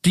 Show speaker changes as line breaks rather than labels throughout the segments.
Do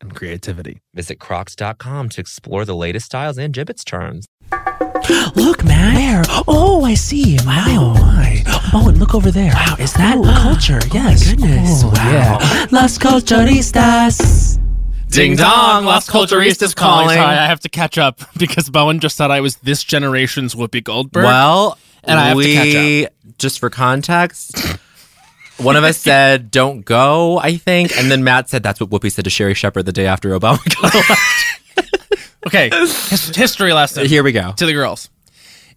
and creativity.
Visit crocs.com to explore the latest styles and gibbets charms.
Look, Matt. Where?
Oh, I see.
Oh,
Wow.
my.
Oh, and look over there.
Wow, is that
Ooh.
culture?
Oh,
yes.
my goodness.
Oh,
Wow.
yeah.
Las Culturistas.
Ding dong, Las Culturistas calling.
Sorry, I have to catch up because Bowen just said I was this generation's Whoopi Goldberg.
Well,
And I have to
we,
catch
Just for context, one of us said, "Don't go," I think, and then Matt said, "That's what Whoopi said to Sherry Shepard the day after Obama got elected."
okay, his- history lesson
Here we go.
to the girls.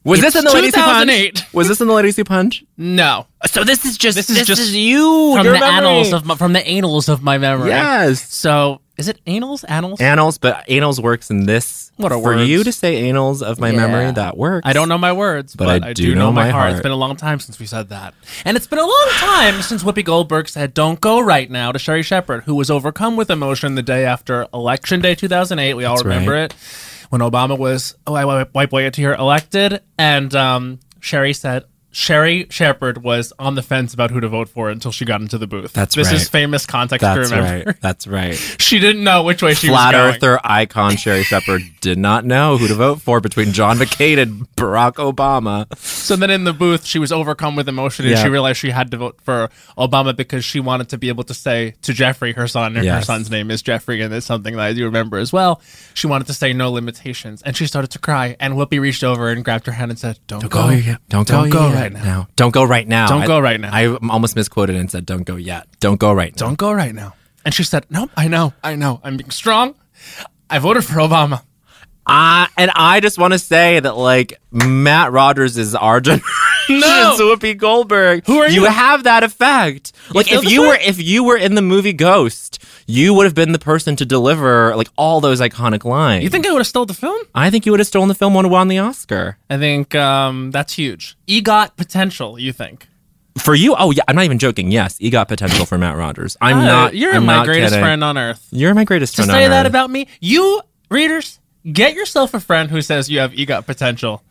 Was this
It's
in the ladies who punch?
2008.
Was this in the ladies who punch?
No,
So this is just
This is just
you from
your
the
memory.
annals of my, from the annals of my memory.
Yes.
So is it annals? Annals?
Annals, but annals works in this.
What are
for
words?
you to say annals of my
Yeah.
memory? That works.
I don't know my words, but, I, do, know, my heart. It's been a long time since we said that, and it's been a long time since Whoopi Goldberg said "Don't go right now" to Sherry Shepard, who was overcome with emotion the day after Election Day 2008. We all remember
right.
it when Obama was oh I wipe, wipe away to here elected, and um, Sherry said. Sherry Shepard was on the fence about who to vote for until she got into the booth.
That's
this is
right.
famous context
That's
to remember.
right. That's right.
She didn't know which way she
flat
was going.
earther icon Sherry Shepard did not know who to vote for between John McCain and Barack Obama.
So then in the booth, she was overcome with emotion and
Yeah.
she realized she had to vote for Obama because she wanted to be able to say to Jeffrey, her son, and her
Yes.
son's name is Jeffrey, and it's something that I do remember as well. She wanted to say no limitations and she started to cry. And Whoopi reached over and grabbed her hand and said, Don't, go.
Don't
Oh, Don't go
yet.
right now.
Don't go right now.
Don't
I-
go right now.
I almost misquoted and said, "Don't go yet." Don't go right now.
Don't go right now. And she said, Nope, I know, I know. I'm being strong. I voted for Obama.
I- and I just want to say that, like, Matt Rogers is our generation. Whoopi Goldberg. Who
are you?
have that effect. like,
feel
if
this
you
way?
were if you were in the movie Ghost, you would have been the person to deliver like all those iconic lines.
You think I would have stole the film?
I think you would have stolen the film and won the Oscar.
I think um, that's huge. EGOT potential, you think?
For you, oh yeah, I'm not even joking. Yes, EGOT potential for Matt Rogers. I'm
Uh,
not.
You're
I'm
my
not
greatest
kidding.
friend on earth.
You're my greatest
to
friend.
say
on
that
earth.
about me. You readers, get yourself a friend who says you have EGOT potential.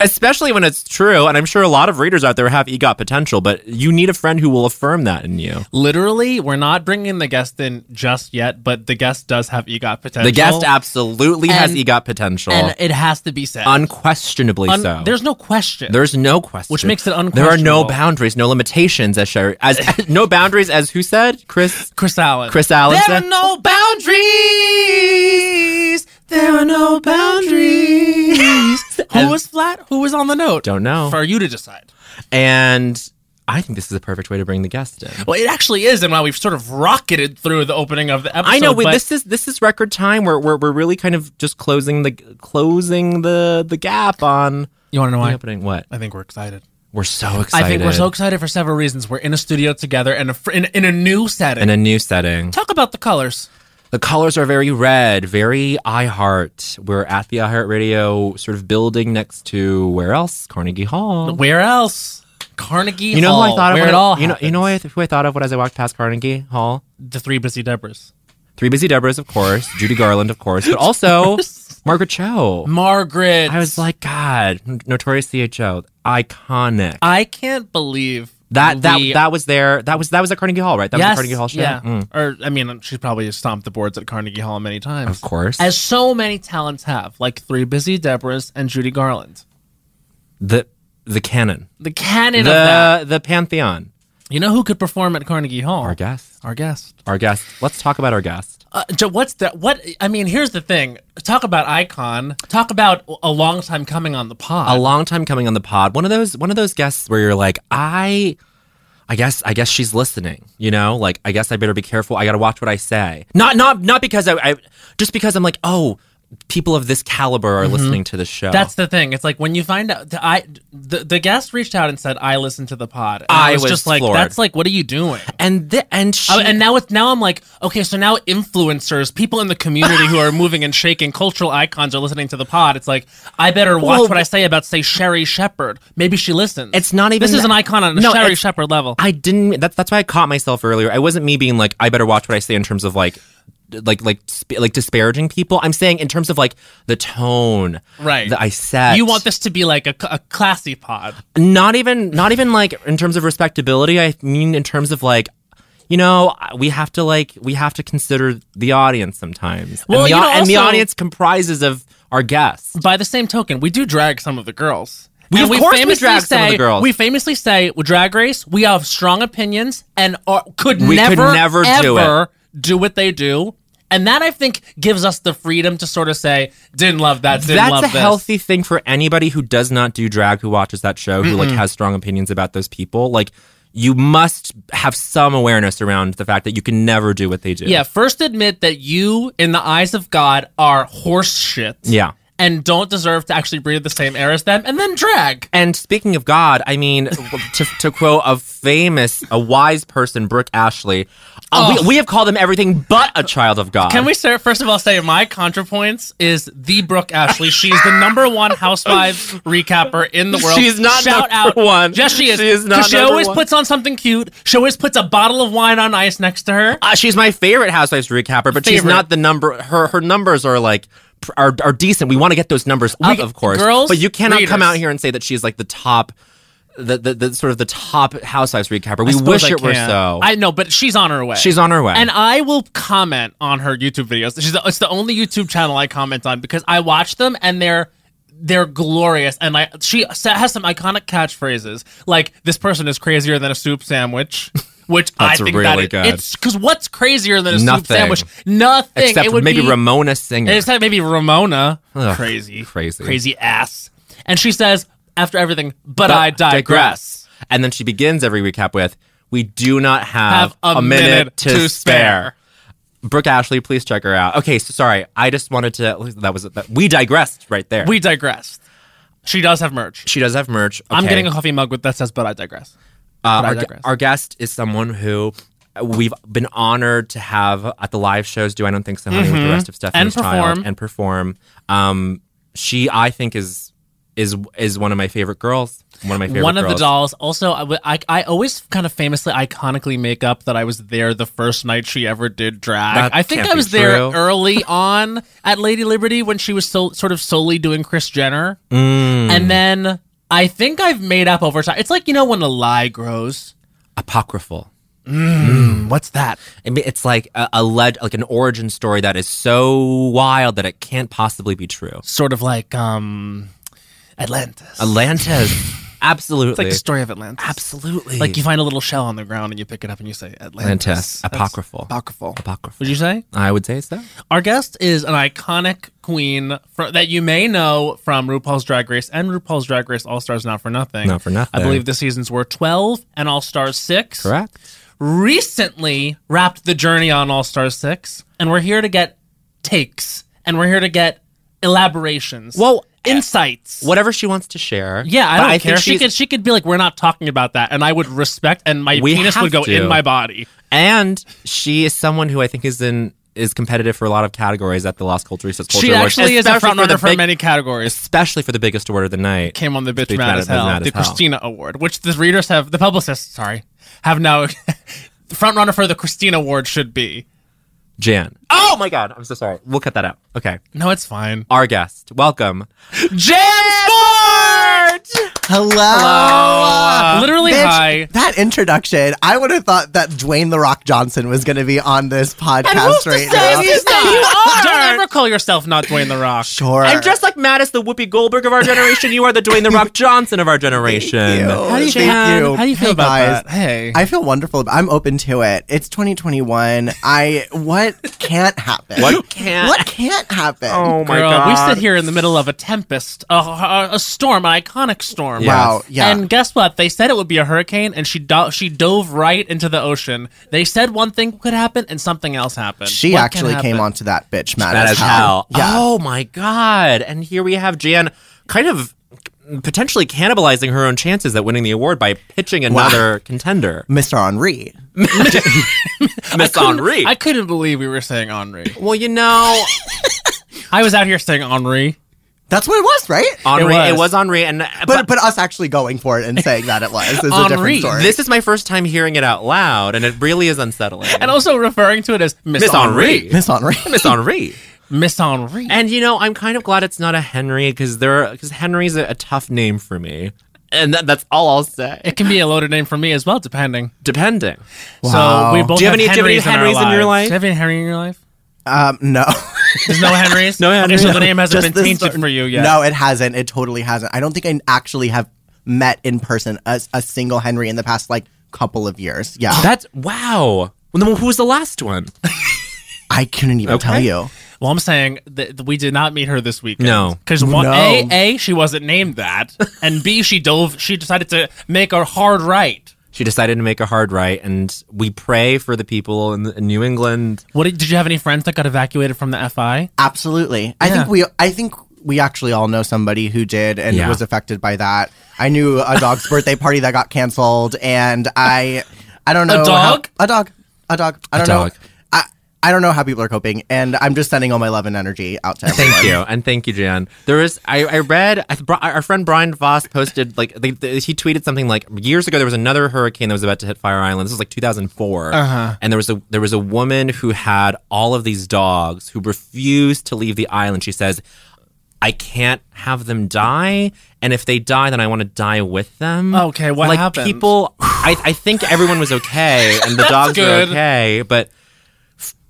especially when it's true, and I'm sure a lot of readers out there have E EGOT potential, but you need a friend who will affirm that in you.
Literally, we're not bringing the guest in just yet, but the guest does have EGOT potential.
The guest absolutely has E
And-
EGOT potential,
and it has to be said.
unquestionably
Un-
so.
There's no question.
There's no question,
Which makes it
There are no
unquestionable.
boundaries, no limitations, as Sherry, as no boundaries, as who said, Chris,
Chris Allen.
Chris Allen
There
said?
are no boundaries. There are no boundaries. who was flat? Who was on the note?
Don't know.
For you to decide.
and I think this is a perfect way to bring the guest in.
Well, it actually is, and while we've sort of rocketed through the opening of the episode,
I know. Wait,
but
this is this is record time. We're, we're we're really kind of just closing the closing the the gap on
you want to know
the
why?
opening. What
I think we're excited.
we're so excited.
I think we're so excited for several reasons. We're in a studio together and a fr- in, in a new setting.
in a new setting.
Talk about the colors.
The colors are very red, very iHeart. We're at the iHeart Radio sort of building next to where else? Carnegie Hall.
Where else? Carnegie
You know
Hall.
who I thought of?
where
when
it
I-
all
you know, you know
happens.
who I- who I thought of when as I walked past Carnegie Hall.
the three busy Debras.
Three busy Debras, of course. Judy Garland, of course, but also Margaret Cho.
Margaret.
I was like, God, Notorious C.H.O. Iconic.
I can't believe
That that
we-
that was there. That was that was at Carnegie Hall, right? That was
yes,
the Carnegie Hall show.
Yeah.
Mm.
Or I mean, she's probably stomped the boards at Carnegie Hall many times.
Of course.
As so many talents have, like three busy Debras and Judy Garland.
the the canon.
The canon of that.
The the pantheon.
You know who could perform at Carnegie Hall?
Our guest.
Our guest.
Our guest. Let's talk about our guest.
Uh, Jo- what's that? What I mean, here's the thing. Talk about icon. Talk about a long time coming on the pod.
A long time coming on the pod. One of those one of those guests where you're like, I I guess I guess she's listening, you know? Like I guess I better be careful. I got to watch what I say. Not not not because I, I just because I'm like, "Oh, people of this caliber are listening to the show."
Mm-hmm. That's the thing. It's like when you find out. The, I the, the guest reached out and said, "I listened to the pod." And
I was
just like,
floored.
"That's like, what are you doing?"
and th- and she
Oh, and now it's now I'm like, okay, so now influencers, people in the community who are moving and shaking, cultural icons are listening to the pod. It's like, I better watch
Well,
what I say about, say, Sherry Shepard. Maybe she listens.
It's not even
This is
that-
an icon on a
No,
Sherry
it's-
Shepard level.
I didn't. That's that's why I caught myself earlier. I wasn't me being like, I better watch what I say in terms of like, like like sp- like disparaging people. I'm saying in terms of like the tone,
Right.
That I said.
you want this to be like a, a classy pod.
Not even not even like in terms of respectability. I mean in terms of like. You know, we have to like we have to consider the audience sometimes.
Well,
and the,
you know,
and the
also-
audience comprises of our guests.
By the same token, we do drag some of the girls.
We-
And
of course we drag some of the
say-
girls.
We famously say, with Drag Race, we have strong opinions and are, could
We
never,
could never do
ever do what they do. And that, I think, gives us the freedom to sort of say, didn't love that, didn't
That's
love
a
this.
healthy thing for anybody who does not do drag, who watches that show, who like has strong opinions about those people. Like you must have some awareness around the fact that you can never do what they do.
Yeah, first admit that you, in the eyes of God, are horse shit.
Yeah.
And don't deserve to actually breathe the same air as them, and then drag.
And speaking of God, I mean, to, to quote a famous, a wise person, Brooke Ashley, uh, we, we have called him everything but a child of God.
Oh. Can we start, first of all say my contrapoints is the Brooke Ashley. She's the number one housewives recapper in the world.
She's not
Shout
number
out.
one.
Yes, she is.
She is not
'Cause she
number
always
one.
puts on something cute. She always puts a bottle of wine on ice next to her.
Uh, she's my favorite Housewives recapper, but she's
Favorite.
not the number. Her her numbers are like pr- are are decent. We want to get those numbers up,
We-
of course.
girls,
but you cannot come
readers.
out here and say that she's like the top, the the, the sort of the top Housewives recapper. We
I
wish
suppose I
it were
can.
so.
I know, but she's on her way.
she's on her way.
And I will comment on her YouTube videos. She's the, it's the only YouTube channel I comment on because I watch them and they're they're glorious. And I she sa- has some iconic catchphrases like "This person is crazier than a soup sandwich." Which
That's
I think that
really
it-
good.
it's because what's crazier than a soup
Nothing.
sandwich? Nothing.
Except
it would
maybe
be,
Ramona Singer.
Except maybe Ramona.
Ugh,
crazy,
crazy.
crazy ass. And she says after everything, but, I digress.
And then she begins every recap with, "We do not have,
Have a
minute,
minute
to,
to
spare."
spare.
Brooke Ashley, please check her out. Okay, so sorry, I just wanted to. That was that, we digressed right there.
We digressed. She does have merch.
she does have merch.
I'm
okay.
getting a coffee mug with that says, but I digress.
Uh,
But I
our, gu-
digress.
our guest is someone who uh, we've been honored to have at the live shows. Do I don't think so, honey, with the rest of Stephanie's Child
Mm-hmm. perform.
and perform. Um, she, I think, is is is one of my favorite girls. One of my favorite.
one of the
girls.
dolls. Also, I, w- I- I always kind of famously, iconically make up that I was there the first night she ever did drag.
That
I think
can't
I
be
was there
true.
early on at Lady Liberty when she was so, sort of solely doing Chris Jenner,
Mm,
and then I think I've made up over time. It's like you know when a lie grows.
apocryphal.
What's that?
I mean, it's like a, a leg, like an origin story that is so wild that it can't possibly be true.
Sort of like um, Atlantis.
Atlantis. Absolutely.
It's like the story of Atlantis.
Absolutely.
Like you find a little shell on the ground and you pick it up and you say Atlantis.
Atlantis.
That's
Apocryphal.
Apocryphal.
Apocryphal.
Would you say?
I would say it's that.
Our guest is an iconic queen fr that you may know from RuPaul's Drag Race and RuPaul's Drag Race All Stars Not for Nothing.
Not for Nothing.
I believe the seasons were 12 and All Stars 6.
Correct.
Recently wrapped the journey on All Stars 6, and we're here to get takes and we're here to get elaborations.
Well,
insights.
Whatever she wants to share.
Yeah, I
But
don't
think
care. She
she's-
could she could be like, we're not talking about that, and I would respect, and my
We
penis
have
would go
to.
in my body.
And she is someone who I think is in is competitive for a lot of categories at the Lost Culturas Culture
She
Awards,
actually is a
especially
front
for the
runner for
big-
many categories.
especially for the biggest award of the night.
came on the bitch
Speech
mad,
Mad-
as hell,
Mad as
the
Hell.
Christina Award, which the readers have, the publicists, sorry, have now. the front runner for the Christina Award should be.
Jan. Oh my God, I'm so sorry. We'll cut that out. Okay,
No, it's fine.
our guest, welcome.
Jan Smart.
Hello.
Oh, uh, Literally,
Bitch,
hi.
That introduction, I would have thought that Dwayne The Rock Johnson was going to be on this podcast right now.
Don't ever call yourself not Dwayne the Rock.
Sure.
And just like Matt is the Whoopi Goldberg of our generation, you are the Dwayne the Rock Johnson of our generation.
How
do you feel-
Jan,
how do you feel
hey
about
guys,
that? Hey.
I feel wonderful. about- I'm open to it. It's 2021. I what can't happen?
What can't-
What can't happen?
Oh my
Girl,
God.
we sit here in the middle of a tempest, a, a, a storm, an iconic storm.
Yeah.
Wow. Yeah.
And guess what? They said it would be a hurricane, and she do- she dove right into the ocean. They said one thing could happen, and something else happened.
she
What can
actually came
happen?
onto that bitch mad,
Mad
as, hell. Yeah.
Oh my God. And here we have Jan kind of potentially cannibalizing her own chances at winning the award by pitching another contender.
Mr. Henri.
Miss Henri.
I couldn't believe we were saying Henri.
well, you know,
I was out here saying Henri.
That's what it was, right?
Henri,
was.
it was Henri. And,
but, but us actually going for it and saying that it was is a
Henri,
different story.
this is my first time hearing it out loud, and it really is unsettling.
And also referring to it as Miss,
Miss
Henri.
Henri.
Miss Henri.
Miss Henri.
Miss Henri.
And you know, I'm kind of glad it's not a Henry because there because Henry's a, a tough name for me, and that, that's all I'll say.
it can be a loaded name for me as well, depending.
Depending,
So we both
Do you have any- do you have any
Henrys in, our
Henrys in your
lives.
life?
Do you have any Henry in your life?
Um, no.
There's no Henrys.
No
Okay,
Henrys.
so the name hasn't
Just
been
this
tainted
sto-
for you yet.
No, it hasn't. It totally hasn't. I don't think I actually have met in person a, a single Henry in the past like couple of years. Yeah.
that's wow. Well, then who was the last one?
I couldn't even tell you.
Well, I'm saying that that we did not meet her this weekend.
No.
because one
No.
a a she wasn't named that, and b she dove. She decided to make a hard right.
She decided to make a hard right, and we pray for the people in, in New England.
What did, did you have any friends that got evacuated from the FI?
Absolutely. I think we I think we actually all know somebody who did and
Yeah.
was affected by that. I knew a dog's birthday party that got canceled and I I don't know how-
dog?
a dog. A dog. I don't
dog.
know. I I don't know how people are coping and I'm just sending all my love and energy out to everyone.
Thank you, and thank you, Jan. There is I, I read I, Bri- our friend Brian Voss posted like they, they- he tweeted something like years ago there was another hurricane that was about to hit Fire Island. This was like 2004, uh-huh. and there was a there was a woman who had all of these dogs who refused to leave the island. She says. I can't have them die, and if they die, then I want to die with them.
Okay, what
like,
happened?
People, I, I think everyone was okay, and the dogs
good.
were okay, but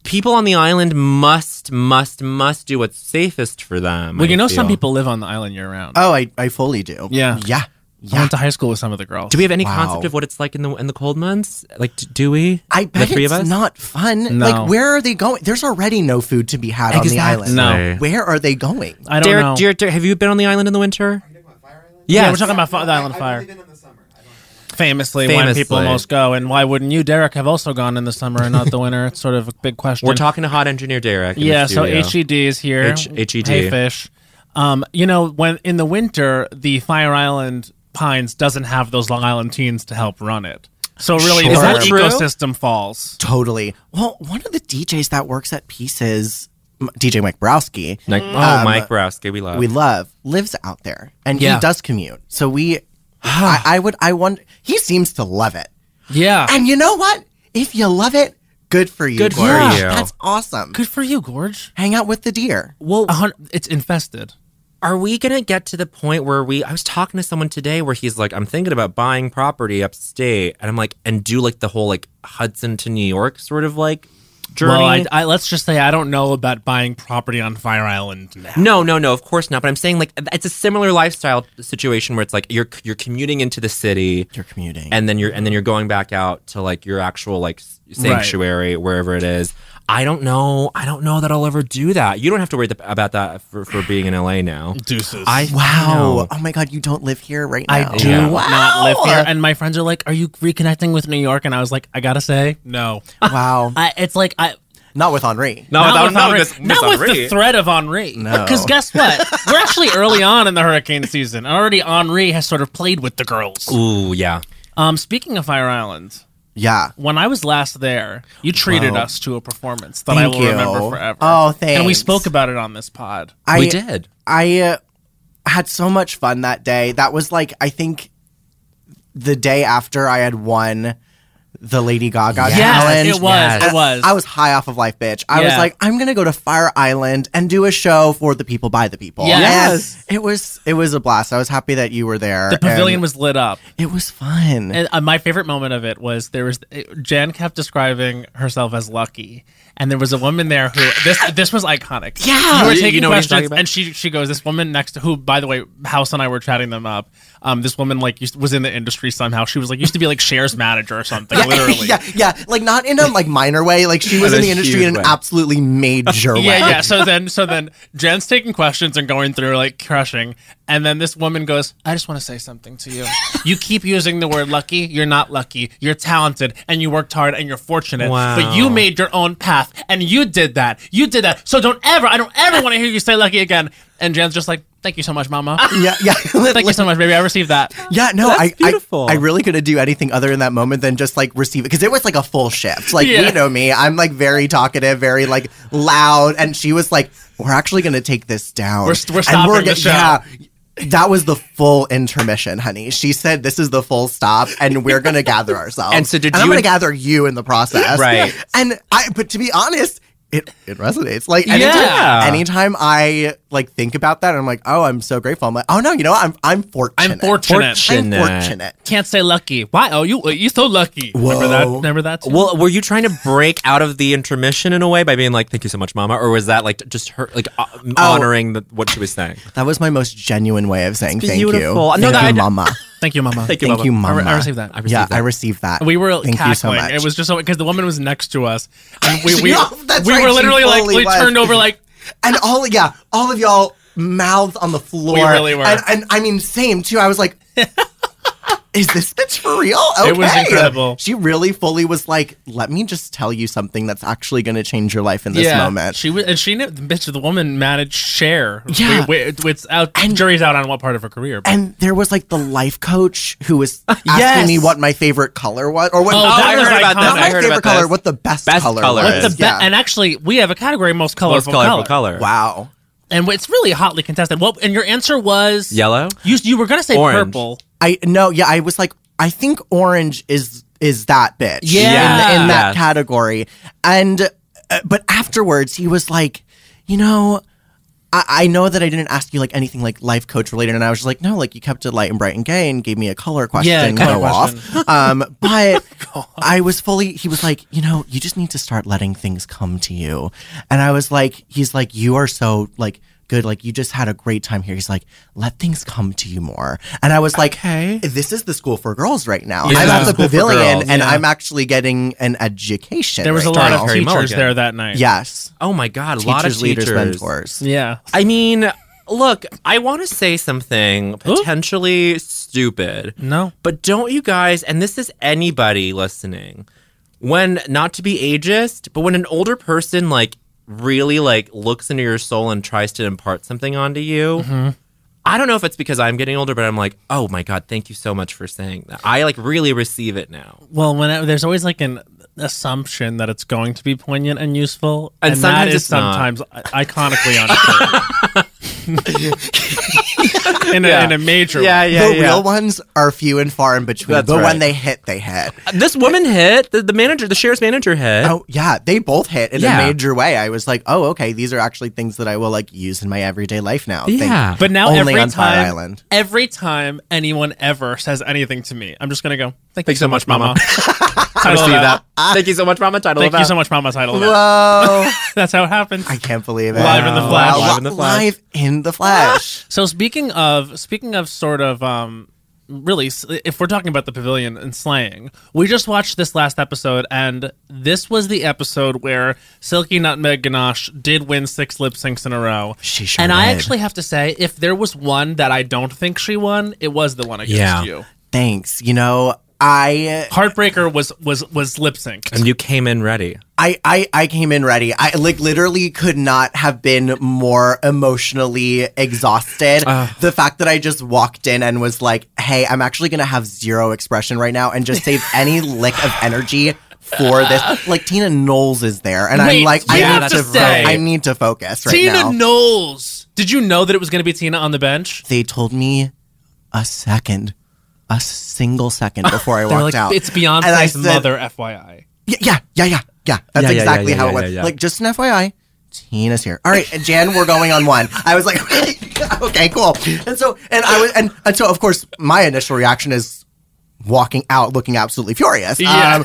people on the island must, must, must do what's safest for them.
Well,
I
you know, some
feel. Uh,
people live on the island year round.
Oh, I, I fully do.
Yeah.
Yeah.
I went to high school with some of the girls.
Do we have any
Wow.
concept of what it's like in the in the cold months? Like, d- do we?
I bet
the three
it's
of us?
not fun.
No.
Like, where are they going? There's already no food to be had on the island.
No.
Where are they going?
I don't
Derek,
know.
Derek, Derek, have you been on the island in the winter?
yeah,
Yes.
we're talking about fi- the island fire. Famously, when
Famously.
people most go, and why wouldn't you, Derek, have also gone in the summer and not the winter? It's sort of a big question.
We're talking to hot engineer Derek. in the
Yeah, so
studio.
HED is here.
H- HED.
Hey, fish. Um, you know, when in the winter, the Fire Island Pines doesn't have those Long Island teens to help run it. So really,
Sure.
the
Is
whole
that
true?
ecosystem falls.
Totally. Well, one of the DJs that works at Pieces, M- DJ Mike Borowski,
Like, oh, Mike Browski, we love.
we love, lives out there, and
Yeah.
he does commute. So we, I, I would, I wonder. He seems to love it.
Yeah.
And you know what? If you love it, good for you.
Good for
Gorge.
you.
That's awesome.
Good for you, Gorge.
Hang out with the deer.
well,
A hun- It's infested.
are we gonna get to the point where we? I was talking to someone today where he's like, I'm thinking about buying property upstate, and I'm like, and do like the whole like Hudson to New York sort of like journey.
Well, I, I, let's just say I don't know about buying property on Fire Island now.
No, no, no. Of course not. But I'm saying like it's a similar lifestyle situation where it's like you're you're commuting into the city,
You're commuting.
and then you're and then you're going back out to like your actual like s- sanctuary wherever it is. I don't know. I don't know that I'll ever do that. You don't have to worry th- about that for, for being in LA now.
Deuces.
I no.
Wow. Oh my God, you don't live here right now.
I do
Yeah.
not live here, and my friends are like, "Are you reconnecting with New York?" And I was like, "I gotta say, no."
Wow.
I, it's like I
Not with Henri.
No, that
Henri-
was not with,
not with the threat of Henri.
No.
Because guess what? We're actually early on in the hurricane season, and already Henri has sort of played with the girls.
Ooh, yeah.
Um, speaking of Fire Island,
Yeah.
when I was last there, you treated
Wow.
us to a performance that I
Thank
will
you.
remember forever.
Oh, thanks.
And we spoke about it on this pod.
I,
we did.
I uh, had so much fun that day. That was like, I think the day after I had won the Lady Gaga challenge.
it was.
yes.
It was.
I was high off of life, bitch. I was
Yeah.
like, I'm gonna go to Fire Island and do a show for the people by the people.
Yes.
And it was it was a blast. I was happy that you were there.
the pavilion
and
was lit up.
it was fun.
And uh, my favorite moment of it was there was Jan kept describing herself as lucky, and there was a woman there who this this was iconic. Yeah, you were
You- you
taking
know what he's talking
questions,
about?
and she she goes, this woman next to who, by the way, House and I were chatting them up. Um, this woman like used, was in the industry somehow. She was like used to be like shares manager or something, literally.
yeah, yeah, like not in a like minor way. Like she was
In
in
a
the industry
huge
in
way.
an absolutely major way.
Yeah, yeah. So then, so then, Jen's taking questions and going through like crushing, and then this woman goes, "I just want to say something to you. You keep using the word lucky. You're not lucky. You're talented, and you worked hard, and you're fortunate.
Wow.
But you made your own path, and you did that. You did that. So don't ever, I don't ever want to hear you say lucky again." And Jen's just like, "Thank you so much, Mama.
yeah, yeah.
Thank you so much, baby. I received that."
Yeah, no, I, I-
beautiful.
I really couldn't do anything other in that moment than just like receive it because it was like a full shift. Like
Yeah.
you know me, I'm like very talkative, very like loud, and she was like, "We're actually gonna take this down.
We're st- we're
And
stopping the
gonna-
show.
Yeah, that was the full intermission, honey. She said, "This is the full stop, and we're gonna gather ourselves."
And so did
I'm
you
gonna
and-
gather you in the process,
Right.
And I, but to be honest. It, it resonates like anytime,
Yeah.
anytime I like think about that I'm like oh I'm so grateful I'm like oh no you know what? I'm I'm fortunate
I'm fortunate.
Fortunate.
Unfortunate.
Can't say lucky. Why? Oh, you you so lucky. Remember that?
Whoa.
Remember that? too?
Well, were you trying to break out of the intermission in a way by being like, "Thank you so much, Mama," or was that like just her like uh,
Oh.
honoring the, what she was saying?
That was my most genuine way of saying thank you.
beautiful. No,
Thank
that-
you, mama.
thank you, Mama.
Thank you,
Thank
Mama.
you, mama.
I received that.
I
yeah,
received
I
that.
received that.
We were
thank
cackling.
you so much.
It was just so because the woman was next to us, and we we,
Yeah, that's
we
right,
were
she
literally like
fully
we
was.
turned over like
and all yeah, all of y'all mouths on the floor.
We really were.
And, and I mean, same too. I was like, is this bitch for real? Okay.
It was incredible.
She really fully was like, let me just tell you something that's actually going to change your life in this moment.
She was and she knew bitch. The woman managed share.
Yeah.
we, we, it's out. jury's out on what part of her career. But.
and there was like the life coach who was asking
Yes.
me what my favorite color was, or what
Oh,
not
that
my
was
favorite-
iconic.
not
I
heard
my favorite
about this.
color, what the best,
Best
color,
color
was.
is.
the
What
be- and actually, we have a category most
Most
colorful,
colorful color.
wow.
and it's really hotly contested. Well, and your answer was
Yellow?
You you were gonna say
Orange.
purple.
I no, yeah, I was like, I think orange is is that bitch.
Yeah.
in, in that
Yes.
category. And uh, but afterwards, he was like, you know. I- I know that I didn't ask you like anything like life coach related, and I was just like, no, like you kept it light and bright and gay, and gave me a color question.
Yeah, color
go off. Um, but I was fully. He was like, you know, you just need to start letting things come to you, and I was like, he's like, you are so like good, like you just had a great time here. He's like, let things come to you more, and I was like, hey, this is the school for girls right now.
Yeah. This
I'm at the
is the school for
pavilion,
girls,
and I'm actually getting an education.
There was
right
a lot
now.
of
Harry
teachers
Mulligan.
there that night.
yes,
Oh my god, a
teachers,
lot of teachers.
leaders, mentors.
yeah.
I mean, look, I want to say something potentially stupid.
No.
But don't you guys, and this is anybody listening, when not to be ageist, but when an older person like really like looks into your soul and tries to impart something onto you.
Mm-hmm.
I don't know if it's because I'm getting older, but I'm like, oh my god, thank you so much for saying that. I like really receive it now,
Well, when I, there's always like an assumption that it's going to be poignant and useful,
And
and, that
sometimes
is
it's not.
sometimes i- iconically untrue.
in, a,
Yeah.
in a major
Yeah,
way.
yeah, The yeah. real ones are few and far in between,
That's
but
right. Uh,
when they hit, they hit.
This woman hit the, the manager, the sheriff's manager hit.
Oh yeah, they both hit in
Yeah.
a major way. I was like, oh okay, these are actually things that I will like use in my everyday life now. Thank-
Yeah.
But now
only
every
on Fire
time,
Island.
every time anyone ever says anything to me, I'm just gonna go. Thank you
Thanks
so much, Mama.
I
Title
see
of
that. Thank you so much, Mama. Title
Thank
of
you
that.
so much, Mama. Title of that.
Whoa!
That's how it happens.
I can't believe it.
Live in the flash.
Wow,
Live
in the flash.
Live in the flash.
So speaking of speaking of sort of um really s- if we're talking about the pavilion and slaying, we just watched this last episode and this was the episode where Silky Nutmeg Ganache did win six lip syncs in a row.
She sure
and I
did.
actually have to say if there was one that I don't think she won, it was the one against
Yeah.
you.
Thanks. You know, I
Heartbreaker was was was lip synced.
And you came in ready.
I, I I came in ready. I like literally could not have been more emotionally exhausted.
Ah.
the fact that I just walked in and was like, "Hey, I'm actually going to have zero expression right now and just save any lick of energy for this." Like Tina Knowles is there and
Wait,
I'm like,
you
I
have
need
to
to, fo-
say-
I need to focus right
Tina
now.
Knowles. Did you know that it was going to be Tina on the bench?
they told me a second, a single second before I
Ah, They're like,
walked out.
it's
And I
Beyonce's
said-
mother, FYI.
Yeah, yeah, yeah, yeah. yeah. That's
Yeah, yeah, yeah,
exactly
yeah,
how
yeah,
it was.
yeah, yeah.
Like, just an FYI, Tina's here. All right, Jan, we're going on one. I was like, okay, cool. And so, and I was, and, and so, of course, my initial reaction is walking out looking absolutely furious.
Yeah.
Um,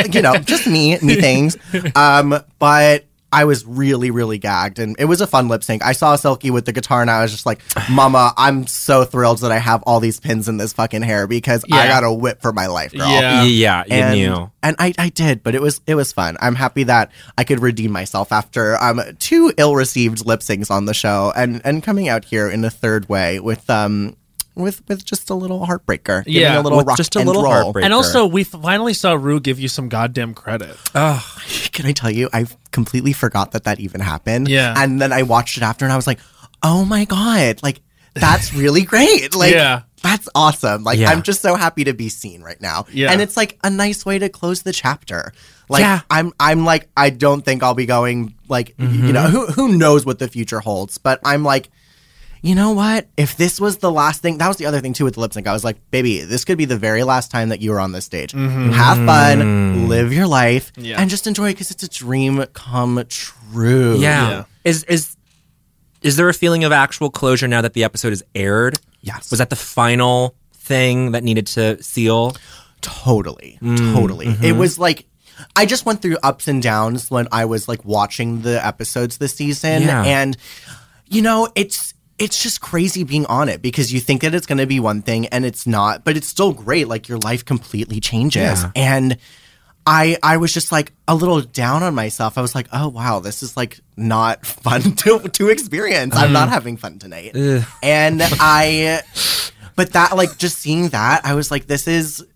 you know, just me, me things. Um, but I was really, really gagged, and it was a fun lip sync. I saw Silky with the guitar, and I was just like, "Mama, I'm so thrilled that I have all these pins in this fucking hair because I
Yeah.
got a whip for my life, girl."
Yeah.
yeah, you
and,
knew.
And I, I did, but it was it was fun. I'm happy that I could redeem myself after um two ill-received lip syncs on the show and and coming out here in a third way with um with with just a little heartbreaker. giving
Yeah,
a little
with
rock
just a
and
little
roll.
heartbreak.
And
Breaker.
also, we finally saw Rue give you some goddamn credit.
Can I tell you? I completely forgot that that even happened.
Yeah.
And then I watched it after, and I was like, oh my god, like that's really great. Like.
Yeah.
That's awesome. Like
Yeah.
I'm just so happy to be seen right now.
Yeah.
And it's like a nice way to close the chapter. Like
Yeah.
I'm I'm like I don't think I'll be going like you know who who knows what the future holds, but I'm like you know what? If this was the last thing, that was the other thing too with the lip sync. I was like, baby, this could be the very last time that you were on this stage. Have
Mm-hmm.
fun, live your life,
Yeah.
and just enjoy it because it's a dream come true.
Yeah.
Yeah.
Is is is there a feeling of actual closure now that the episode is aired?
Yes.
Was that the final thing that needed to seal?
Totally.
Mm-hmm.
Totally. It was like I just went through ups and downs when I was like watching the episodes this season
Yeah.
and you know, it's it's just crazy being on it because you think that it's going to be one thing and it's not, but it's still great like your life completely changes. And I I was just like a little down on myself. I was like, "Oh wow, this is like not fun to to experience. I'm not having fun tonight." And I but that like just seeing that, I was like, "This is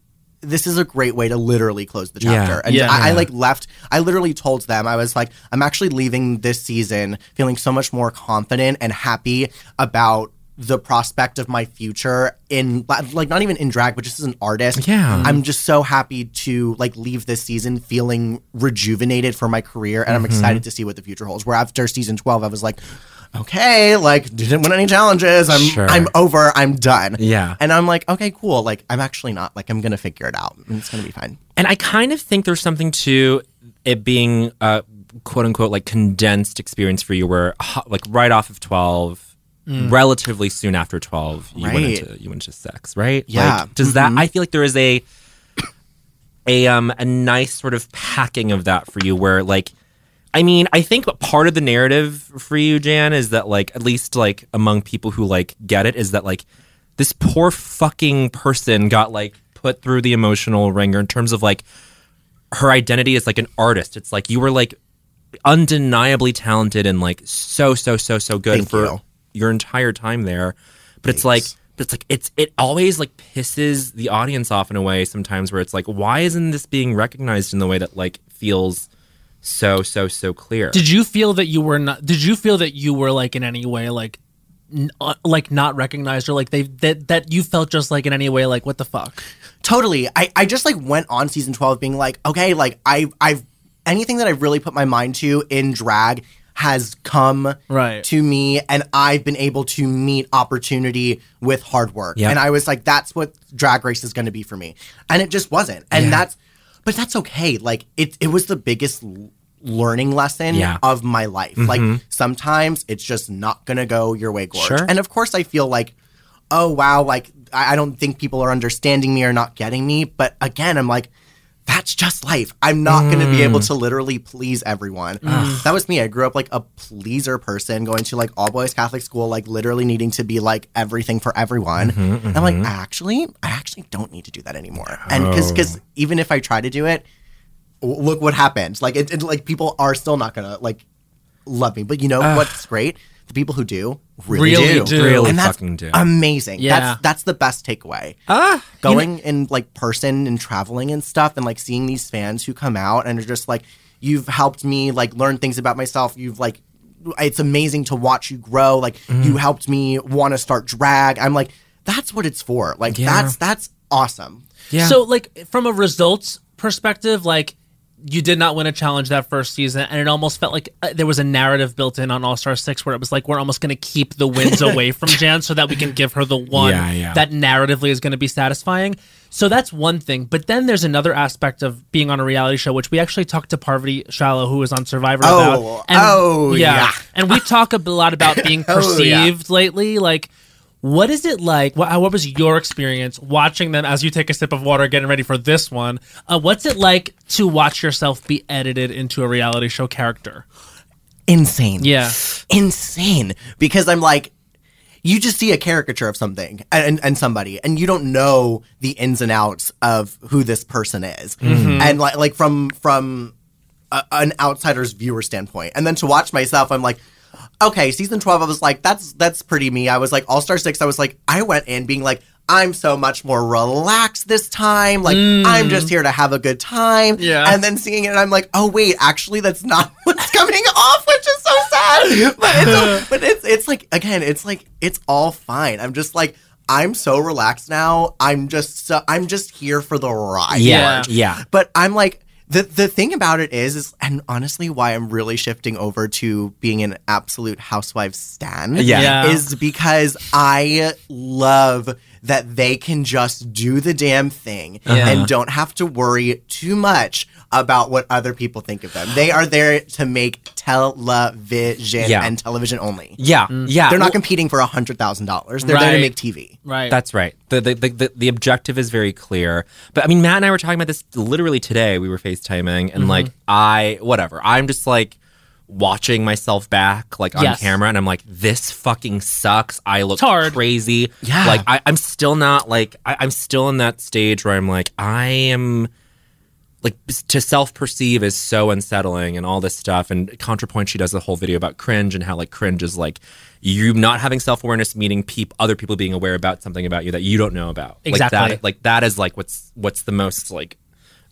this is a great way to literally close the
Yeah.
chapter. And
Yeah.
I, I like left, I literally told them, I was like, I'm actually leaving this season feeling so much more confident and happy about the prospect of my future in like not even in drag but just as an artist
Yeah.
i'm just so happy to like leave this season feeling rejuvenated for my career and i'm
Mm-hmm.
excited to see what the future holds where after season 12 i was like okay like didn't win any challenges i'm
Sure.
i'm over i'm done
Yeah.
and I'm like, okay, cool. Like, I'm actually not. Like, I'm going to figure it out. And it's going to be fine.
And I kind of think there's something to it being a quote unquote like condensed experience for you, where ho- like right off of twelve, relatively soon after twelve, you went
Mm. Right.
into you went into sex, right?
Yeah. Mm-hmm.
Like, does that? I feel like there is a a um a nice sort of packing of that for you, where like. I mean, I think part of the narrative for you, Jan, is that like at least like among people who like get it is that like this poor fucking person got like put through the emotional ringer in terms of like her identity as like an artist. It's like you were like undeniably talented and like so so so so good
Thank
for
you.
your entire time there. But it's like but it's like it's it always like pisses the audience off in a way sometimes where it's like why isn't this being recognized in the way that like feels so so so clear.
Did you feel that you were not? Did you feel that you were like in any way like, n- uh, like not recognized or like they that that you felt just like in any way like what the fuck?
Totally. I, I just like went on season 12 being like, okay, like, I, I've anything that I've really put my mind to in drag has come
Right.
to me and I've been able to meet opportunity with hard work.
Yeah.
And I was like, that's what drag race is going to be for me. And it just wasn't. And
Yeah.
that's, but that's okay. Like it, it was the biggest l- learning lesson
Yeah.
of my life.
Mhm.
Like sometimes it's just not going to go your way, Gorge.
Sure.
And of course I feel like, oh wow, like I, I don't think people are understanding me or not getting me. But again, I'm like, that's just life. I'm not going to be able
Mm.
to literally please everyone.
Ugh.
That was me. I grew up like a pleaser person, going to like all boys Catholic school, like literally needing to be like everything for everyone.
Mhm,
I'm like,
mhm.
actually, I actually don't need to do that anymore. And
Oh.
because because even if I try to do it, w- look what happened. Like it, it like people are still not gonna like love me. But you know
Ugh.
what's great? The people who do really,
Really do. Really
and that's
fucking do.
Amazing.
Yeah.
That's that's the best takeaway.
Ah,
Going in like person and traveling and stuff and like seeing these fans who come out and are just like, You've helped me like learn things about myself. You've like it's amazing to watch you grow. Like
Mm.
you helped me want to start drag. I'm like, that's what it's for. Like
Yeah.
that's that's awesome.
Yeah.
So, like, from a results perspective, like, you did not win a challenge that first season, and it almost felt like uh, there was a narrative built in on All Star Six where it was like we're almost going to keep the wins away from Jan so that we can give her the one
Yeah, yeah.
that narratively is going to be satisfying. So that's one thing. But then there's another aspect of being on a reality show, which we actually talked to Parvati Shallow, who was on Survivor
Oh,
about. And,
oh, yeah.
And we talk a lot about being
Oh, yeah.
perceived lately, like. What is it like? What, what was your experience watching them as you take a sip of water, getting ready for this one? Uh, what's it like to watch yourself be edited into a reality show character?
insane.
Yeah.
Insane. Because I'm like, you just see a caricature of something and, and somebody, and you don't know the ins and outs of who this person is. And like, like from from a, an outsider's viewer standpoint. And then to watch myself, I'm like, okay, season 12, I was like, that's that's pretty me. I was like, All Star 6, I was like, I went in being like, I'm so much more relaxed this time. Like, I'm just here to have a good time.
Mm. Yeah.
And then seeing it, and I'm like, oh, wait, actually, that's not what's coming off, which is so sad. But it's, but it's, it's like, again, it's like, it's all fine. I'm just like, I'm so relaxed now. I'm just, so, I'm just here for the ride.
yeah,
Yeah.
yeah.
But I'm like the the thing about it is is and honestly why I'm really shifting over to being an absolute housewife stan
Yeah.
Yeah.
is because I love that they can just do the damn thing
Yeah.
and don't have to worry too much about what other people think of them. They are there to make television
Yeah.
and television only.
Yeah, yeah.
Mm. They're not
Well,
competing for $100,000. They're there to
Right.
make TV.
Right.
That's right. The the, the the the objective is very clear. But I mean, Matt and I were talking about this literally today. We were FaceTiming, and
Mm-hmm.
like I, whatever. I'm just like watching myself back, like on
Yes.
camera, and I'm like, this fucking sucks. I look
It's hard.
crazy.
Yeah.
Like I, I'm still not like I, I'm still in that stage where I'm like I am. Like to self perceive is so unsettling and all this stuff. And ContraPoint, she does a whole video about cringe and how like cringe is like you not having self awareness, meaning peep other people being aware about something about you that you don't know about. Like
Exactly.
that, like that is like what's what's the most like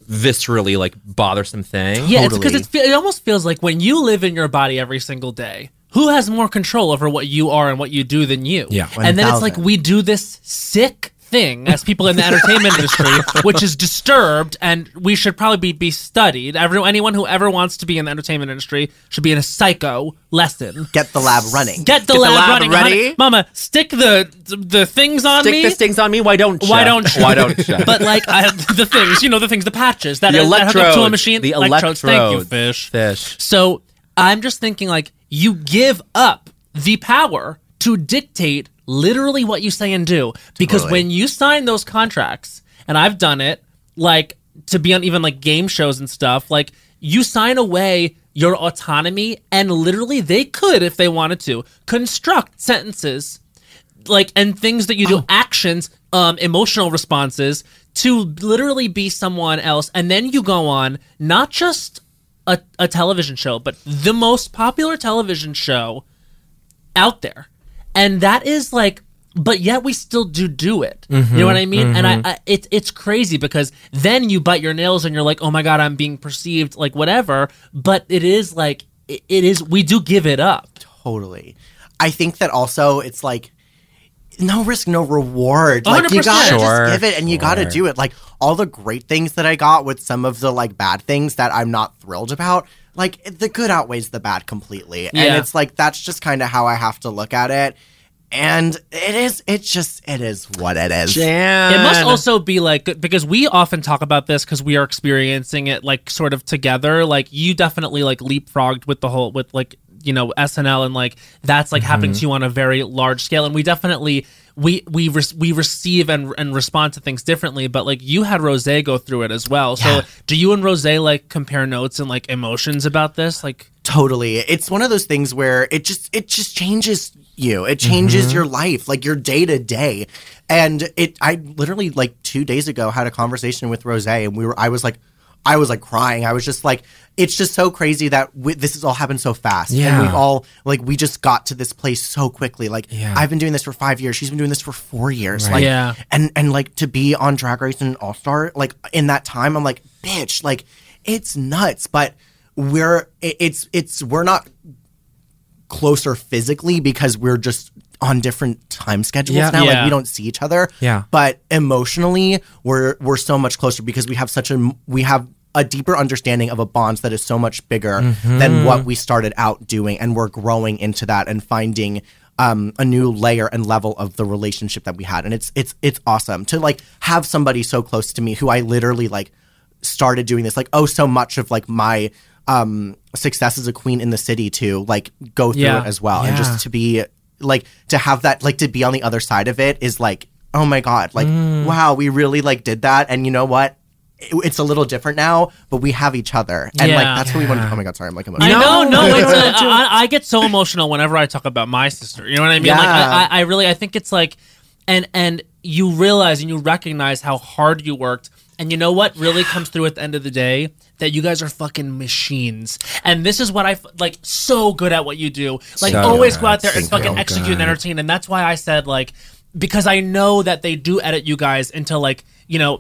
viscerally like bothersome thing.
Yeah, it's
Totally.
because it's, it almost feels like when you live in your body every single day, who has more control over what you are and what you do than you?
Yeah.
And then it's
1000.
like we do this sick thing as people in the entertainment industry, which is disturbed and we should probably be, be studied. Every, anyone who ever wants to be in the entertainment industry should be in a psycho lesson.
Get the lab running.
Get the, lab,
lab
running,
ready.
honey. Mama, stick the the things on
Stick
me.
the stings on me. Why don't?
Why
ya?
don't you?
Why don't? ya?
but like I, the things, you know, the things, the patches that,
the
that hook up
electrodes,
to a machine.
the
electrodes.
electrodes.
Thank you, fish.
Fish.
So I'm just thinking, like, you give up the power to dictate literally what you say and do. Because when you sign those contracts, and I've done it, like, to be on even like game shows and stuff, like, you sign away your autonomy, and literally they could, if they wanted to, construct sentences like and things that you do actions um emotional responses to literally be someone else and then you go on not just a, a television show but the most popular television show out there and that is like but yet we still do do it you know what i mean and i, I it, it's crazy because then you bite your nails and you're like oh my god i'm being perceived like whatever but it is like it, it is we do give it up
Totally. I think that also it's like no risk, no reward. Like you
100%.
gotta
Sure,
just give it and you gotta
sure.
do it. Like all the great things that I got with some of the like bad things that I'm not thrilled about. like the good outweighs the bad completely. And
Yeah.
it's like that's just kind of how I have to look at it. And it is it just it is what it is.
It must also be like because we often talk about this because we are experiencing it like sort of together. Like you definitely like leapfrogged with the whole with like you know SNL and like that's like happening
Mhm.
to you on a very large scale. And we definitely we we re- we receive and and respond to things differently. But like you had Rose go through it as well. So do you and Rose like compare notes and like emotions about this? Like
Totally. It's one of those things where it just it just changes you. It changes
Mm-hmm.
Mhm.
your life, like your day to day. And it I literally like 2 days ago had a conversation with Rosé and we were I was like I was like crying. I was just like it's just so crazy that we, this has all happened so fast. And we
Yeah.
all like we just got to this place so quickly. Like
Yeah.
I've been doing this for 5 years. She's been doing this for 4 years.
Right.
Like
Yeah.
and and like to be on Drag Race and All Star, like in that time, I'm like, bitch, like it's nuts. But we're it- it's it's we're not closer physically because we're just on different time schedules
Yeah.
now. Like
Yeah.
we don't see each other.
Yeah.
But emotionally, we're we're so much closer because we have such a we have a deeper understanding of a bond that is so much bigger than
Mhm.
what we started out doing, and we're growing into that and finding um, a new layer and level of the relationship that we had, and it's it's it's awesome to like have somebody so close to me who I literally like started doing this like oh so much of like my um success as a queen in the city to like go through
Yeah.
it as well and
Yeah.
just to be like to have that like to be on the other side of it is like oh my god like
Mm.
wow we really like did that and you know what It- it's a little different now but we have each other and like
Yeah.
that's what we want to
Yeah.
oh my god sorry i'm like emotional
I know, no, it's a, I, I get so emotional whenever I talk about my sister. You know what I mean? Like
Yeah.
I, I, I really, I think it's like, and and you realize and you recognize how hard you worked, and you know what really comes through at the end of the day that you guys are fucking machines, and this is what I f- like so good at what you do. Like
So
always
good.
go out there and
So
fucking
good.
execute and entertain, and that's why I said like because I know that they do edit you guys into like you know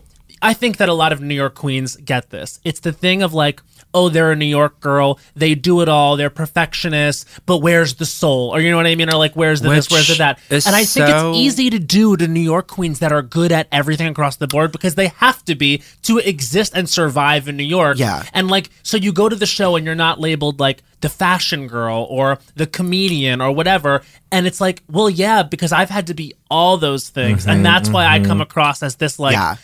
I think that a lot of New York queens get this. It's the thing of like, oh, they're a New York girl. They do it all. They're perfectionists. But where's the soul? Or you know what I mean? Or like, where's the this?
Which
Where's the that?
is
And I think
so-
it's easy to do to New York queens that are good at everything across the board because they have to be to exist and survive in New York.
Yeah.
And like, so you go to the show and you're not labeled like the fashion girl or the comedian or whatever. And it's like, well, yeah, because I've had to be all those things.
Mhm,
Mm-hmm,
and that's why I
mhm.
come across as this like
Yeah.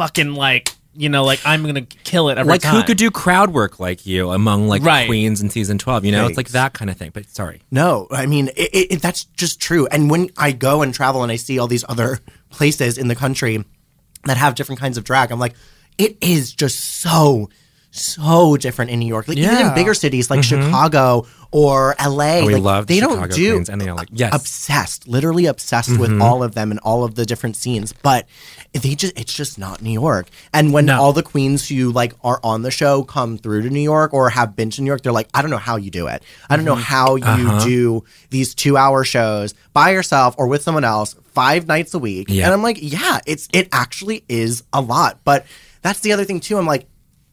fucking like, you know, like I'm going to kill it every
like
time.
who could do crowd work like you among like
Right.
queens in season 12 you know it's like
Thanks.
that kind of thing but sorry
No, I mean it, it, it- that's just true. And when I go and travel and I see all these other places in the country that have different kinds of drag, I'm like, it is just so so different in New York. Like even
Yeah.
in bigger cities like
Mm-hmm.
Mhm.
Chicago or LA,
And Oh, we
like,
love the
they don't
Chicago
do
queens and they are like yes
obsessed, literally obsessed with
Mm-hmm.
Mhm.
all of them and all of the different scenes. But they just it's just not New York. And when all the queens who like are on the show come through to New York or have been to New York, they're like, I don't know how you do it. I don't know
Mhm.
how you
Uh-huh.
do these two hour shows by yourself or with someone else five nights a week.
Yeah.
And I'm like, yeah, it's it actually is a lot. But that's the other thing too. I'm like,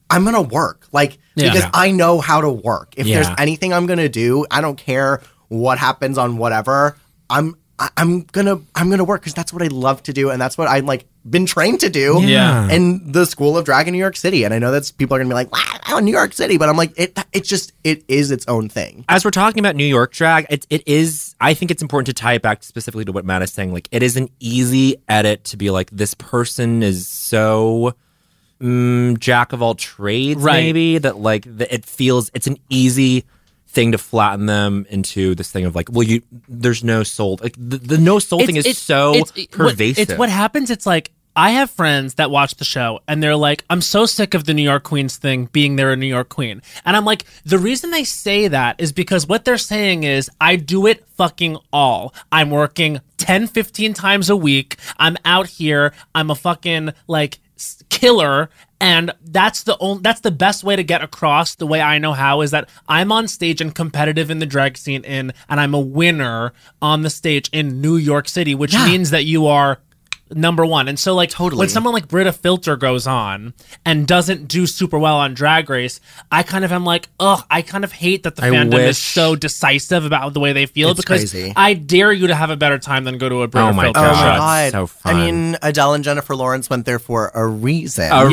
I'm gonna work. Like
Yeah.
because
Yeah.
I know how to work. If
Yeah.
there's anything I'm gonna do, I don't care what happens on whatever. I'm I- I'm gonna I'm gonna work because that's what I love to do and that's what I like been trained to do.
Yeah.
In the school of drag in New York City, and I know that's people are gonna be like, wow, New York City, but I'm like, it it's just it is its own thing.
as we're talking about New York drag, it, it is, I think it's important to tie it back specifically to what Matt is saying. Like, it is an easy edit to be like, this person is so mm, jack of all trades,
Right.
maybe, that like the, it feels, it's an easy thing to flatten them into this thing of like, well, you, there's no soul. Like, the, the no soul thing is so
it's- it- what-
pervasive.
it's what happens. It's like I have friends that watch the show and they're like, "I'm so sick of the New York Queens thing being there a New York Queen," and I'm like, the reason they say that is because what they're saying is, I do it fucking all. I'm working 10, 15 times a week. I'm out here. I'm a fucking like s- killer and that's the only that's the best way to get across the way i know how is that i'm on stage and competitive in the drag scene in and i'm a winner on the stage in new york city which means that you are number one. And so like
Totally.
when someone like Britta Filter goes on and doesn't do super well on Drag Race, I kind of am like, ugh, I kind of hate that the
I
fandom
wish-
is so decisive about the way they feel
It's
because
crazy.
I dare you to have a better time than go to a Britta
Oh my
Filter.
God.
Oh
Yeah,
my
it's
god!
so
I
fun.
mean, Adele and Jennifer Lawrence went there for a reason.
A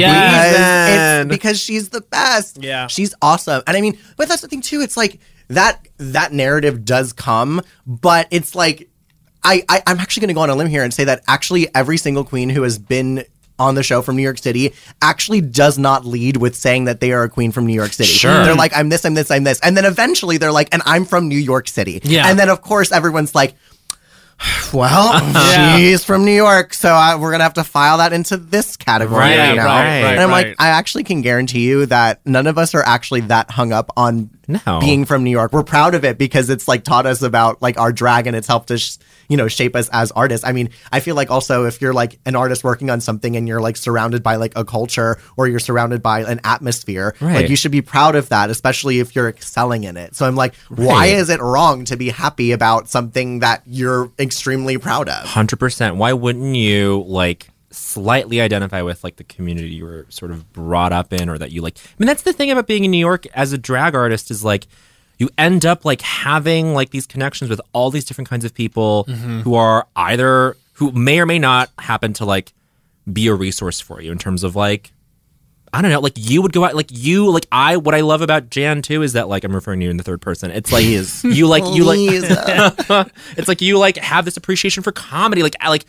Because
reason.
It's because she's the best.
Yeah.
she's awesome. And I mean, but that's the thing too. It's like that that narrative does come, but it's like I, I I'm actually going to go on a limb here and say that actually every single queen who has been on the show from New York City actually does not lead with saying that they are a queen from New York City.
Sure.
They're like, I'm this, I'm this, I'm this. And then eventually they're like, and I'm from New York City.
Yeah.
And then of course everyone's like, well, she's from New York, so I, we're gonna have to file that into this category
Right,
right now.
right, right,
and I'm
right.
like, I actually can guarantee you that none of us are actually that hung up on
No.
being from New York. We're proud of it because it's like taught us about like our drag and it's helped us, you know, shape us as artists. I mean, I feel like also if you're like an artist working on something and you're like surrounded by like a culture or you're surrounded by an atmosphere,
Right.
like you should be proud of that, especially if you're excelling in it. So I'm like, why
Right.
is it wrong to be happy about something that you're extremely proud of?
Hundred percent. Why wouldn't you like slightly identify with like the community you were sort of brought up in, or that you like? I mean, that's the thing about being in New York as a drag artist is like you end up like having like these connections with all these different kinds of people who are either who may or may not happen to like be a resource for you in terms of like I don't know, like you would go out, like you, like I. What I love about Jan too is that, like, I'm referring to you in the third person. It's like you, like you, like it's like you, like have this appreciation for comedy, like, I- like,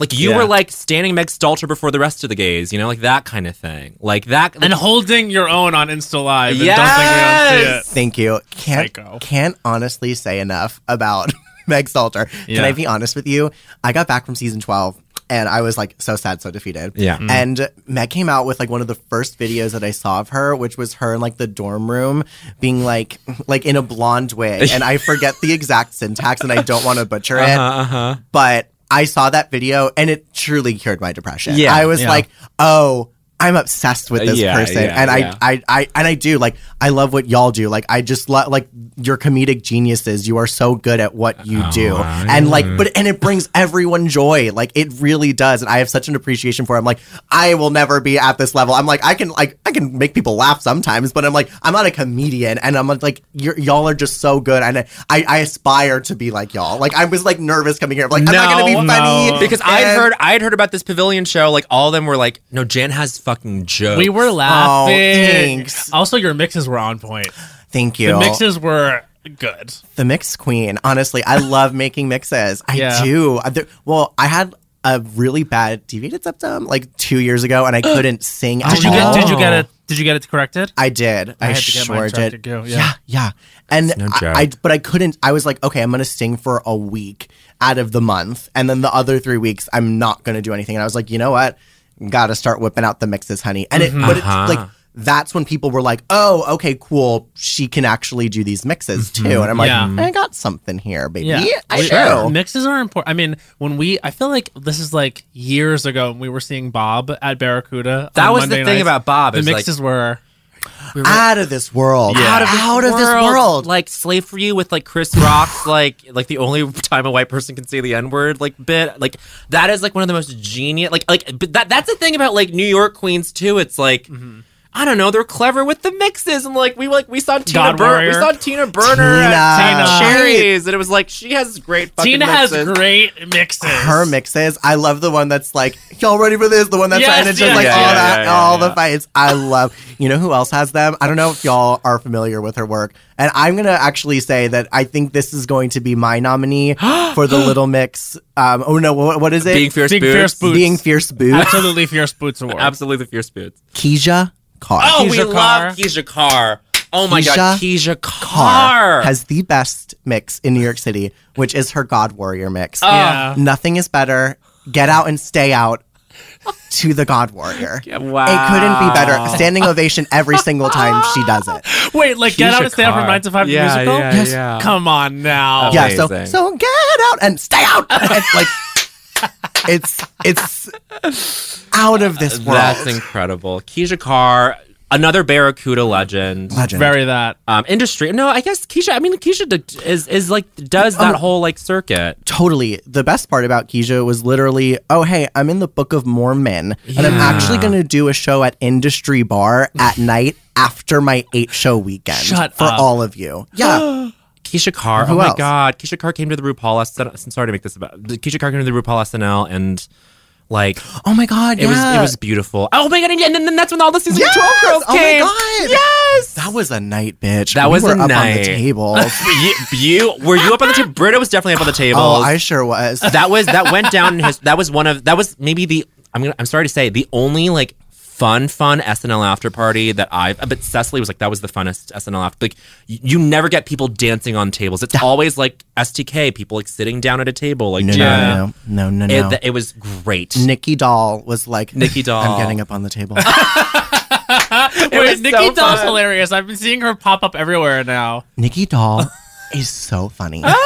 like you were like standing Meg Stalter before the rest of the gays, you know, like that kind of thing, like that.
And holding your own on Insta Live and don't think we don't see it.
Thank you. Can't
Psycho.
can't honestly say enough about Meg Stalter. Can I be honest with you? I got back from season twelve and I was like so sad, so defeated.
Yeah. Mm.
And Meg came out with like one of the first videos that I saw of her, which was her in like the dorm room being like like in a blonde wig. And I forget the exact syntax and I don't want to butcher it.
Uh-huh,
But I saw that video and it truly cured my depression.
Yeah, Uh,
I was like, oh, I'm obsessed with this
Yeah,
person.
yeah,
and I,
yeah.
I, I, and I do like, I love what y'all do. Like, I just love, like, your comedic geniuses. You are so good at what you
Oh,
do. And like, but, and it brings everyone joy. Like, it really does. And I have such an appreciation for it. I'm like, I will never be at this level. I'm like, I can, like, I can make people laugh sometimes, but I'm like, I'm not a comedian. And I'm like, you're, y'all are just so good. And I, I, I aspire to be like y'all. Like, I was like nervous coming here. I'm like, I'm not going
No,
to be funny.
because I'd
And-
heard, I'd heard about this Pavilion show. Like all of them were like, "No, Jan has fucking jokes."
We were laughing.
Oh, thanks.
also, your mixes were on point.
Thank you.
The mixes were good.
the mix queen. Honestly, I love making mixes. I
Yeah.
do. Uh, there- well, I had a really bad deviated septum um, like two years ago, and I couldn't sing. at
Did you
all.
get? Did you get it? Did you get it corrected?
I did. I,
had to get mine
sure
checked
did.
too, yeah.
yeah, Ah, yeah. And
no
I,
joke.
I, but I couldn't. I was like, okay, I'm gonna sing for a week out of the month, and then the other three weeks, I'm not gonna do anything. And I was like, you know what? Gotta start whipping out the mixes, honey. And it, but
Uh-huh.
it's like. That's when people were like, "Oh, okay, cool. She can actually do these mixes
Mm-hmm.
too." And I'm like,
Yeah.
"I got something here, baby.
Yeah,
I
We-
do."
Mixes are important. I mean, when we, I feel like this is like years ago, when we were seeing Bob at Barracuda.
That
on
was the
Monday
thing
nights,
about Bob,
The
is, like-
mixes were.
out of this world.
Out of this,
out
world,
of this world.
like slave for you with like Chris Rock's like like the only time a white person can say the N word like bit like that is like one of the most genius like like but that that's the thing about like New York queens too. It's like.
Mm-hmm.
I don't know. They're clever with the mixes, and like we like we saw Tina
God
Burner, we
Warrior.
saw Tina Burner, at
Tina.
Cherries, and it was like she has great fucking
Tina has
mixes.
great mixes.
her mixes. I love the one that's like, y'all ready for this? The one that's
Yes,
and it's just
yes,
like
yes,
all
yeah,
that,
yeah, yeah,
all
yeah.
the fights. I love. You know who else has them? I don't know if y'all are familiar with her work. And I'm gonna actually say that I think this is going to be my nominee for the Little Mix. Um, oh no, what, what is it?
Being fierce,
Big
boots.
fierce boots.
Being fierce boots.
Absolutely fierce boots award.
absolutely fierce boots.
Keisha Carr.
Oh, we
Keisha Carr.
love Keisha Carr. Oh my god,
Keisha
Keisha Carr
has the best mix in New York City, which is her God Warrior mix.
Oh.
Yeah.
Nothing is better. Get out and stay out to the God Warrior.
wow.
It couldn't be better. Standing ovation every single time she does it.
Wait, like Get Out and Stay Out from
Carr.
Nine to Five the
Yeah,
musical.
yeah, Yes. yeah.
Come on now.
Yeah, so
Amazing.
so get out and stay out. And, like it's it's out of this world.
That's incredible. Keisha Carr, another Barracuda legend.
Legend.
Very that.
Um, industry. No, I guess Keisha. I mean, Keisha d- is is like does that
Um,
whole like circuit.
Totally. The best part about Keisha was literally, oh, hey, I'm in the Book of Mormon, and I'm actually going to do a show at Industry Bar at night after my eight show weekend.
Shut
for
up.
all of you. Yeah. Oh
Keisha Carr.
Who
oh my
else?
god, Keisha Carr came to the RuPaul. SNL, I'm sorry to make this about Keisha Carr came to the RuPaul SNL and like
oh my god.
it was it was beautiful. Oh my god, and then, then that's when all the season
Yes!
twelve girls
Oh my
came.
God!
Yes.
That was a night, bitch.
That
We
was
were
a
up on
night.
the table.
you, you were you up on the table? Britta was definitely up on the table.
oh, I sure was.
that was that went down in his that was one of that was maybe the I'm gonna I'm sorry to say the only like fun fun SNL after party that I've but Cecily was like that was the funnest SNL after like you, you never get people dancing on tables it's always like STK people like sitting down at a table like
No,
chatting.
no, no, no, no,
it,
no.
th- it was great
Nikki Doll was like,
Nikki Doll.
I'm getting up on the table.
Wait, Nikki
so
Doll's
fun.
hilarious. I've been seeing her pop up everywhere now.
Nikki Doll is so funny.
Ah!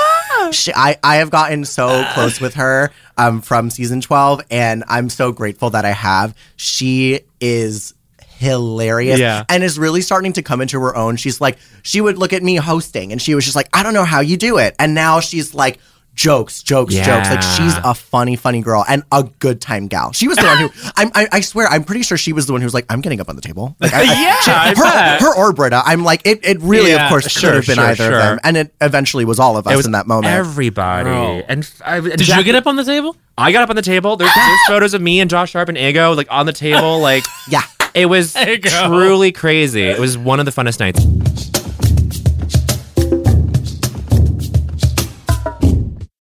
She, I, I have gotten so close with her um, from season 12, and I'm so grateful that I have. She is hilarious
Yeah.
and is really starting to come into her own. She's like, she would look at me hosting, and she was just like, I don't know how you do it. And now she's like, jokes, jokes, jokes. Like
Yeah.
she's a funny, funny girl and a good time gal. She was the one who, I'm, I, I swear, I'm pretty sure she was the one who was like, I'm getting up on the table. Like, I, I-
Yeah,
she-
I bet.
her, her or Britta. I'm like, it, it really,
Yeah,
of course,
sure,
could have been
sure,
either
sure.
of them. And it eventually was all of us
was
in that moment. Oh.
everybody
Bro.
and f- I,
Did you get up on the table?
I got up on the table there's, there's photos of me and Josh Sharp and Ego like on the table like
yeah.
It was
you go.
truly crazy. It was one of the funnest nights.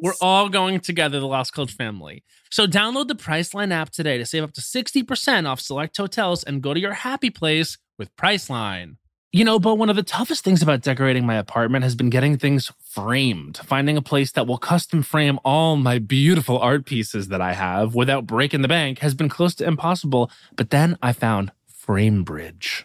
we're all going together, the Lost Coach family. So download the Priceline app today to save up to sixty percent off select hotels and go to your happy place with Priceline. You know, but one of the toughest things about decorating my apartment has been getting things framed, finding a place that will custom frame all my beautiful art pieces that I have without breaking the bank has been close to impossible. But then I found FrameBridge.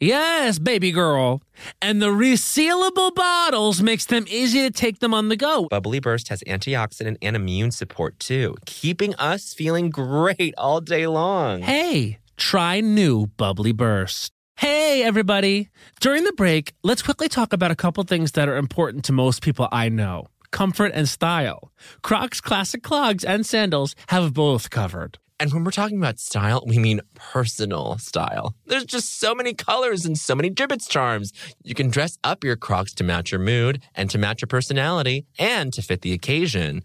Yes, baby girl. And the resealable bottles makes them easy to take them on the go.
uh,
Bubbly Burst has antioxidant and immune support too, keeping us feeling great all day long.
Hey, try new Bubbly Burst. Hey, everybody. During the break, let's quickly talk about a couple things that are important to most people I know
comfort, and style. Crocs classic clogs and sandals have both covered.
And when we're talking about style, we mean personal style. There's just so many colors and so many gibbets charms. You can dress up your Crocs to match your mood and to match your personality and to fit the occasion.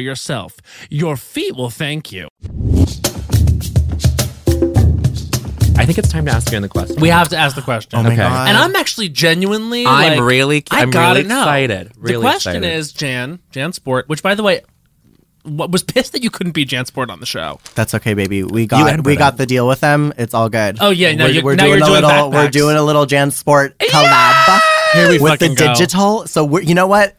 yourself. Your feet will thank you.
I think it's time to ask you the question.
We have to ask the question.
Oh my God.
And I'm actually genuinely.
I'm
like,
really,
I
I'm
gotta
really
know.
excited. Really
the question
excited.
is Jan, Jan Sport, which by the way, what was pissed that you couldn't be Jan Sport on the show.
That's okay, baby. We
and
got we
Britta.
got the deal with them. It's all good.
Oh, yeah, now
we're,
you're-
we're
now
doing
you're
a
doing
little we're
backpacks.
doing a little Jan Sport collab
Here we
with the
fucking go.
digital. So we're, you know what?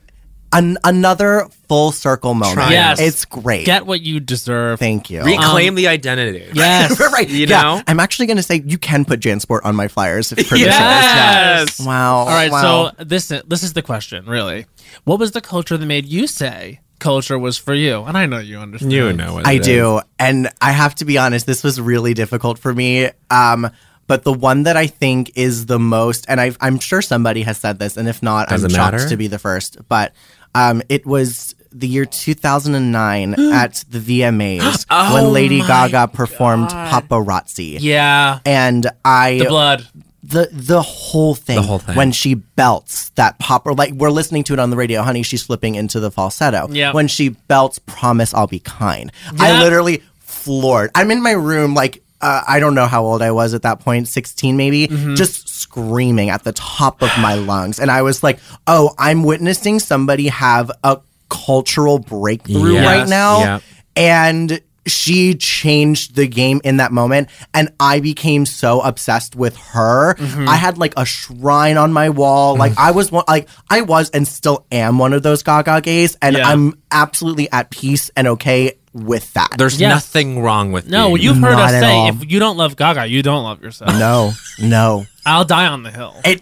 An, another full circle moment.
Yes.
it's great.
Get what you deserve.
Thank you.
Reclaim the identity.
Yes.
right,
you
Um, yeah.
know?
I'm actually gonna say you can put Jansport on my flyers if permission.
Yes.
is. Wow.
All right,
Wow.
so this this is the question, really. What was the culture that made you say culture was for you? And I know you understand.
You know what
I
it is.
do. And I have to be honest, this was really difficult for me. Um, but the one that I think is the most, and I've, I'm sure somebody has said this, and if not,
Doesn't
I'm shocked
matter.
to be the first. But um, it was the year 2009 at the VMAs when Lady Gaga performed Paparazzi.
Yeah.
And I
The blood.
the the whole thing. The
whole thing.
When she belts that pop, or like we're listening to it on the radio, honey, she's flipping into the falsetto.
Yeah.
When she belts, promise I'll be kind. I
Yeah.
literally floored. I'm in my room, like uh, I don't know how old I was at that point, 16 maybe,
Mm-hmm.
just screaming at the top of my lungs, and I was like, oh, I'm witnessing somebody have a cultural breakthrough
Yes.
right now
Yep.
and she changed the game in that moment and i became so obsessed with her
Mm-hmm.
i had like a shrine on my wall
Mm.
like i was one like i was and still am one of those gaga gays and
Yeah.
i'm absolutely at peace and okay with that
There's
Yes.
nothing wrong with
No,
being-
you've heard
Not
us
at
say
all.
if you don't love Gaga, you don't love yourself.
no no
I'll die on the hill.
it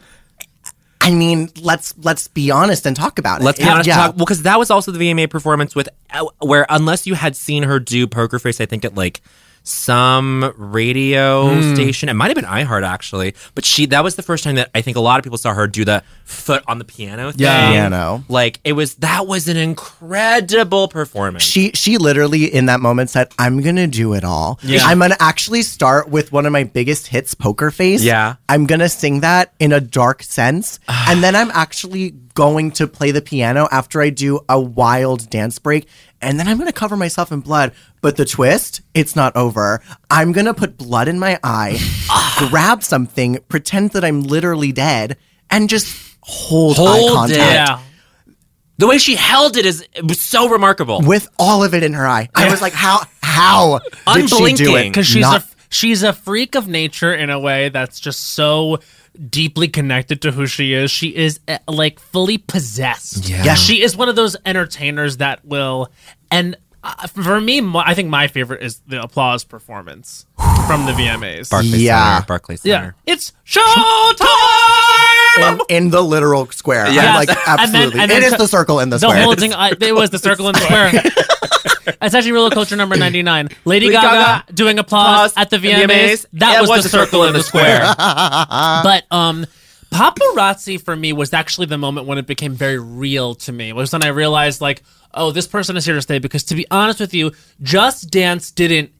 i mean let's let's be honest and talk about it
Let's be
It-
honest.
yeah.
Talk, well, because that was also the VMA performance with uh, where unless you had seen her do Poker Face, I think at like some radio
Hmm.
station, it might have been iHeart actually, but she that was the first time that I think a lot of people saw her do the foot on the piano thing.
Yeah.
Piano.
Like it was that was an incredible performance.
She she literally in that moment said, "I'm gonna do it all.
Yeah.
I'm gonna actually start with one of my biggest hits, Poker Face.
Yeah.
I'm gonna sing that in a dark sense, and then I'm actually going to play the piano after I do a wild dance break, and then I'm gonna cover myself in blood. But the twist, it's not over. I'm gonna put blood in my eye, grab something, pretend that I'm literally dead, and just hold, eye
Hold it.
contact."
yeah.
the way she held it is it was so remarkable.
with all of it in her eye. I was like, how how did she do
Unblinking.
it?
Because she's
Not-
a she's a freak of nature in a way that's just so deeply connected to who she is. She is eh, like fully possessed.
Yeah.
she is one of those entertainers that will. And uh, for me, my, I think my favorite is the applause performance from the VMAs.
Barclays
Yeah.
Center, Barclays
yeah,
Center.
it's showtime.
in, in the literal square.
Yes.
I'm like, absolutely.
and then
it is
co-
the circle in the,
The
square.
whole thing, I, it was the circle and square. It's actually Real Culture number 99. Lady,
Lady
Gaga,
Gaga
doing applause at the VMAs. That
It
was, the circle, in the square. but um, paparazzi for me was actually the moment when it became very real to me. Was when I realized like, oh, this person is here to stay. Because to be honest with you, Just Dance didn't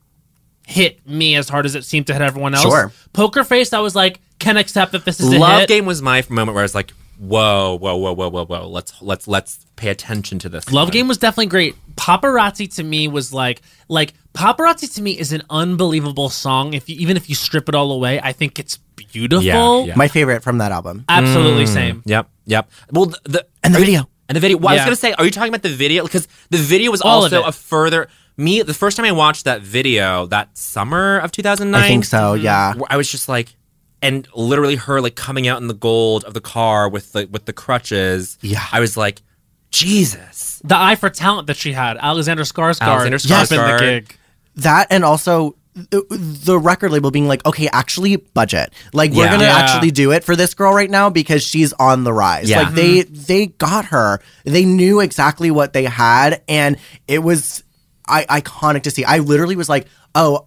hit me as hard as it seemed to hit everyone else.
Sure.
Poker Face, I was like, can accept that this is a
Love
hit.
Game was my moment where I was like, whoa, whoa, whoa, whoa, whoa, whoa. Let's let's let's pay attention to this.
Love
one.
Game was definitely great. Paparazzi to me was like like paparazzi to me is an unbelievable song. If you even if you strip it all away, I think it's beautiful.
Yeah, Mm. yeah.
My favorite from that album.
Absolutely same.
Yep, yep. Well, the, the
And the video.
and the video. Well, I was
Yeah.
gonna say, are you talking about the video? Because the video was
All of
also
it.
a further me. The first time I watched that video that summer of 2009,
I think so,
Mm-hmm.
yeah.
where I was just like, and literally her like coming out in the gold of the car with the with the crutches.
Yeah.
I was like, Jesus.
The eye for talent that she had, Alexander Skarsgård,
Alexander
up in the
Skarsgård.
gig.
That and also th- the record label being like, okay, actually, budget. Like we're
Yeah.
gonna
Yeah.
actually do it for this girl right now because she's on the rise.
Yeah.
Like they they got her. They knew exactly what they had, and it was I- iconic to see. I literally was like, oh.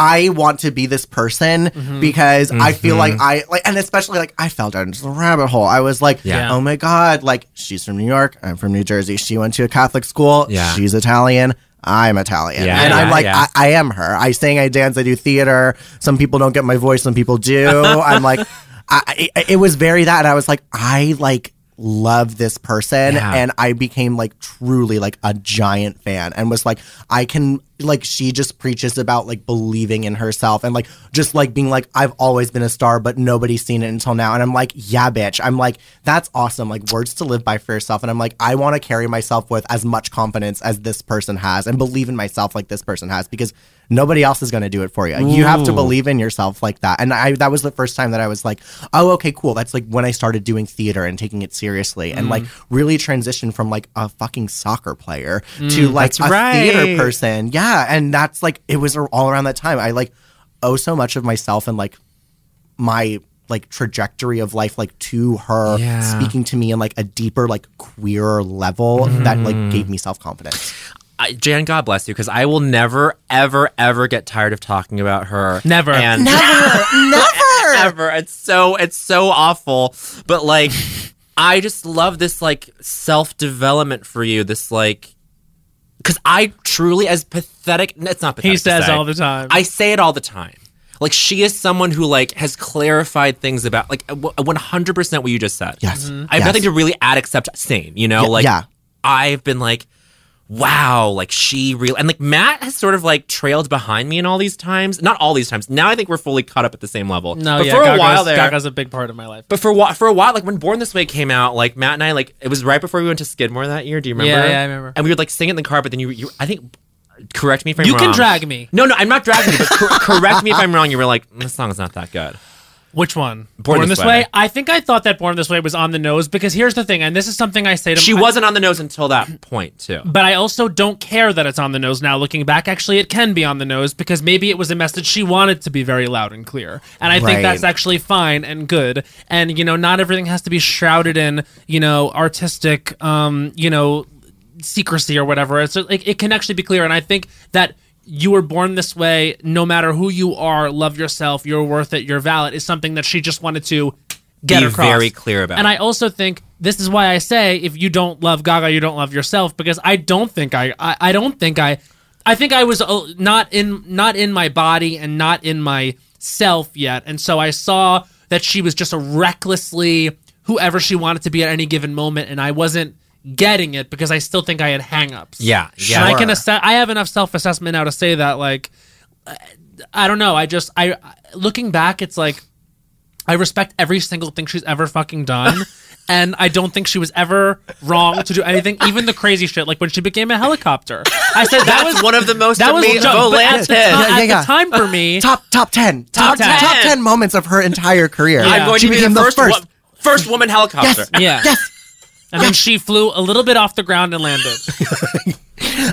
I want to be this person because I feel
Mm-hmm.
like I like, and especially like I fell down into the rabbit hole. I was like,
Yeah.
oh my god, like she's from New York, I'm from New Jersey. She went to a Catholic school.
Yeah.
she's Italian. I'm Italian,
Yeah,
and I'm
yeah,
like,
yeah.
I, I am her. I sing, I dance, I do theater. Some people don't get my voice, some people do. I'm like, I, I, it was very that, and I was like, I like love this person,
Yeah.
and I became like truly like a giant fan, and was like, I can like she just preaches about like believing in herself and like just like being like I've always been a star but nobody's seen it until now and I'm like yeah bitch I'm like that's awesome like words to live by for yourself and I'm like I want to carry myself with as much confidence as this person has and believe in myself like this person has because nobody else is going to do it for you you have to believe in yourself like that and I that was the first time that I was like oh okay cool that's like when I started doing theater and taking it seriously and like really transitioned from like a fucking soccer player to like a theater
right.
person person. Yeah, and that's like it was all around that time. I like owe so much of myself and like my like trajectory of life like to her
Yeah.
speaking to me in like a deeper like queerer level that like gave me self confidence.
I, Jan, God bless you, because I will never, ever, ever get tired of talking about her.
Never.
And
Never.
ever. It's so it's so awful. But like I just love this like self-development for you. This like cuz I truly as pathetic it's not pathetic.
He
to
says
say.
all the time.
I say it all the time. Like she is someone who like has clarified things about like w- 100% what you just said. Mm-hmm.
Yes.
I have
Yes.
nothing to really add except same, you know?
Yeah,
like
yeah.
I've been like wow, like she real and like Matt has sort of like trailed behind me in all these times. Not all these times. Now I think we're fully caught up at the same level.
no,
but
yeah,
for
Gaga's,
a while there,
Gaga's a big part of my life.
but for a while, for a while, like when Born This Way came out, like Matt and I, like it was right before we went to Skidmore that year. Do you remember?
Yeah, yeah, I remember.
And we would like sing it in the car, but then you, you I think, correct me if I'm
You
wrong.
can drag me.
No, no, I'm not dragging you. But cor- correct me if I'm wrong. You were like, "Mm, this song's not that good.
Which one?
Born This Way.
I think I thought that Born This Way was on the nose because here's the thing, and this is something I say to
She
I-
wasn't on the nose until that point too.
But I also don't care that it's on the nose now. Looking back, actually, it can be on the nose because maybe it was a message she wanted to be very loud and clear. And I think
Right.
that's actually fine and good. And, you know, not everything has to be shrouded in, you know, artistic, um, you know, secrecy or whatever. It's like it can actually be clear. And I think that you were born this way, no matter who you are, love yourself, you're worth it, you're valid, is something that she just wanted to get
Be
across.
very clear about
And
it.
I also think this is why I say if you don't love Gaga, you don't love yourself because I don't think I I, I don't think I I think I was uh, not in not in my body and not in myself yet, and so I saw that she was just a recklessly whoever she wanted to be at any given moment, and I wasn't getting it because I still think I had hangups.
Yeah, yeah.
And I can assess. I have enough self assessment now to say that like. I- I don't know. I just I looking back, it's like I respect every single thing she's ever fucking done. And I don't think she was ever wrong to do anything, even the crazy shit, like when she became a helicopter. I said that was
one of the most
that was
amazing-
dumb, but at the,
volantis.
time-
Yeah,
at
yeah,
the
yeah.
time for me,
Top top ten
Top 10.
top ten moments of her entire career.
I'm going
she
to be the
became
first wo- first woman helicopter.
yeah, and then she flew a little bit off the ground and landed.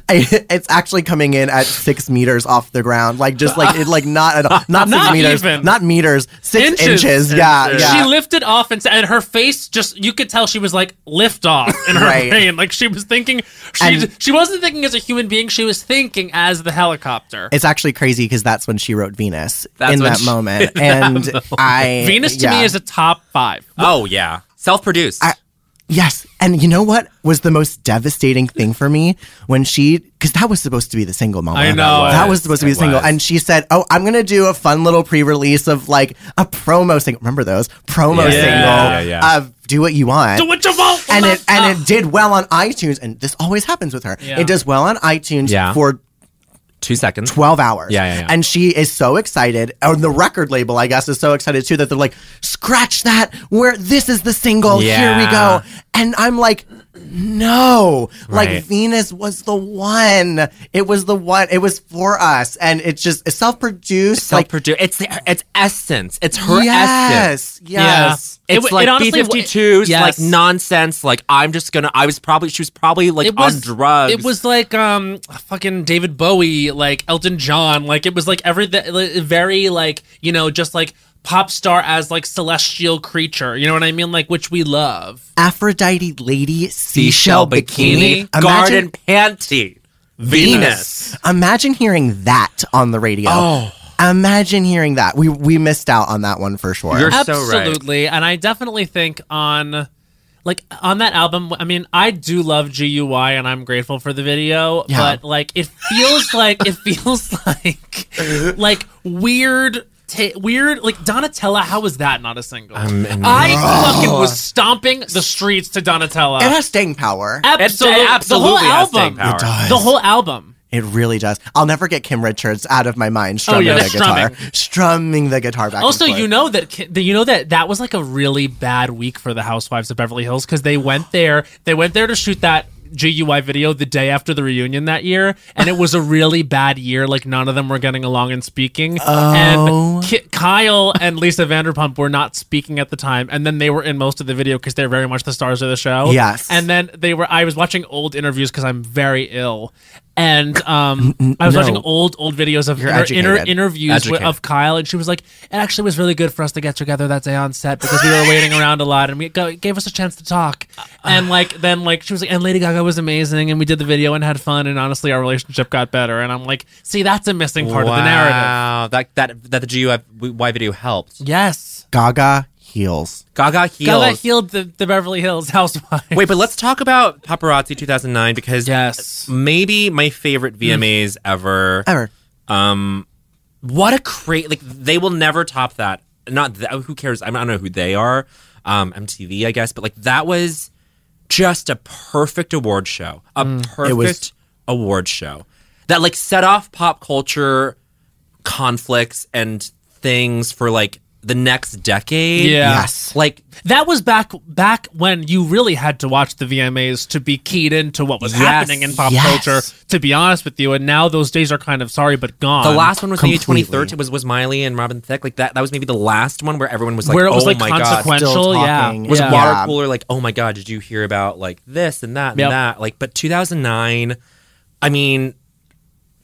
I, it's actually coming in at six meters off the ground, like just like it, like not at all, not, six
Not
meters,
even.
not meters, six
Inches.
inches. Yeah,
Inches.
yeah.
She lifted off, and, s- and her face just—you could tell she was like lift off in her
Right.
brain. Like she was thinking, she
And-
she wasn't thinking as a human being. She was thinking as the helicopter.
It's actually crazy because that's when she wrote Venus
That's
in
when
that
she-
moment, and I
Venus to
yeah.
me is a top five.
Oh yeah, self-produced.
I- yes. And you know what was the most devastating thing for me when she because that was supposed to be the single moment.
I know.
that was supposed to be the single,
was.
and she said, "Oh, I'm gonna do a fun little pre-release of like a promo single. Remember those promo
Yeah,
single
yeah, yeah.
of Do What You Want."
Do what you want.
and it and it did well on iTunes, and this always happens with her.
Yeah.
It does well on iTunes
Yeah.
for
Two seconds.
12 hours.
Yeah, yeah, yeah.
And she is so excited, or the record label, I guess, is so excited too that they're like, scratch that. Where this is the single. Here we
Yeah.
go. And I'm like, no,
Right.
like Venus was the one. It was the one. It was for us, and it's just it's self-produced.
Self
like,
produced. It's the, it's essence. It's her essence.
yes, yes.
It
It's
w- it
like
honestly
B
w-
fifty twos, like
yes.
nonsense. Like I'm just gonna. I was probably. She was probably like on drugs.
It was like um fucking David Bowie, like Elton John, like it was like everything like, very like you know just like pop star as like celestial creature. You know what I mean? Like which we love.
Aphrodite lady seashell
seashell
bikini,
bikini,
Imagine-
garden panty, Venus.
Imagine hearing that on the radio. Oh. Imagine hearing that. We we missed out on that one for sure.
You're so right.
Absolutely, and I definitely think on. Like on that album, I mean, I do love GUI and I'm grateful for the video,
Yeah.
but like it feels like it feels like like weird ta weird like Donatella, how was that not a single? I fucking was stomping the streets to Donatella.
it has staying power.
absolutely, the whole
has
album.
staying power. It does.
The whole album.
It really does. I'll never get Kim Richards out of my mind
Oh,
strumming
yeah,
the guitar, strumming. the guitar back.
Also,
and forth.
you know that ki- that you know that that was like a really bad week for the Housewives of Beverly Hills because they went there. They went there to shoot that. GUI video the day after the reunion that year, and it was a really bad year. Like none of them were getting along and speaking. Oh. And Ki- Kyle and Lisa Vanderpump were not speaking at the time, and then they were in most of the video because they're very much the stars of the show.
Yes.
And then they were. I was watching old interviews because I'm very ill, and um, I was watching old old videos of
You're
her inter-
educated.
interviews with,
Educated.
of Kyle, and she was like, "It actually was really good for us to get together that day on set because we were waiting around a lot, and we go, it gave us a chance to talk."
Uh,
And like then like she was like, "And Lady Gaga was amazing, and we did the video and had fun, and honestly, our relationship got better." And I'm like, "See, that's a missing part of the narrative."
Wow, that that that the GUI video helped.
Yes,
Gaga heels.
Gaga heals.
Gaga healed the, the Beverly Hills housewife.
Wait, but let's talk about Paparazzi 2009 because
yes,
maybe my favorite VMAs ever.
Ever.
Um, what a great like they will never top that. Not that, who cares? I don't know who they are. Um, MTV, I guess, but like that was just a perfect award show. A
Mm.
perfect award show that like set off pop culture conflicts and things for like the next decade.
Yeah.
Yes.
Like
that was back back when you really had to watch the VMAs to be keyed into what was
Yes.
happening in pop
Yes.
culture. To be honest with you, and now those days are kind of sorry but gone.
The last one was
Completely.
maybe 2013 was was Miley and Robin Thicke. Like that that was maybe the last one where everyone was like,
where it was
oh
like
my god.
consequential,
Still
yeah.
talking.
Was
yeah.
water
Yeah.
cooler like, oh my god, did you hear about like this and that and
Yep.
that? Like, but 2009, I mean,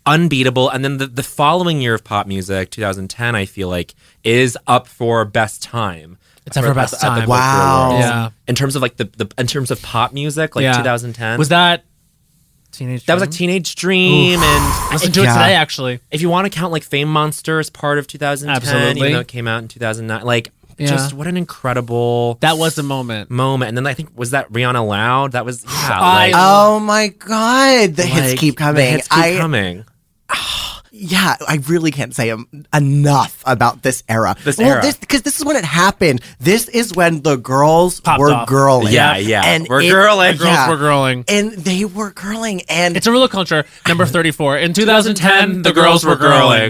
unbeatable. And then the the following year of pop music, 2010, I feel like is up for best time.
It's up for best
the- the
time.
Billboard
Wow.
Awards.
Yeah.
In terms of like the, the in terms of pop music, like
Yeah.
2010
Was that teenage?
that was like
Dream?
Teenage Dream and
listen to
Yeah.
it today. Actually,
if you want to count like Fame Monster as part of 2010,
Absolutely.
even though it came out in 2009, like
Yeah.
just what an incredible
that was the moment.
moment. And then I think was that Rihanna Loud? That was yeah,
I
like,
Oh my god, the hits
like,
keep coming.
The hits keep
I
coming.
yeah, I really can't say em- enough about this era.
This
well,
era.
this because this is when it happened. This is when the girls
Popped
were
off.
girling.
Yeah, yeah.
and
We're
it-
girling.
yeah.
Girls were growing.
and they were girling, and
It's a real culture.
Mm.
Number thirty-four in 2010, the girls were
girling.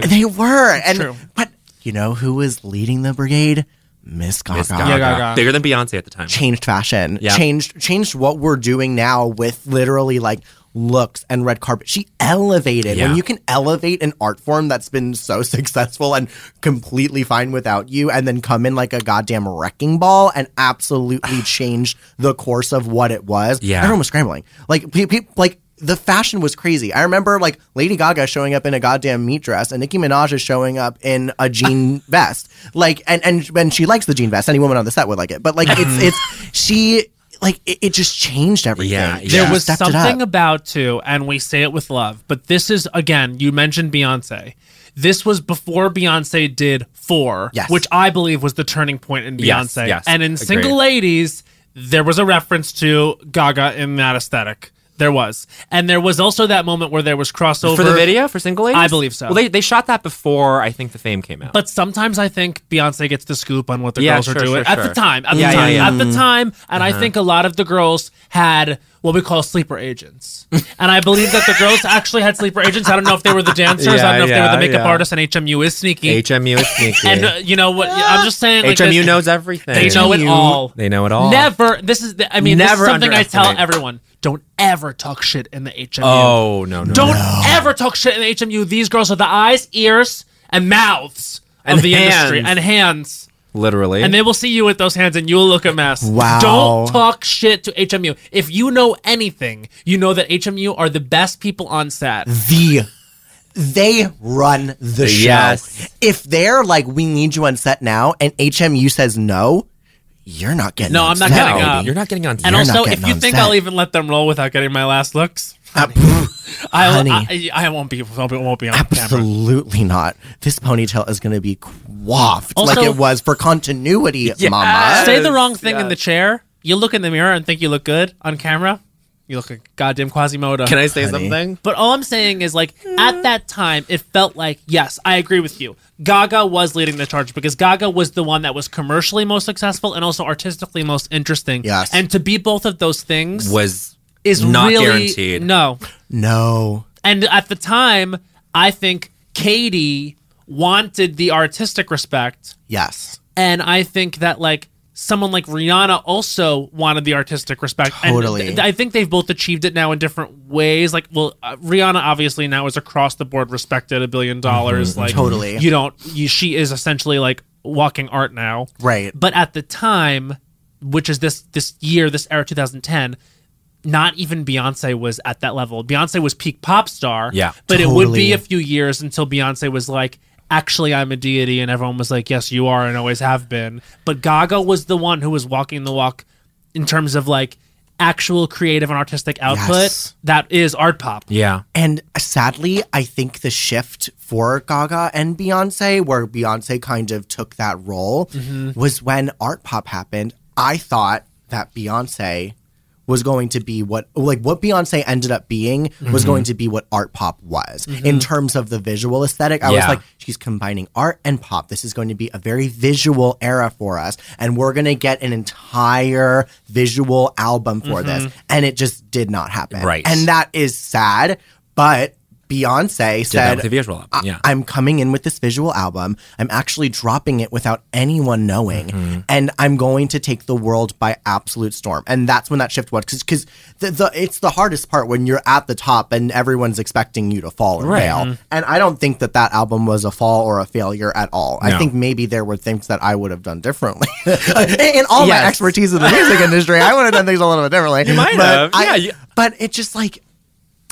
growing.
they were. and
true.
but you know who was leading the brigade? Miss Gaga.
Miss Gaga.
Gaga.
Bigger than Beyonce at the time.
changed fashion,
Yeah.
changed changed what we're doing now with literally like looks and red carpet. She elevated
Yeah.
when you can elevate an art form that's been so successful and completely fine without you, and then come in like a goddamn wrecking ball and absolutely change the course of what it was.
Yeah.
everyone was scrambling. Like pe- pe- like. The fashion was crazy. I remember like Lady Gaga showing up in a goddamn meat dress and Nicki Minaj is showing up in a jean vest. Like and and and she likes the jean vest. Any woman on the set would like it. But like it's it's she like it, it just changed everything.
Yeah,
She
yeah.
There was
stepped it up.
something about to, and we say it with love, but this is again, you mentioned Beyonce. This was before Beyonce did four,
Yes.
which I believe was the turning point in
Yes,
Beyonce.
yes,
and in
agreed.
Single Ladies, there was a reference to Gaga in that aesthetic. There was. And there was also that moment where there was crossover.
For the video for single ladies,
I believe so.
Well, they, they shot that before I think the Fame came out.
But sometimes I think Beyonce gets the scoop on what the
Yeah,
girls are
sure,
doing
sure,
at the
sure.
time. At
Yeah,
the
yeah,
time,
yeah. Mm-hmm. Uh-huh.
at the time, and I think a lot of the girls had what we call sleeper agents, and I believe that the girls actually had sleeper agents. I don't know if they were the dancers. I
Yeah,
don't know if they
yeah,
were the makeup
yeah.
artists. And HMU is sneaky.
HMU is sneaky.
and uh, you know what? I'm just saying. like,
HMU
this-
knows everything.
They know it all.
They know it all.
Never. This is. The, I mean, this is
Never
something I tell
underestimate.
everyone. don't ever talk shit in the HMU.
Oh no, no,
don't
no.
ever talk shit in the HMU. These girls are the eyes, ears, and mouths
And
of the industry
hands.
and hands.
literally.
And they will see you with those hands and you'll look a mess.
Wow.
Don't talk shit to HMU. If you know anything, you know that HMU are the best people on set.
the they run the show.
Yes.
If they're like, we need you on set now, and HMU says no, you're not getting.
No,
on
I'm not
set,
getting
baby.
up.
you're not getting on.
And
You're not
also,
getting
if you
on
think
set.
I'll even let them roll without getting my last looks,
Uh, pff,
I'll,
Honey.
I, I won't be won't be, won't be on camera.
absolutely not. This ponytail is going to be quaffed
Also-
like it was for continuity, Mama.
Say the wrong thing in the chair. You look in the mirror and think you look good on camera. You look like goddamn Quasimodo.
Can I say
Honey.
something?
But all I'm saying is, like, at that time, it felt like, yes, I agree with you. Gaga was leading the charge because Gaga was the one that was commercially most successful and also artistically most interesting.
Yes.
And to be both of those things
was
is
not
really-
guaranteed.
No.
No,
And at the time, I think Katie wanted the artistic respect.
yes,
And I think that, like, someone like Rihanna also wanted the artistic respect. And
Totally.
th- I think they've both achieved it now in different ways. Like, well, uh, Rihanna obviously now is across the board respected a billion dollars. Like,
Mm-hmm. Totally.
You don't, you, she is essentially like walking art now.
right.
But at the time, which is this this year, this era 2010, not even Beyonce was at that level. Beyonce was peak pop star.
Yeah.
But it would
Totally.
be a few years until Beyonce was like, actually I'm a deity, and everyone was like, Yes, you are and always have been. But Gaga was the one who was walking the walk in terms of like actual creative and artistic output
Yes.
that is art pop.
Yeah,
And sadly, I think the shift for Gaga and Beyonce, where Beyonce kind of took that role, was when art pop happened. I thought that Beyonce was going to be what like what Beyonce ended up being was going to be what art pop was in terms of the visual aesthetic. I was
Yeah.
like, she's combining art and pop. This is going to be a very visual era for us, and we're going to get an entire visual album for this. And it just did not happen,
Right.
And that is sad, but Beyonce
did that
said,
with the visual album.
I-
yeah,
I'm coming in with this visual album. I'm actually dropping it without anyone knowing.
Mm-hmm.
And I'm going to take the world by absolute storm. And that's when that shift was. Because the, the, it's the hardest part when you're at the top and everyone's expecting you to fall and fail.
Mm-hmm.
And I don't think that that album was a fall or a failure at all. I
No.
think maybe there were things that I would have done differently. in all my
Yes.
expertise in the music industry, I would have done things a little bit differently. You
might have. Yeah, you-
But it just like,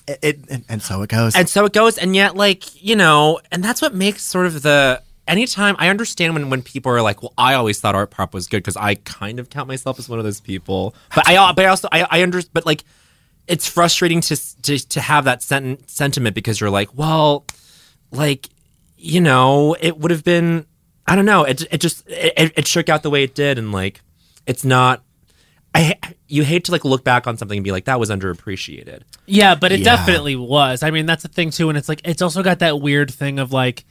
it, it, and- and so it goes.
and so it goes and yet like you know and that's what makes sort of the anytime i understand when, when people are like well i always thought art pop was good because i kind of count myself as one of those people but i al- but i also i, I under but like it's frustrating to, s- to to have that sent- sentiment because you're like well like you know it would have been i don't know it, it just it, it- it shook out the way it did and like it's not I, you hate to like look back on something and be like that was underappreciated.
Yeah, but it
Yeah.
definitely was. I mean, that's the thing too, and it's like it's also got that weird thing of like,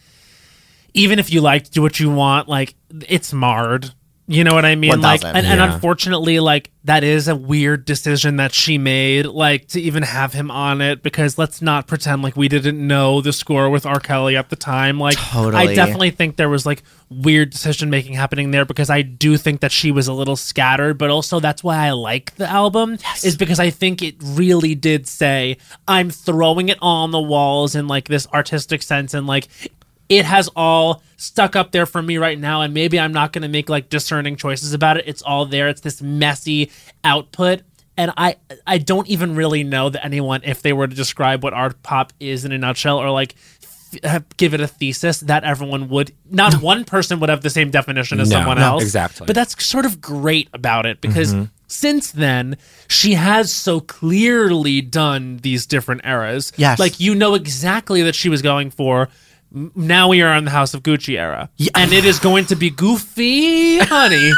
even if you like do what you want, like it's marred. You know what I mean? Like,
1000,
and, and
yeah.
unfortunately, like that is a weird decision that she made, like to even have him on it, because let's not pretend like we didn't know the score with R. Kelly at the time. Like, I
Totally.
definitely think there was like weird decision making happening there because I do think that she was a little scattered, but also that's why I like the album is because I think it really did say I'm throwing it all on the walls in like this artistic sense and like it has all stuck up there for me right now and maybe I'm not going to make like discerning choices about it. It's all there. It's this messy output and I I don't even really know that anyone if they were to describe what art pop is in a nutshell or like th- have- give it a thesis that everyone would not one person would have the same definition as
No,
someone
no,
else
exactly. Mm-hmm.
but that's sort of great about it because since then she has so clearly done these different eras
Yes.
like you know exactly that she was going for m- now we are on the House of Gucci era, and it is going to be goofy, honey.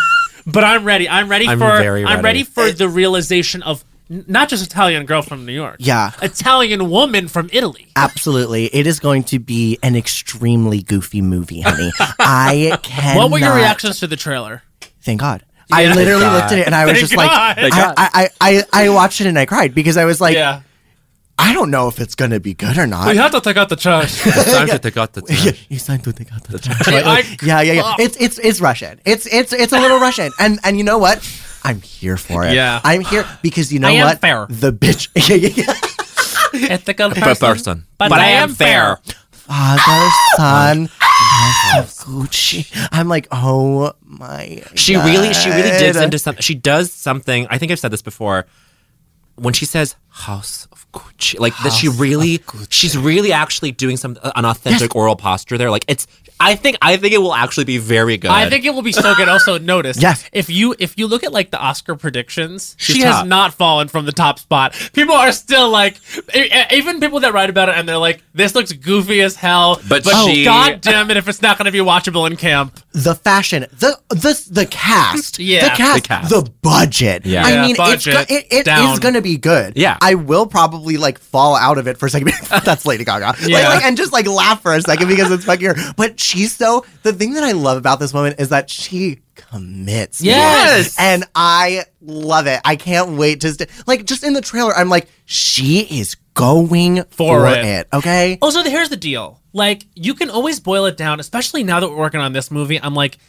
but I'm ready. I'm ready
I'm
for.
very
I'm ready
ready.
for the realization of n- not just Italian girl from New York.
Yeah.
Italian woman from Italy.
Absolutely. It is going to be an extremely goofy movie, honey. I can.
What were your reactions to the trailer?
Thank God. I literally looked at it and I was
Thank
just like,
God.
I, I, I, I, I watched it and I cried because I was like,
yeah,
I don't know if it's going to be good or not.
have to take out the trash.
It's time to take out the
Yeah, it's time to take out the trash.
I-
yeah, yeah, yeah. It's it's it's Russian. It's it's it's a little Russian. And and you know what? I'm here for it.
Yeah.
I'm here because you know
I am
what?
fair.
The bitch. yeah, yeah, yeah.
Ethical
But
person.
person.
But I am fair.
Father, son, house of Gucci. I'm like, oh my.
She really, she really digs into something. She does something. I think I've said this before. When she says "House of Gucci," like that, she really, she's really actually doing some an authentic oral posture there. Like it's, I think, I think it will actually be very good.
I think it will be so good. Also, notice
Yes.
if you if you look at like the Oscar predictions,
She's
she
top.
has not fallen from the top spot. People are still like, e- e- even people that write about it, and they're like, "This looks goofy as hell."
But she-
God damn it, if it's not going to be watchable in camp,
the fashion, the the the cast,
Yeah.
the cast,
The
the
cast.
budget.
Yeah.
I
Yeah,
mean, it's go-
budget
it, it
down.
is going to be good.
Yeah.
I will probably like fall out of it for a second. That's Lady Gaga. Like,
Yeah.
like, and just like laugh for a second because it's fucking her. But she's so. The thing that I love about this woman is that she commits.
Yes.
and I love it. I can't wait to st- like just in the trailer. I'm like, she is going for,
it.
it. Okay.
Also, here's the deal. Like, you can always boil it down, especially now that we're working on this movie. I'm like,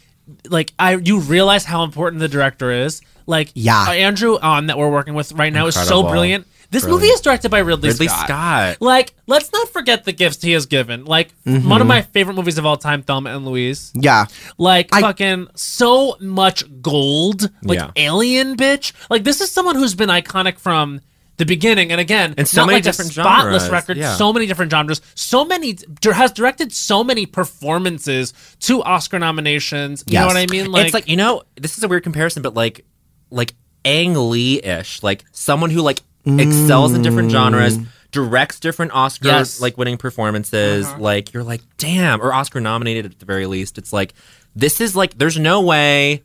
like I you realize how important the director is. Like,
Yeah.
uh, Andrew on that we're working with right now is so
Incredible.
brilliant. This movie is directed by Ridley,
Ridley
Scott.
Scott.
Like, let's not forget the gifts he has given. Like, one of my favorite movies of all time, Thelma and Louise.
Yeah.
Like
I-
fucking so much gold, like
Yeah.
alien bitch. Like this is someone who's been iconic from the beginning, and again,
And so
not
many
like
different
a spotless
genres,
record.
yeah.
So many different genres. So many dir- has directed so many performances to Oscar nominations. You know
Yes.
what I mean? Like,
it's like you know, this is a weird comparison, but like, like Ang Lee ish, like someone who like excels in different genres, directs different Oscar
Yes. Uh-huh.
like winning performances. Like you're like, damn, or Oscar nominated at the very least. It's like this is like, there's no way.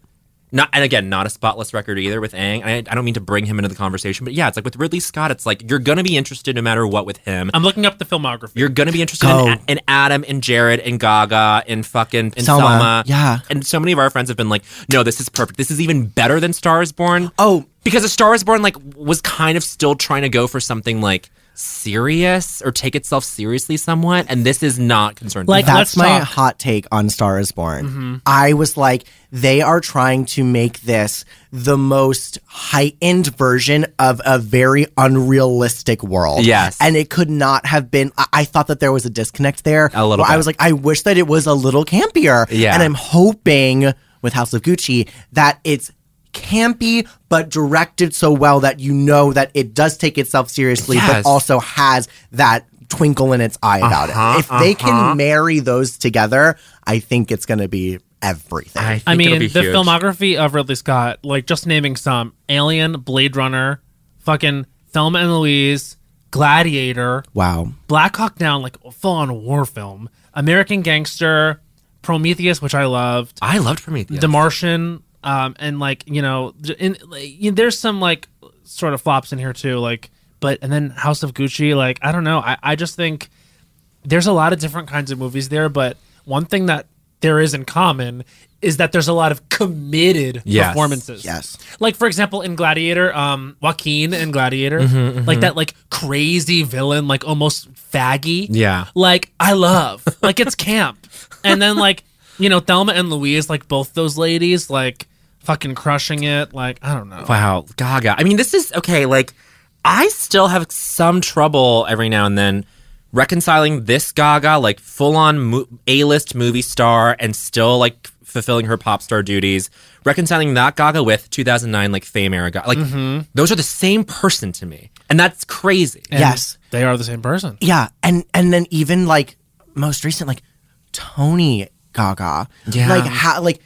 Not and again, not a spotless record either with Ang. I, I don't mean to bring him into the conversation, but yeah, it's like with Ridley Scott, it's like you're gonna be interested no matter what with him.
I'm looking up the filmography.
You're gonna be interested
Go.
in, in Adam and Jared and Gaga and fucking and Selma.
Selma. Yeah.
and so many of our friends have been like, "No, this is perfect. This is even better than Star Is Born."
Oh.
because a Star Is Born like was kind of still trying to go for something like serious or take itself seriously somewhat, and this is not concerned.
Like-
with
let's
That's my
talk. Mm-hmm.
hot take on Star is Born. I was like, they are trying to make this the most high end version of a very unrealistic world.
Yes.
And it could not have been. I, I thought that there was a disconnect there.
A little
where
bit.
I was like, I wish that it was a little campier.
Yeah.
And I'm hoping with House of Gucci that it's campy but directed so well that you know that it does take itself seriously
Yes.
but also has that twinkle in its eye about it. If they can marry those together, I think it's going to be everything.
I, think
I
it'll
mean,
be
the
huge.
filmography of Ridley Scott, like just naming some Alien, Blade Runner, fucking Thelma and Louise, Gladiator,
wow.
Black Hawk Down, like full on war film, American Gangster, Prometheus, which I loved,
I loved Prometheus.
The Martian, um, and like you know, in, like, you- there's some like sort of flops in here too, like but and then House of Gucci, like I don't know, I, I just think there's a lot of different kinds of movies there, but one thing that there is in common is that there's a lot of committed
Yes.
performances.
Yes.
Like for example in Gladiator, um Joaquin in Gladiator,
Mm-hmm,
like that like crazy villain, like almost faggy.
Yeah.
Like I love. like it's camp. And then like, you know, Thelma and Louise, like both those ladies, like fucking crushing it. Like, I don't know.
Wow, Gaga. I mean, this is okay. Like, I still have some trouble every now and then reconciling this Gaga, like full on mo- A list movie star, and still like fulfilling her pop star duties. Reconciling that Gaga with 2009, like Fame era Gaga. Like, those are the same person to me, and that's crazy.
yes.
They are the same person.
Yeah, and and then even like most recent, like Tony Gaga.
Yeah.
like how like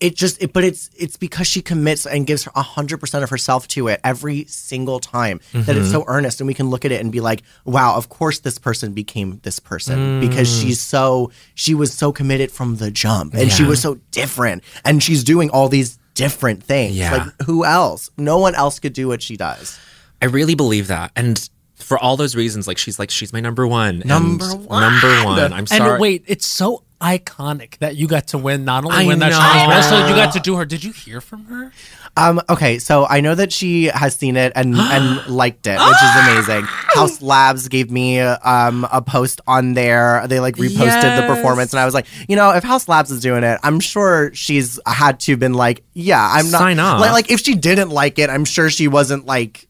it just it, but it's it's because she commits and gives her hundred percent of herself to it every single time that
Mm-hmm.
it's so earnest, and we can look at it and be like, wow, of course this person became this person because
Mm.
she's so she was so committed from the jump, and she was so different, and she's doing all these different things.
Yeah.
Like who else? No one else could do what she does.
I really believe that. And for all those reasons, like she's like she's my number one.
Number
and
one.
Number one. I'm sorry.
And wait, it's so iconic that you got to win not only
I
win that
know.
show, but also you got to do her. Did you hear from her?
Um, okay, so I know that she has seen it and and liked it, which is amazing. House Labs gave me um a post on there. They like reposted the performance, and I was like, you know, if House Labs is doing it, I'm sure she's had to been like, yeah, I'm not
Sign up.
Like, like if she didn't like it, I'm sure she wasn't like.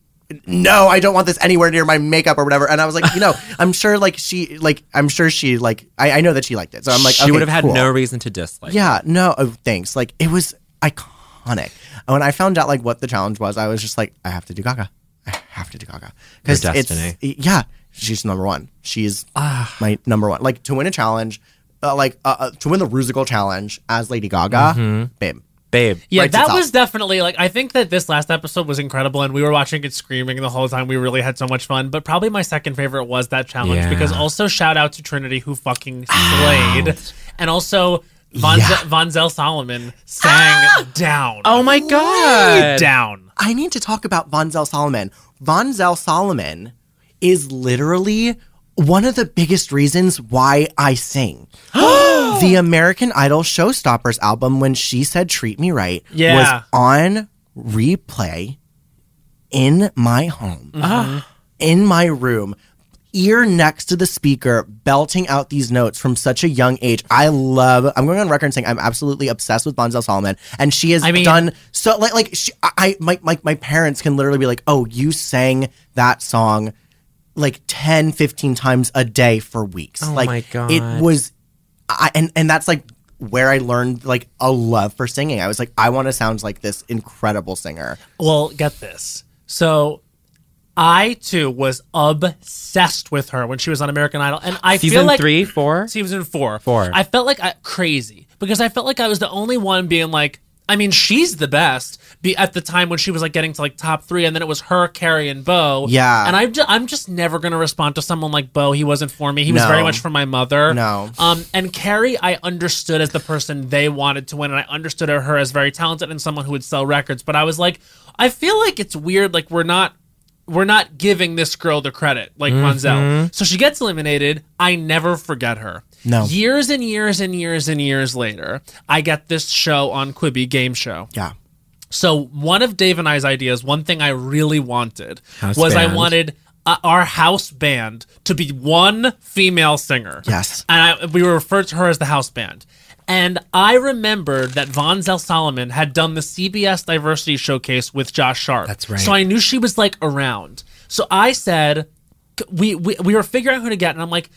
No, I don't want this anywhere near my makeup or whatever. And I was like, you know, I'm sure like she like I'm sure she like I, I know that she liked it. So I'm like,
she
okay,
would have had
cool.
no reason to dislike.
Yeah, no, oh, thanks. Like it was iconic. And when I found out like what the challenge was, I was just like, I have to do Gaga. I have to do Gaga because
Her
it's
destiny. Ah.
yeah, she's number one. She's my number one. Like to win a challenge, uh, like uh, uh, to win the Rusical challenge as Lady Gaga,
Mm-hmm.
babe.
Babe.
Yeah,
Right to
that
top.
was definitely like I think that this last episode was incredible, and we were watching it screaming the whole time. We really had so much fun. But probably my second favorite was that challenge
Yeah.
because also shout out to Trinity who fucking slayed, and also Von,
Yeah.
Von Zell Solomon sang down.
Oh my god.
down.
I need to talk about Vonzel Solomon. Vonzel Solomon is literally one of the biggest reasons why I sing. the American Idol Showstoppers album, when she said "Treat Me Right,"
Yeah.
was on replay in my home, in my room. Ear next to the speaker, belting out these notes from such a young age. I love. I'm going on record and saying I'm absolutely obsessed with Bonzel Solomon, and she has
I mean-
done so. Like, like she, I- I, my, my, my parents can literally be like, "Oh, you sang that song like 10, 15 times a day for weeks."
Oh
like,
my God.
it was I and and that's like where I learned like a love for singing. I was like, I want to sound like this incredible singer.
Well, get this. So I too was obsessed with her when she was on American Idol, and I feel
Season
like
three, four.
season four.
Four.
I felt like I, crazy because I felt like I was the only one being like, I mean, she's the best. Be at the time when she was like getting to like top three, and then it was her, Carrie, and Bo.
Yeah.
and I'm just, I'm just never gonna respond to someone like Bo. He wasn't for me. He was
No.
very much for my mother.
No.
Um, and Carrie, I understood as the person they wanted to win, and I understood her as very talented and someone who would sell records. But I was like, I feel like it's weird. Like we're not. We're not giving this girl the credit like Monzel. So she gets eliminated. I never forget her.
No.
Years and years and years and years later, I get this show on Quibi game show.
Yeah.
So one of Dave and I's ideas, one thing I really wanted
House
was I
band.
wanted uh, our house band to be one female singer.
Yes.
And I, we referred to her as the house band. And I remembered that Von Zell Solomon had done the CBS Diversity Showcase with Josh Sharp.
That's right.
So I knew she was like around. So I said, we, we, we were figuring out who to get. And I'm like,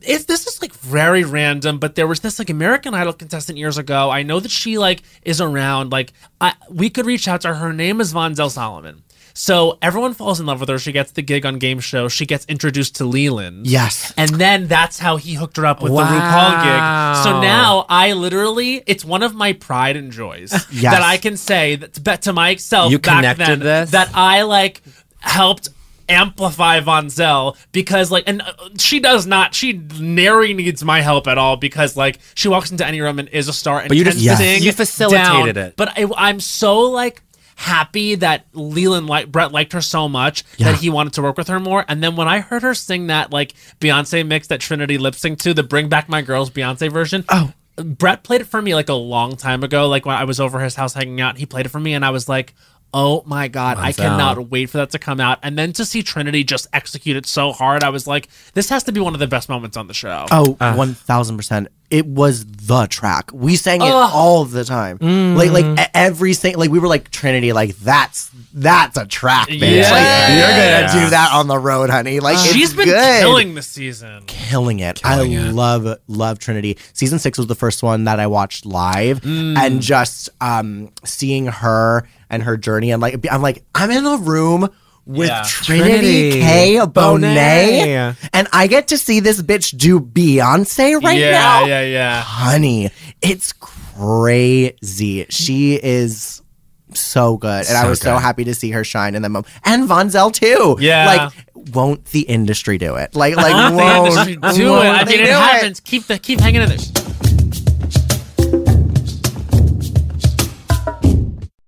if this is like very random, but there was this like American Idol contestant years ago. I know that she like is around. Like I, we could reach out to her. Her name is Von Zell Solomon. So everyone falls in love with her. She gets the gig on game show. She gets introduced to Leland.
Yes.
And then that's how he hooked her up with the
Wow.
RuPaul gig. So now I literally, it's one of my pride and joys
Yes.
that I can say that to, bet to myself
You
back
connected
then
this?
that I like helped amplify Von Zell because like and uh, she does not she nary needs my help at all because like she walks into any room and is a star and
But you just-
can
Yes.
sing
you facilitated
down.
it.
but I, I'm so like happy that Leland like Brett liked her so much that he wanted to work with her more. And then when I heard her sing that like Beyonce mix that Trinity lip synced to, the Bring Back My Girls Beyonce version. Oh. Brett played it for me like a long time ago, like when I was over his house hanging out. He played it for me, and I was like, "Oh my god, I
Lights
cannot
out.
wait for that to come out!" And then to see Trinity just execute it so hard, I was like, "This has to be one of the best moments on the show."
Oh, one thousand percent. It was the track. We sang it all the time. Like
Mm.
like e- every single like we were like Trinity, like that's that's a track, bitch. Like you're gonna do that on the road, honey. Like it's
She's been
good.
killing this season.
killing it. I love love Trinity. Season six was the first one that I watched live, and just um seeing her and her journey, and like I'm like I'm in a room with
Trinity
Trinity, K
Bonet.
Bonet, and I get to see this bitch do Beyonce right
yeah,
now,
yeah, yeah.
honey. It's crazy. She is. So good, and I
So
was so
good.
happy to see her shine in that moment, and Vonzel too.
Yeah.
like won't the industry do it? Like, like
Won't the
won't
industry do it.
won't
I
they
mean, it
do
happens. Keep the keep hanging in there.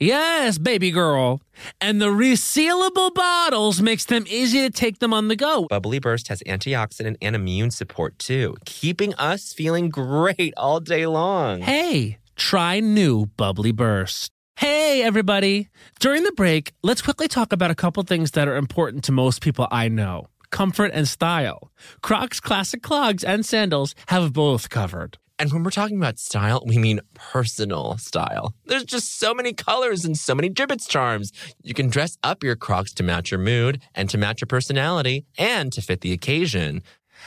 Yes, baby girl. And the resealable bottles makes them easy to take them on the go.
Bubbly Burst has antioxidant and immune support too, keeping us feeling great all day long.
Hey, try new Bubbly Burst. Hey, everybody. During the break, let's quickly talk about a couple things that are important to most people I know comfort and style. Crocs classic clogs and sandals have both covered.
And when we're talking about style, we mean personal style. There's just so many colors and so many gibbets charms. You can dress up your Crocs to match your mood and to match your personality and to fit the occasion.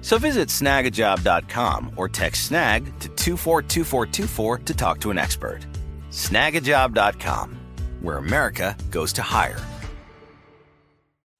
So visit snagajob.com or text snag to 242424 to talk to an expert. Snagajob.com, where America goes to hire.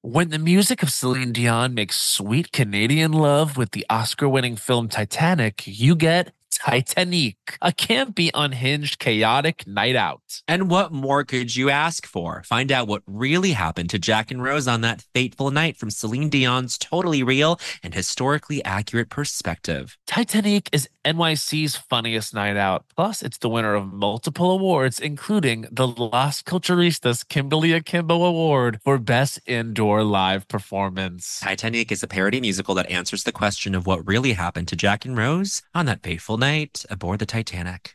When the music of Celine Dion makes sweet Canadian love with the Oscar winning film Titanic, you get. Titanic, a campy, unhinged, chaotic night out.
And what more could you ask for? Find out what really happened to Jack and Rose on that fateful night from Celine Dion's totally real and historically accurate perspective.
Titanic is NYC's funniest night out. Plus, it's the winner of multiple awards, including the Las Culturistas Kimberly Akimbo Award for Best Indoor Live Performance.
Titanic is a parody musical that answers the question of what really happened to Jack and Rose on that fateful night aboard the Titanic.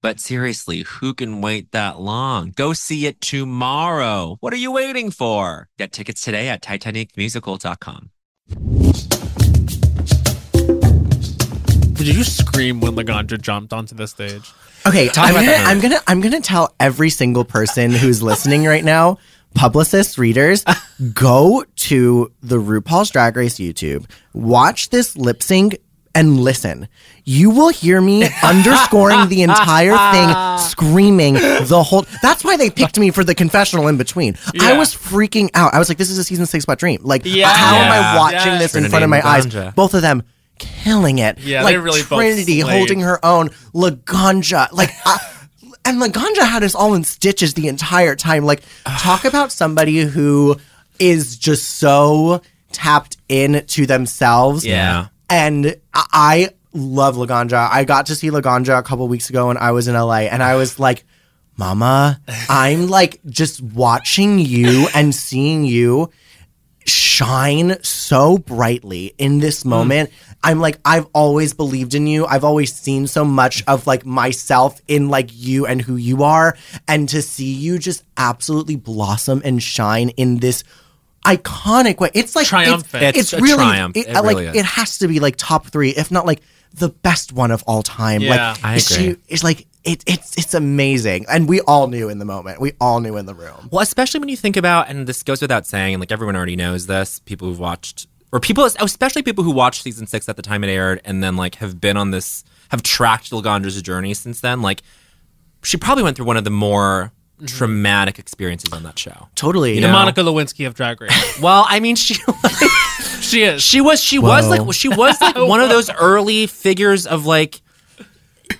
But seriously, who can wait that long? Go see it tomorrow. What are you waiting for? Get tickets today at TitanicMusical.com.
Did you scream when Laganja jumped onto the stage?
Okay, I'm gonna, I'm gonna I'm gonna tell every single person who's listening right now, publicists, readers, go to the RuPaul's Drag Race YouTube, watch this lip sync and listen. You will hear me underscoring the entire thing, screaming the whole. That's why they picked me for the confessional in between. I was freaking out. I was like, "This is a season six butt dream." Like,
Yeah.
how am
Yeah.
I watching
Yeah.
this in
Trinity
front of my
and
eyes?
Laganja.
Both of them killing it.
Yeah,
like
they really both
Trinity
slayed.
holding her own. Laganja, like. I, and Laganja had us all in stitches the entire time. Like, talk about somebody who is just so tapped in to themselves.
Yeah.
And I- I love Laganja. I got to see Laganja a couple weeks ago when I was in LA, and I was like, Mama, I'm like just watching you and seeing you shine so brightly in this moment. I'm like, I've always believed in you. I've always seen so much of like myself in like you and who you are. And to see you just absolutely blossom and shine in this iconic way. It's like
Triumphant.
It's,
It's
it's
a
really
triumph.
It,
It
I
really
like
is.
it has to be like top three, if not like the best one of all time.
Yeah.
Like
I
it's-
agree.
She, it's like it, it's it's amazing, and we all knew in the moment. We all knew in the room.
Well, especially when you think about, and this goes without saying, and like everyone already knows this, people who've watched, or people, especially people who watched season six at the time it aired, and then like have been on this, have tracked Lagandra's journey since then. Like, she probably went through one of the more
Mm-hmm.
traumatic experiences on that show.
Totally.
You know?
Monica Lewinsky of Drag Race.
Well, I mean, she
she is.
she was she was like she was like one of those early figures of like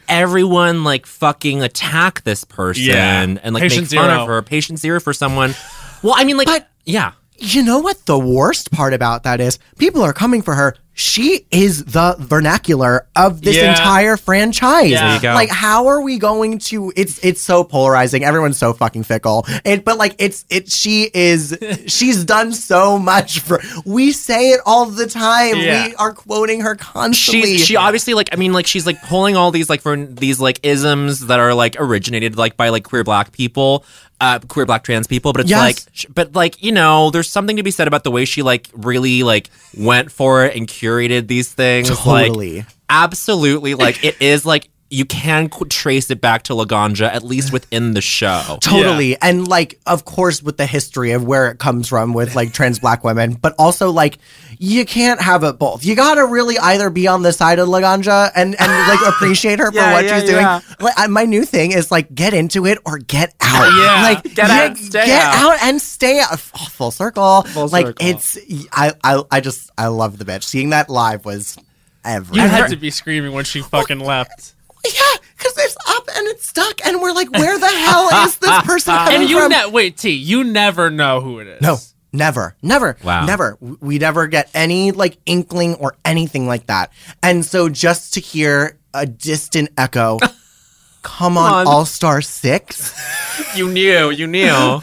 everyone like fucking attack this person
Yeah.
and like
Patient
make fun
zero.
of her, patient zero for someone. Well, I mean, like, yeah.
You know what the worst part about that is? People are coming for her. She is the vernacular of this
Yeah.
entire franchise.
There you
go.
Like, how are we going to? It's it's so polarizing. Everyone's so fucking fickle. And but like, it's it. She is. she's done so much for. We say it all the time.
Yeah.
We are quoting her constantly.
she's she obviously like I mean like she's like pulling all these like for these like isms that are like originated like by like queer black people, uh queer black trans people, but it's
Yes.
like sh- but like you know there's something to be said about the way she like really like went for it and curated these things like,
Totally.
absolutely like it is like you can qu- trace it back to Laganja at least within the show.
Totally. And like, of course, with the history of where it comes from with like trans black women, but also like, you can't have it both. You gotta really either be on the side of Laganja and, and like appreciate her for what she's doing. Like, I, my new thing is like, get into it or get out.
Yeah.
Like,
Get out and stay
get
out.
out and stay out. F- oh, full circle.
Full
like,
circle.
it's, I, I, I just, I love the bitch. Seeing that live was everything.
You had to be screaming when she fucking left.
yeah, because it's up and it's stuck, and we're like, where the hell is this person coming
And you
from?
ne- wait, T, you never know who it is.
No, never, never,
Wow.
never. W- We never get any like inkling or anything like that. And so just to hear a distant echo, come on,
on.
All Star Six,
You knew, you knew.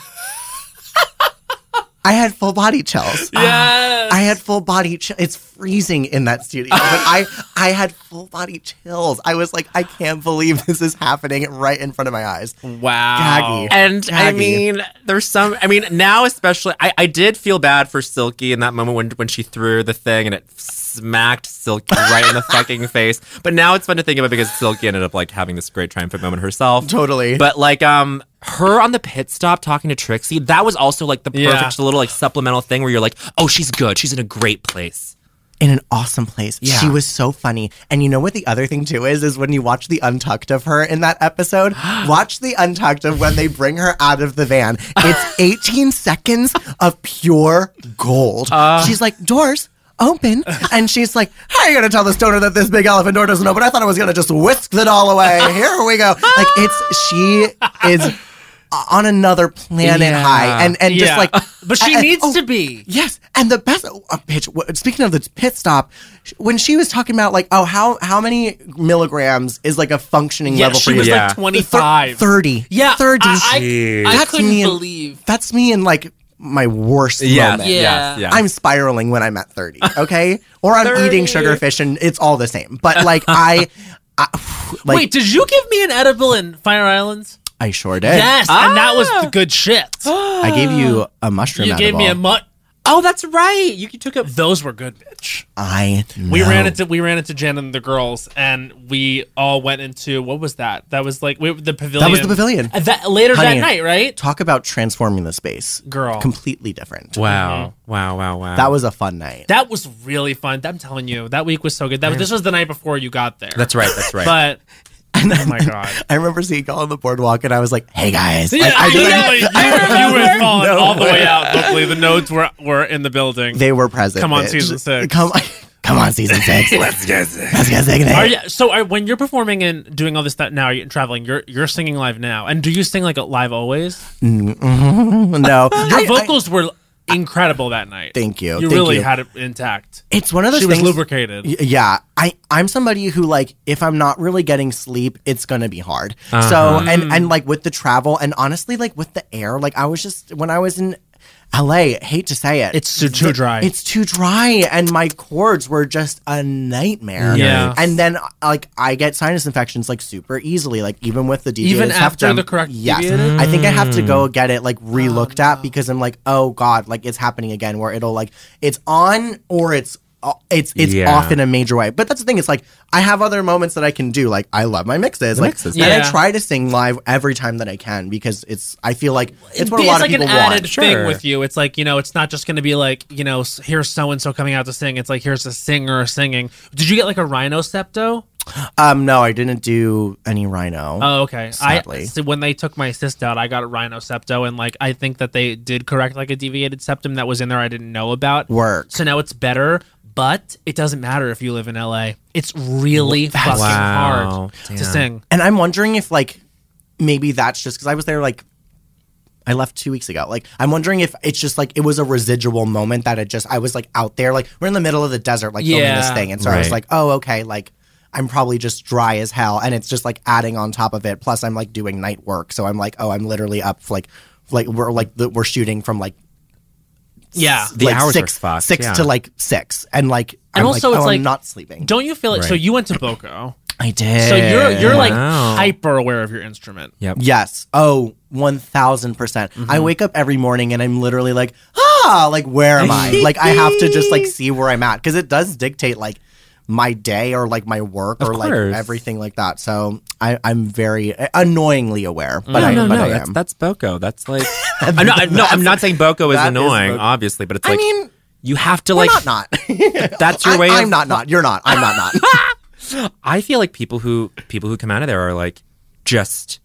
I had full body chills.
Yes.
I had full body chill. It's freezing in that studio, but I I had full body chills. I was like, I can't believe this is happening right in front of my eyes.
wow.
Gaggy.
And I
Gaggy.
mean, there's some. I mean, now especially, I, I did feel bad for Silky in that moment when when she threw the thing and it smacked Silky right in the fucking face. But now it's fun to think about because Silky ended up like having this great triumphant moment herself.
Totally.
But like, um, her on the pit stop talking to Trixie, that was also like the
Yeah.
perfect little like supplemental thing where you're like, oh, she's good. She's in a great place.
in an awesome place.
Yeah.
She was so funny. And you know what the other thing too is is when you watch the untucked of her in that episode, watch the untucked of when they bring her out of the van. It's 18 seconds of pure gold.
Uh.
she's like, "Doors open." And she's like, "How are you going to tell this donor that this big elephant door doesn't open? I thought I was going to just whisk the doll away. Here we go." Like it's she is on another planet
Yeah.
high and and just
Yeah.
like
But she
and-
needs
oh,
to be.
Yes, and the best oh, uh, bitch. w- Speaking of the pit stop, sh- when she was talking about like, oh, how how many milligrams is like a functioning
Yeah,
level
she
for
was
you?
Yeah.
like 25.
Thir- thirty.
yeah,
thirty.
I, I, I
That's
couldn't
me in-
believe.
That's me in like my worst moment.
yes, yes.
I'm spiraling when I'm at 30, okay? Or I'm
30.
eating sugarfish and it's all the same. But like I, I like
Wait, did you give me an edible in Fire Islands?
I sure did.
Yes, and that was
Ah.
the good shit.
I gave you a mushroom.
you gave me a
edible.
mutt.
oh, that's right. You took a
Those were good, bitch.
I
We
know.
ran into we ran into Jen and the girls, and we all went into what was that? That was like we, the pavilion.
That was the pavilion.
Uh, That later that
Honey.
night, right?
Talk about transforming the space,
Girl.
Completely different.
wow, wow, wow, wow.
That was a fun night.
That was really fun. I'm telling you, that week was so good. That was, this was the night before you got there.
that's right. That's right.
But oh my god,
I remember seeing y'all on the boardwalk, and I was like, "Hey guys,
yeah,
I- I just-
literally, you, were- you were falling all the way out. Luckily, the nodes were were in the building.
they were present."
Come on,
bitch.
season six.
Come, come on, season six. Let's get six. Let's get six.
Are you, so are, when you're performing and doing all this stuff now, you're traveling. You're you're singing live now, and do you sing like live always?
No,
Your
I- I-
vocals were incredible that night.
Thank you,
You
thank
really
you.
had it intact.
it's one of those
She was
things.
lubricated.
Y- Yeah, I I'm somebody who like if I'm not really getting sleep, it's gonna be
Uh-huh. Mm.
hard. So and and like with the travel and honestly like with the air, like I was just when I was in LA, hate to say it.
It's too, too dry.
It's too dry. And my cords were just a nightmare.
Yeah.
And then, uh, like, I get sinus infections, like, super easily. Like, even with the DVA.
Even after
septum.
the correct
Yes.
deviated?
I think I have to
Mm.
go get it, like, re looked at because I'm like, oh, God, like, it's happening again where it'll, like, it's on or it's. o- It's it's
Yeah.
off in a major way, but that's the thing. It's like I have other moments that I can do. Like I love my mixes,
The
like
mixes.
and I
Yeah.
try to sing live every time that I can because it's. I feel like it's what a
It's
lot of
like
people
an added
want.
thing with you. It's like you know, it's not just going to be like you know, s- here's so and so coming out to sing. It's like here's a singer singing. Did you get like a rhino septo?
Um, no, I didn't do any rhino.
Oh, okay. I
Sadly.
so when they took my cyst out, I got a rhino septo, and like I think that they did correct like a deviated septum that was in there I didn't know about.
Work.
So now it's better, but it doesn't matter if you live in LA. It's really fucking
Wow.
hard
Damn.
to sing.
And I'm wondering if like maybe that's just because I was there like I left two weeks ago. Like I'm wondering if it's just like it was a residual moment that it just I was like out there like we're in the middle of the desert like filming this
Yeah.
thing, and so I was
Right.
like, oh okay, like. I'm probably just dry as hell, and it's just like adding on top of it. Plus, I'm like doing night work, so I'm like, oh, I'm literally up like, like we're like the, we're shooting from like
Yeah.
The
like
hours are
six
fucked,
six
yeah.
to like six, and like
And
I'm
also
like,
it's
oh,
like-
I'm not sleeping.
Don't you feel like so?
Right.
You went to Boco,
I did.
so you're
Eh,
you're like
Wow.
hyper aware of your instrument.
Yep.
Yes. Oh, 1000%. percent I wake up every morning and I'm literally like, ah, like, where am I? like, I have to just like see where I'm at because it does dictate like my day or like my work
Of
or like
course.
everything like that. So I, I'm very eh, annoyingly aware, but I,
Mm, no, no,
but
no.
I
that's
am.
that's Boko. That's like I'm not, no, I'm not saying Boko is
that is
annoying,
Boko.
obviously, but it's
I
like
mean,
you have to
we're
like.
not not.
That's your way.
I, am
of-
not not. You're not. I'm not not.
I feel like people who people who come out of there are like just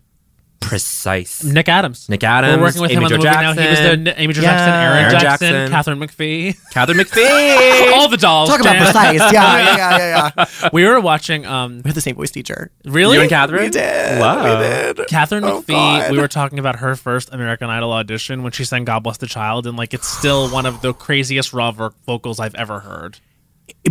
precise.
Nick Adams.
Nick Adams,
We're working with
Amy
him on
Jo
the movie now. He was
Jackson.
there. Amy Jo Jackson,
Yeah.
Aaron,
Aaron
Jackson,
Jackson.
Catherine McPhee,
Catherine McPhee.
all the dolls.
Talk about
Dan.
precise. Yeah, yeah, yeah, yeah. yeah.
We were watching. Um,
We had the same voice teacher.
really,
You and Catherine?
We did.
Wow.
We did.
Catherine
Oh,
McPhee,
God.
we were talking about her first American Idol audition when she sang God Bless the Child, and like it's still one of the craziest raw vo- vocals I've ever heard.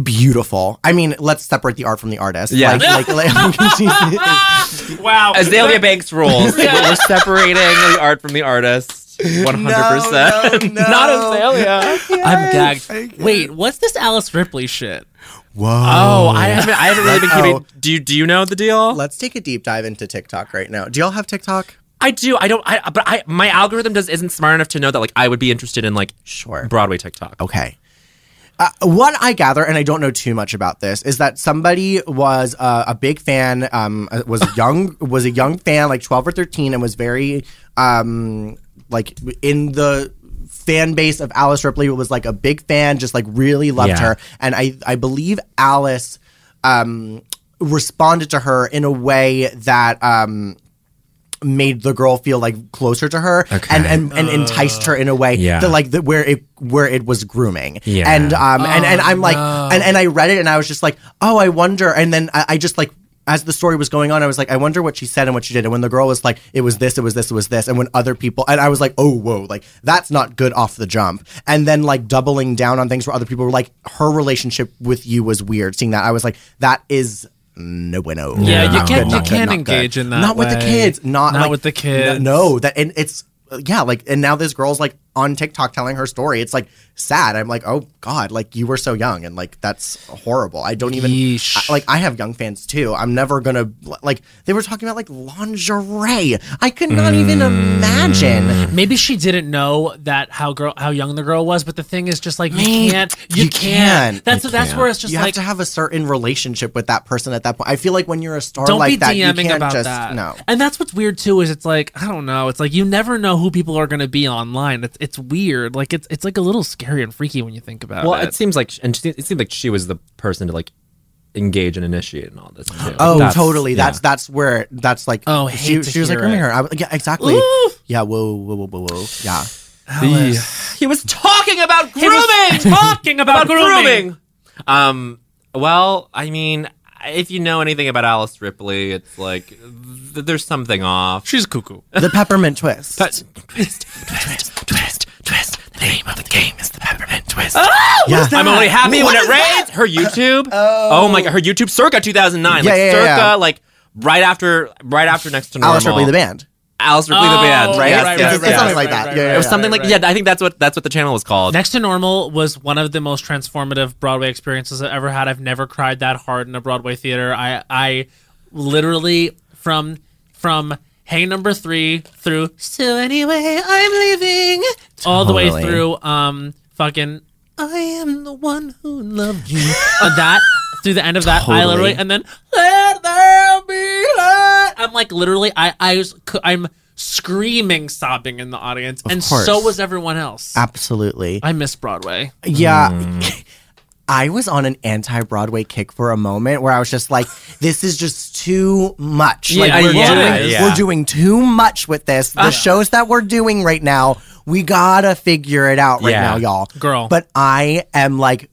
Beautiful. I mean, let's separate the art from the artist.
Yeah.
Like, like, like
Wow.
Azalea Banks rules. We're separating the art from the artist. One hundred percent.
No, no, no.
Not Azalea.
I'm gagged. Wait, what's this Alice Ripley shit?
Oh, I haven't. I haven't really been keeping. Do you do you know the deal?
Let's take a deep dive into TikTok right now. Do y'all have TikTok?
I do. I don't. I but I my algorithm does isn't smart enough to know that like I would be interested in like
Sure.
Broadway TikTok.
Okay. Uh, what I gather, and I don't know too much about this, is that somebody was uh, a big fan, um, uh, was a young, was a young fan, like twelve or thirteen, and was very, um, like in the fan base of Alice Ripley. Was like a big fan, just like really loved
Yeah.
her, and I, I believe Alice, um, responded to her in a way that, um, made the girl feel like closer to her and and, and enticed her in a way
Yeah.
that like that where it where it was grooming
Yeah.
and um and and
Oh,
I'm like and and I read it and I was just like oh I wonder and then I, I just like as the story was going on I was like I wonder what she said and what she did and when the girl was like it was this it was this it was this and when other people and I was like oh whoa like that's not good off the jump and then like doubling down on things where other people were like her relationship with you was weird seeing that I was like that is no bueno
Yeah, you can't-
Not good,
you
not good,
can't
not good.
engage in that
not with the
way.
kids not
Not
like-
with the kids.
n- no oh, that and it's yeah like and now this girl's like on tiktok telling her story it's like sad i'm like oh god like you were so young and like that's horrible i don't even I- like i have young fans too i'm never gonna like they were talking about like lingerie i could not
Mm.
even imagine
Maybe she didn't know that how girl how young the girl was, but the thing is just like you
Man,
can't you,
you
can't.
can't.
That's
You
that's where it's just
you have
like
to have a certain relationship with that person at that point i feel like when you're a star
don't
like
be
that you
DMing
can't
about
just
that.
no
And that's what's weird too is it's like I don't know. It's like you never know who people are going to be online. It's it's weird. Like it's it's like a little scary and freaky when you think about
Well,
it.
it seems like and she- it seemed like she was the person to like engage and initiate and all this. too. Like,
Oh,
that's-
totally.
yeah.
That's that's where that's like.
Oh, I
she,
hate to
she was like,
hear
"Come
it."
here." I was, yeah, exactly.
Ooh.
Yeah. Whoa, whoa, whoa, whoa, whoa. Yeah.
he was talking about
He
grooming.
was talking about, grooming.
Um. Well, I mean, if you know anything about Alice Ripley, it's like th- there's something off.
She's cuckoo.
The peppermint twist.
But
Twist, twist. The name of the game is the peppermint twist.
Oh, yeah.
I'm only happy when it rains. Her YouTube. Oh. my god, her YouTube circa 2009.
Yeah,
like
yeah, yeah,
circa
yeah.
like right after right after next to normal.
Alice Ripley, the band.
Alice Ripley the
Oh,
band, Yes,
right? Right,
yes,
right, right,
yes.
right, like that. Yeah, yeah,
it was
yeah.
something like yeah. I think that's what that's what the channel was called.
Next to Normal was one of the most transformative Broadway experiences I've ever had. I've never cried that hard in a Broadway theater. I I literally from from Hey Number Three through So Anyway I'm Leaving all the way
Totally.
through um fucking I am the one who loved you. Uh, that through the end of that I literally
Totally.
and then Let there be light. I'm like literally I I was I'm screaming sobbing in the audience and
course.
so was everyone else.
Absolutely.
I miss Broadway.
Yeah.
Hmm.
I was on an anti Broadway kick for a moment where I was just like, this is just too much.
Yeah,
like, we're,
yeah,
doing,
yeah. Uh-huh.
we're doing too much with this. The shows that we're doing right now, we gotta figure it out right
Yeah.
now, y'all.
Girl.
But I am like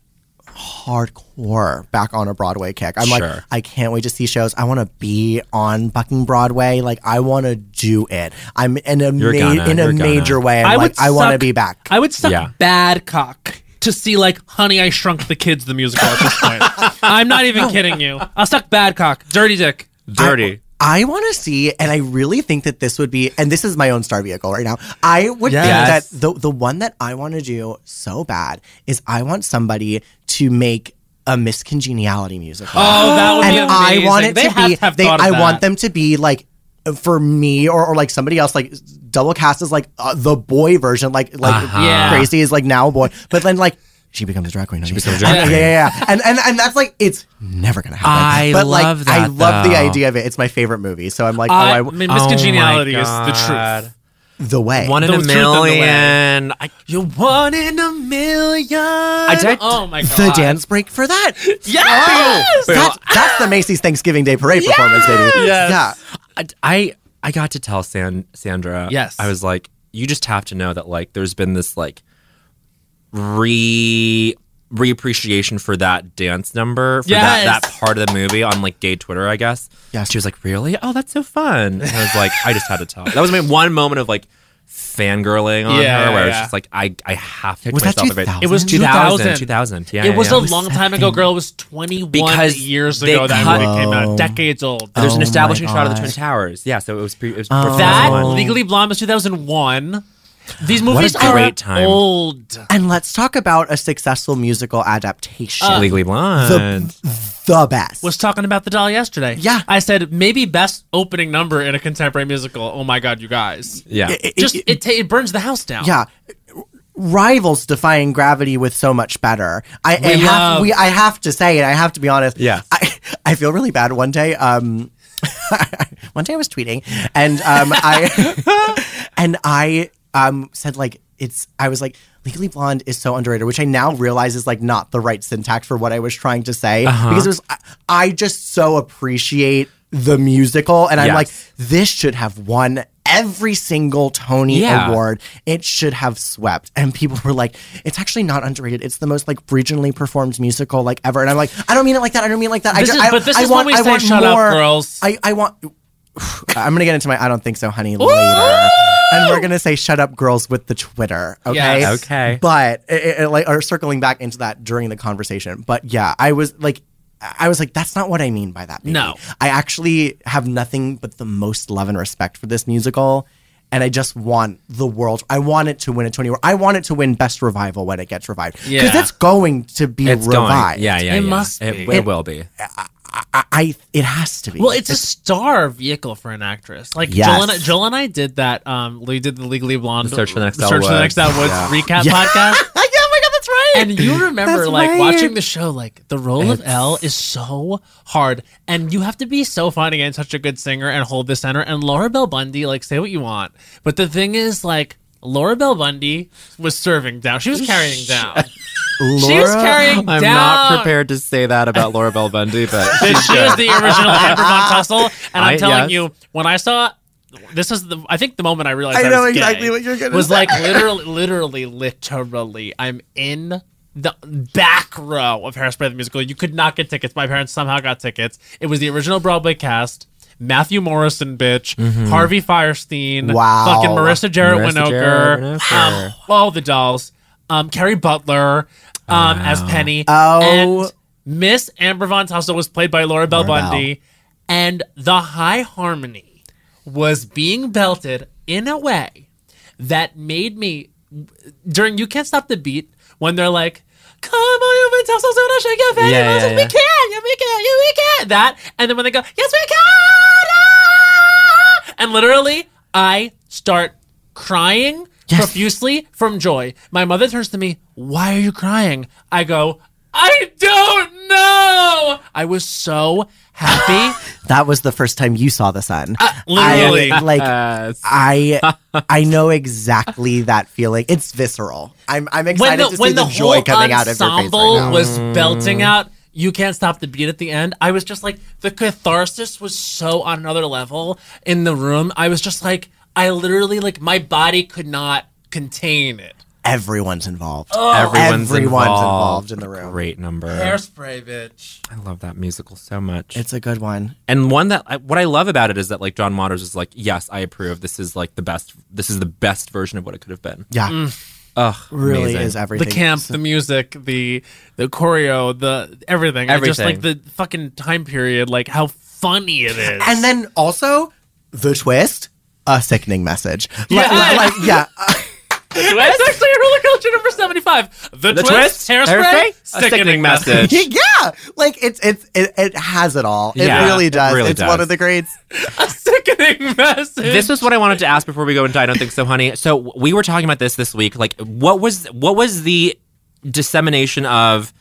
hardcore back on a Broadway kick. I'm
Sure.
like, I can't wait to see shows. I wanna be on fucking Broadway. Like, I wanna do it. I'm in a, ma-
gonna,
in a
you're gonna.
major way. I'm like, I wanna
suck-
be back.
I would suck
Yeah.
bad cock to see like Honey I Shrunk the Kids the musical at this point. I'm not even kidding you. I'll suck bad cock, dirty dick.
Dirty.
I want to see, and I really think that this would be, and this is my own star vehicle right now. I would
Yes.
think that the the one that I want to do so bad is I want somebody to make a miscongeniality musical.
Oh, that would be
and
amazing.
I want it
they
to
have
be.
to have
they,
thought of
I
that.
want them to be like for me or, or like somebody else like double cast is like uh, the boy version like like
Yeah.
crazy is like now a boy but then like Uh-huh. she becomes a drag queen she becomes
a drag
yeah yeah yeah and, and and that's like it's never gonna happen
I
but
love
like I
that,
love the
though.
idea of it it's my favorite movie so I'm like oh I
I,
w-
mean,
Oh my
miscongeniality is
God.
the truth.
the way
One in
There
a
was truth in the way.
million. I,
You're one in a million.
did-
oh my god.
the dance break for that
Yes.
that's, that's the Macy's Thanksgiving Day Parade performance baby
Yes!
yeah
I- I I got to tell San, Sandra.
Yes.
I was like, you just have to know that like there's been this like re reappreciation for that dance number for
Yes.
that, that part of the movie on like gay Twitter, I guess.
Yes.
She was like, Really? Oh, that's so fun. And I was like, I just had to tell. That was my one moment of like fangirling on
Yeah,
her where
yeah,
it's
yeah.
just like I I have to
Was
kick
that
myself bit.
2000?
It was 2000.
2000.
2000. Yeah.
it was
yeah,
a
yeah.
long time ago, girl. It was 21
Because
years
they
ago that
cut-
movie came out. Decades old.
There's
Oh
an
my
establishing shot of the
God.
Twin Towers. Yeah, so it was pre it was
Oh.
That
one.
Legally Blonde was 2001. These
a
movies are
great time.
old.
and let's talk about a successful musical adaptation
Uh,
Legally Blonde.
Uh, the the best
was talking about the doll yesterday.
Yeah.
I said maybe best opening number in a contemporary musical. Oh my god, you guys.
yeah.
Just it it, ta- it burns the house down.
Yeah. Rivals defying gravity with so much better. I, I have
love-
we I have to say it. I have to be honest.
Yeah.
I, I feel really bad. One day, um, one day I was tweeting and um, I and I um said like it's I was like Legally Blonde is so underrated, which I now realize is like not the right syntax for what I was trying to say
Uh-huh.
because it was I, I just so appreciate the musical and I'm
Yes.
like this should have won every single Tony
Yeah.
award award, It should have swept. And people were like, it's actually not underrated. It's the most like regionally performed musical like ever. And I'm like, I don't mean it like that. I don't mean it like that. I
This
just,
is-
I,
but this
I
is when
want,
we
I
say
want
shut up,
more-
girls.
I, I want. I'm gonna get into my I don't think so, honey, later. And we're gonna say shut up, girls, with the Twitter. Okay.
Yes.
Okay.
But it, it- it, like, or circling back into that during the conversation. But yeah, I was like. I was like, that's not what I mean by that. baby.
No.
I actually have nothing but the most love and respect for this musical. And I just want the world. I want it to win a Tony Award. I want it to win Best Revival when it gets revived. Because
Yeah.
it's going to be
It's
revived.
going. Yeah, yeah,
It
yeah.
must
It,
be.
it will be.
I, I, it has to be.
Well, it's a star vehicle for an actress. Like
Yes.
Joel, and I, Joel and I did that. Um, we did the Legally Blonde
The Search for the Next
Search
Elle
for the
Woods.
next Al Woods recap podcast.
yeah, oh my God, that's right.
And you remember
That's
like
right.
watching the show, like the role of Elle is so hard, and you have to be so funny and such a good singer and hold the center. And Laura Bell Bundy, like say what you want, but the thing is, like Laura Bell Bundy was serving down. She was carrying down. she was carrying
I'm
down.
not prepared to say that about Laura Bell Bundy, but
that she was the original Amber Von Tussle. And I'm
I-
telling
yes.
you, when I saw this is the I think the moment I realized
I
I,
know
was gay
exactly what you're gonna
was
say.
like literally, literally, literally. I'm in the back row of Hairspray the musical. You could not get tickets. My parents somehow got tickets. It was the original Broadway cast. Matthew Morrison, bitch. Harvey Firestein.
Wow.
Fucking Marissa Jarrett
Mm-hmm. Marissa
Winoker.
Jarrett Winokur.
Um, all the dolls. Um, Carrie Butler um, as Penny.
Oh.
And Miss Amber Von Tassel was played by Laura Bell Bundy, and the high harmony was being belted in a way that made me during You Can't Stop the Beat when they're like, Come on, you've been so soon, I'll shake your very
Yeah,
yeah,
yeah,
we
yeah.
can, yeah, we can, yeah, we can. That, and then when they go, Yes, we can! ah!" And literally, I start crying profusely from joy. My mother turns to me, Why are you crying? I go, I don't know. I was so happy.
That was the first time you saw the sun.
literally.
I, like I, I know exactly that feeling. It's visceral. I'm, I'm excited to see the, joy coming out of your face right
ensemble
now.
was belting out you can't stop the beat at the end i was just like the catharsis was so on another level in the room i was just like i literally like my body could not contain it
Everyone's involved.
Everyone's,
Everyone's
involved.
involved in the room.
Great number.
hairspray bitch
I love that musical so much.
It's a good one.
and one that I, what I love about it is that like John Waters is like, yes, I approve. This is like the best. This is the best version of what it could have been.
Yeah,
Ugh,
really
amazing.
is everything.
the camp the music the the choreo the everything, I just like
Everything.
the fucking time period like how funny it is
And then also the twist, a sickening message. Like-
Yes.
like- yeah.
that's actually roller culture number 75 the,
The
twist,
twist,
hairspray,
hairspray, a
sickening,
sickening
message.
message.
yeah. Like it's it's it, it has it all. It
Yeah,
really
it
does.
really
it's one
does.
of the greats.
a sickening message
This is what I wanted to ask before we go into I don't think so, honey. So we were talking about this this week. Like, what was what was the dissemination of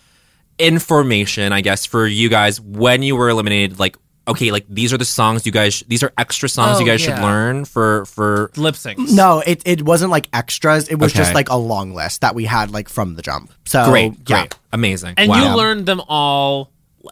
information? I guess for you guys when you were eliminated. Like, okay, like these are the songs you guys. These are extra songs
Oh,
you guys should
yeah.
learn for for.
lip syncs
No, it, it wasn't like extras. It was just
Okay.
like a long list that we had like from the jump. So
Great,
yeah.
great, amazing.
Oh, And
wow.
you learned them all.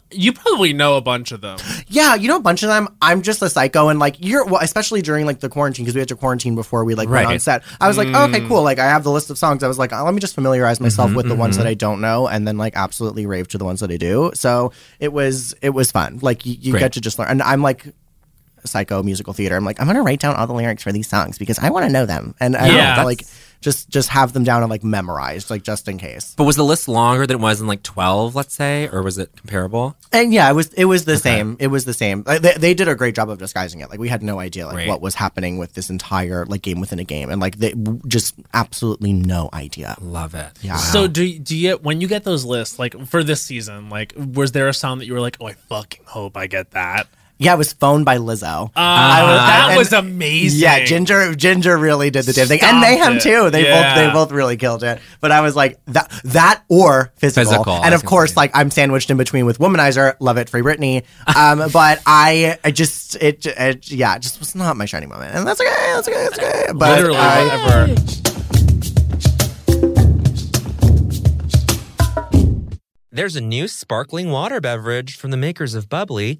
You probably know a bunch of them.
Yeah, you know a bunch of them. I'm just a psycho, and like you're, well, especially during like the quarantine because we had to quarantine before we like went
Right. Mm.
on set. I was like, oh, okay, cool. Like I have the list of songs. I was like, oh, let me just familiarize
Mm-hmm,
myself with the ones that I don't know, and then like absolutely rave to the ones that I do. So it was it was fun. Like you, you
Great.
get to just learn, and I'm like a psycho musical theater. I'm like I'm gonna write down all the lyrics for these songs because I want to know them, and I
Yeah.
yeah, like just just have them down and like memorized, like just in case.
But was the list longer than it was in like twelve, let's say, or was it comparable?
And yeah, it was it was the same. It was the same. Like, They, they did a great job of disguising it. Like we had no idea like
Right.
what was happening with this entire like game within a game, and like they w- just absolutely no idea.
Love it.
Yeah.
So do do you when you get those lists like for this season like was there a song that you were like oh I fucking hope I get that
yeah, it was phoned by Lizzo.
I was, Uh, Ah, that
and-
was amazing
yeah, Ginger Ginger really did the damn thing, and
Stopped
they him
it.
too. They
Yeah.
both they both really killed it. But I was like that that or physical,
Physical, I
and
was
of
gonna
course
say.
like I'm sandwiched in between with Womanizer, Love It, Free Britney. Um, but I I just it, it yeah it just was not my shining moment, and that's okay, that's okay, that's okay. But
literally
I-
whatever
There's a new sparkling water beverage from the makers of Bubbly,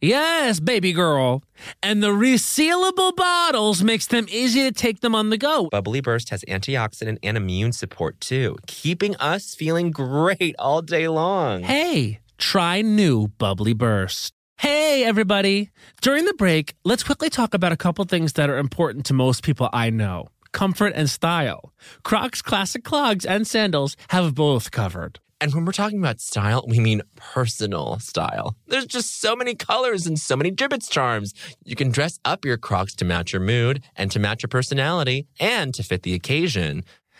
Yes, baby girl. And the resealable bottles makes them easy to take them on the go.
Bubbly Burst has antioxidant and immune support too, keeping us feeling great all day long.
Hey, try new Bubbly Burst. Hey, everybody. During the break, let's quickly talk about a couple things that are important to most people I know comfort and style. Crocs classic clogs and sandals have both covered.
And when we're talking about style, we mean personal style. There's just so many colors and so many gibbets charms. You can dress up your crocs to match your mood and to match your personality and to fit the occasion.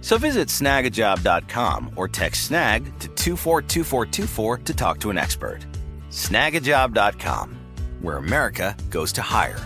So visit snagajob.com or text snag to 242424 to talk to an expert. Snagajob.com, where America goes to hire.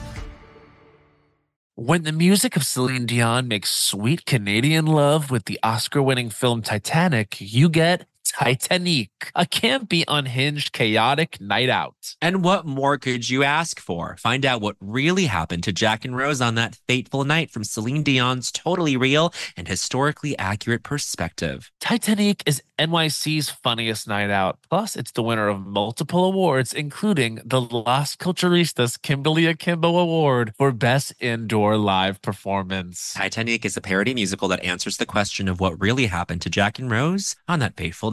When the music of Celine Dion makes sweet Canadian love with the Oscar winning film Titanic, you get Titanic, a campy, unhinged, chaotic night out.
And what more could you ask for? Find out what really happened to Jack and Rose on that fateful night from Celine Dion's totally real and historically accurate perspective.
Titanic is NYC's funniest night out. Plus, it's the winner of multiple awards, including the Las Culturistas Kimberly Akimbo Award for Best Indoor Live Performance.
Titanic is a parody musical that answers the question of what really happened to Jack and Rose on that fateful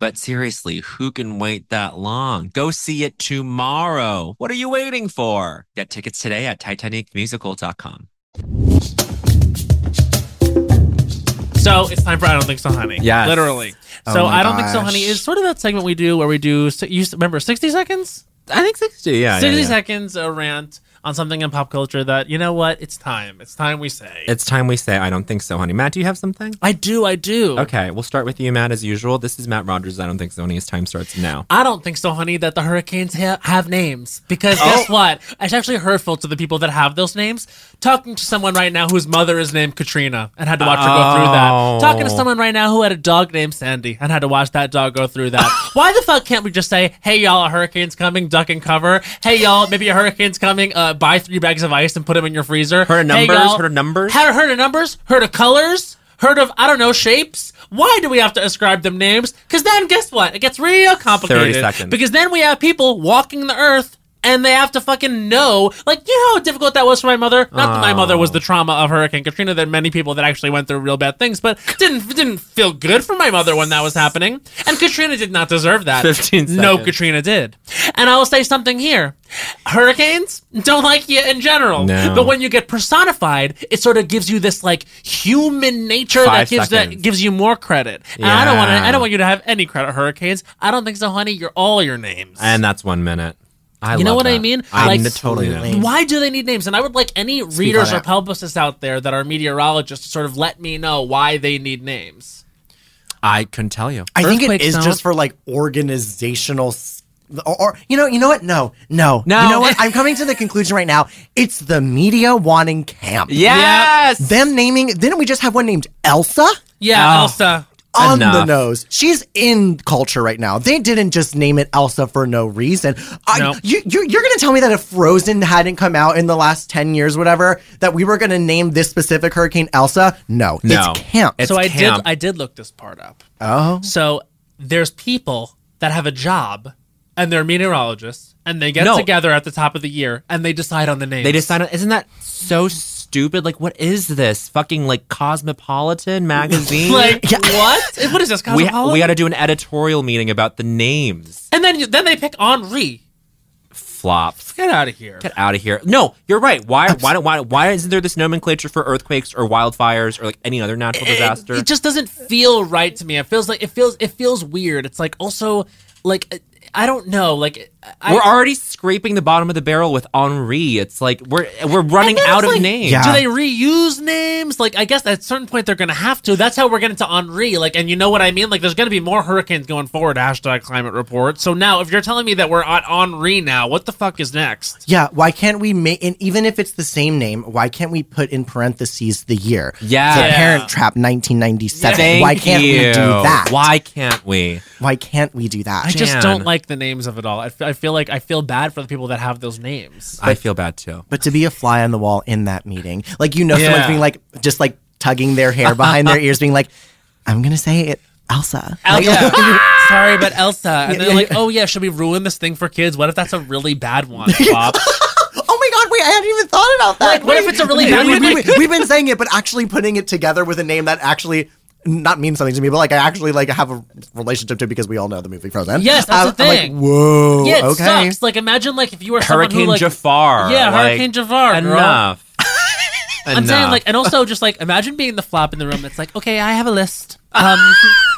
But seriously, who can wait that long? Go see it tomorrow. What are you waiting for? Get tickets today at TitanicMusical.com.
So it's time for I don't think so, honey.
Yes.
literally.
Oh
so
my
I don't think so,
gosh.
honey is sort of that segment we do where we do. so- You s- remember sixty seconds?
I think 60. Yeah. yeah,
sixty
yeah.
seconds a rant on something in pop culture that you know what? It's time. It's time we say.
It's time we say, I don't think so, honey. Matt, do you have something?
I do. I do.
Okay, we'll start with you, Matt, as usual. This is Matt Rogers. I don't think so, honey. His time starts now.
I don't think so, honey, that the hurricanes ha- have names. Because
Oh.
guess what? It's actually hurtful to the people that have those names. Talking to someone right now whose mother is named Katrina and had to watch her go through
Oh.
that. Talking to someone right now who had a dog named Sandy and had to watch that dog go through that. Why the fuck can't we just say, hey, y'all, a hurricane's coming, duck and cover? Hey, y'all, maybe a hurricane's coming, uh, buy three bags of ice and put them in your freezer?
Heard of
Hey,
numbers?
y'all,
Heard of numbers?
Heard, heard of numbers? Heard of colors? Heard of, I don't know, shapes? Why do we have to ascribe them names? Because then, guess what? It gets real complicated.
30 seconds.
Because then we have people walking the earth and they have to fucking know. Like, you know how difficult that was for my mother? Not that my mother was
Oh.
the trauma of Hurricane Katrina, that many people that actually went through real bad things, but didn't didn't feel good for my mother when that was happening. And Katrina did not deserve that.
15
No,
seconds.
Katrina did. And I will say something here. Hurricanes don't like you in general.
No.
But when you get personified, it sort of gives you this like human nature that
Five
gives
seconds.
that gives you more credit. And I don't want to
Yeah.
I don't want you to have any credit hurricanes. I don't think so, honey. You're all your names.
And that's one minute. I
You know
love
what I
that.
mean?
I
Like-
totally know.
Absolutely.
why do they need names? And I would like any readers
on
or
it.
publicists out there that are meteorologists to sort of let me know why they need names.
I couldn't tell you.
I think it
Earthquakes
is
don't-
just for like organizational. s- Or, or you know, you know what? No, no,
No.
You know what? I'm coming to the conclusion right now. It's the media wanting camp.
Yes.
them naming. Didn't we just have one named Elsa?
Yeah,
Oh.
Elsa.
On the
Enough.
nose, she's in culture right now. They didn't just name it Elsa for no reason. I,
No.
you, you, you're going to tell me that if Frozen hadn't come out in the last ten years, whatever, that we were going to name this specific hurricane Elsa? No,
No.
it's camp.
It's
so I
camp.
did I did look this part up.
oh,
So there's people that have a job and they're meteorologists and they get
No.
together at the top of the year and they decide on the names.
They decide on. Isn't that so stupid? Like, what is this? Fucking like Cosmopolitan magazine?
like what? What is this?
we,
Cosmopolitan?
we had to do an editorial meeting about the names.
and then you, then they pick Henri.
Flops.
Get out of here.
Get out of here. No, you're right. Why? Why don't? Why? Why isn't there this nomenclature for earthquakes or wildfires or like any other natural
Eh,
disaster?
It just doesn't feel right to me. It feels like it feels it feels weird. It's like also like I don't know. Like I-
we're already scraping the bottom of the barrel with Henri. It's like we're we're running
And then
out
it's
of
like,
names.
Do they reuse names? Like, I guess at a certain point they're going to have to. That's how we're getting to Henri. Like, and you know what I mean? Like, there's going to be more hurricanes going forward, hashtag climate report. So now, if you're telling me that we're on Henri now, what the fuck is next?
Yeah, why can't we make and even if it's the same name, why can't we put in parentheses the year?
Yeah.
So
Yeah.
Parent Trap 1997.
Thank
why can't we do
you.
that?
Why can't we?
Why can't we do that?
I just
Jan.
don't like the names of it all. I f- I feel like I feel bad for the people that have those names.
I feel bad too.
but to be a fly on the wall in that meeting, like you know, someone's
Yeah.
being like just like tugging their hair behind their ears, being like, "I'm gonna say it, Elsa." Like,
Elsa. Sorry, but Elsa. And they're like, oh, yeah, should we ruin this thing for kids? What if that's a really bad one, Bob?
oh my god, wait, I hadn't even thought about that.
Like, what if
Wait,
it's a really
wait,
bad
wait,
one?
wait, wait. We've been saying it, but actually putting it together with a name that actually not means something to me, but like I actually like have a relationship to because we all know the movie Frozen.
Yes, that's the
I'm
thing.
Like, Whoa.
yeah, it
okay.
sucks. Like, imagine like if you were someone
Hurricane
who, like,
Jafar.
Yeah,
like,
Hurricane Jafar. girl.
Enough.
I'm saying
Enough.
like, and also just like, imagine being the flop in the room. It's like, okay, I have a list. Um,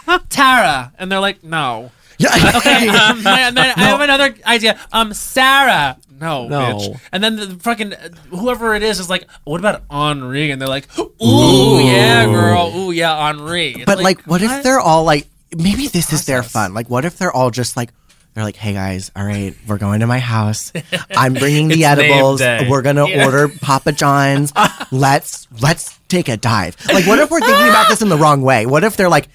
Tara, and they're like, no.
Yeah.
Okay, um, and then I have another idea. Um, Sarah. No,
No.
bitch. And then the fucking uh, whoever it is is like, what about Henri? And they're like, ooh, yeah, girl, ooh, yeah, Henri. It's
But like, what, if they're all like, maybe this is their fun. Like, what if they're all just like, they're like, hey guys, all right, we're going to my house. I'm bringing the edibles.
day.
We're gonna order Papa John's. let's let's take a dive. Like, what if we're thinking about this in the wrong way? What if they're like,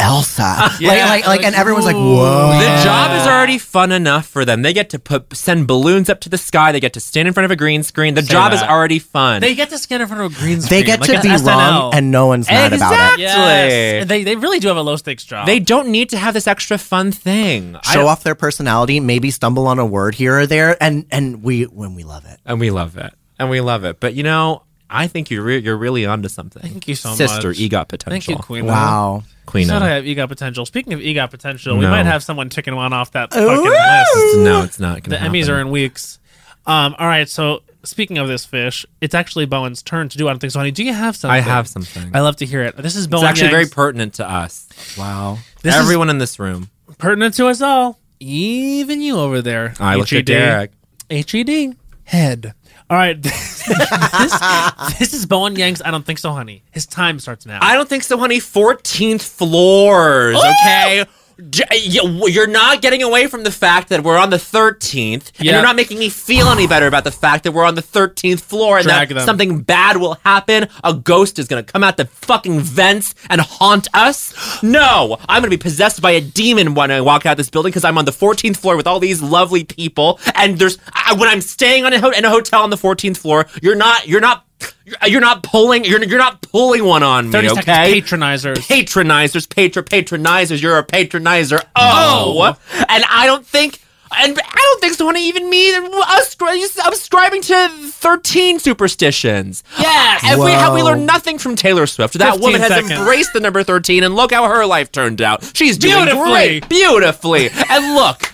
Elsa, like, like, like, and everyone's like, whoa.
uh,
The job is already fun enough for them. They get to put send balloons up to the sky. They get to stand in front of a green screen. The job is
that.
already fun.
They get to stand in front of a green screen.
They get
like
to
it's
be
SNL.
wrong, and no one's mad about
Exactly.
it.
Yes. They, they really do have a low stakes job.
They don't need to have this extra fun thing. I
Show
don't-
off their personality, maybe stumble on a word here or there, and and we when we love it.
and we love it, and we love it. But you know, I think you're re- you're really onto something.
Thank you so
sister.
much.
Egot potential.
Thank you, Queen.
Wow.
Queen.
Said I have ego potential. Speaking of ego potential, we
No.
might have someone ticking one off that fucking list.
no, it's not.
The Emmys are in weeks. Um, all right, so speaking of this fish, it's actually Bowen's turn to do. I don't think so, honey. Do you have something?
I have something.
I love to hear it. This is Bowen.
it's actually very
Yang's-
pertinent to us.
Wow.
This is
Everyone in this room.
pertinent to us all, even you over there. E
I looked at
HED.
Derek.
HED E head. All right, this, this is Bowen Yang's. I don't think so, honey. His time starts now.
I don't think so, honey. 14th floors,
Oh!
okay? J- y- You're not getting away from the fact that we're on the 13th, and
Yeah.
you're not making me feel any better about the fact that we're on the 13th floor and
Drag
that
them.
something bad will happen. A ghost is gonna come out the fucking vents and haunt us. No, I'm gonna be possessed by a demon when I walk out this building because I'm on the 14th floor with all these lovely people, and there's I, when I'm staying on a ho- in a hotel on the 14th floor, you're not you're not. You're not pulling. You're, you're not pulling one on me.
Thirty
okay?
seconds, patronizers.
patronizers, patron patronizers. You're a patronizer. Oh, and I don't think. And I don't think someone even me us subscribing to thirteen superstitions.
Yes.
and we have we
Whoa.
learned nothing from Taylor Swift. That
15
woman has
seconds.
embraced the number thirteen, and look how her life turned out. She's doing
Beautifully.
great, beautifully. and look,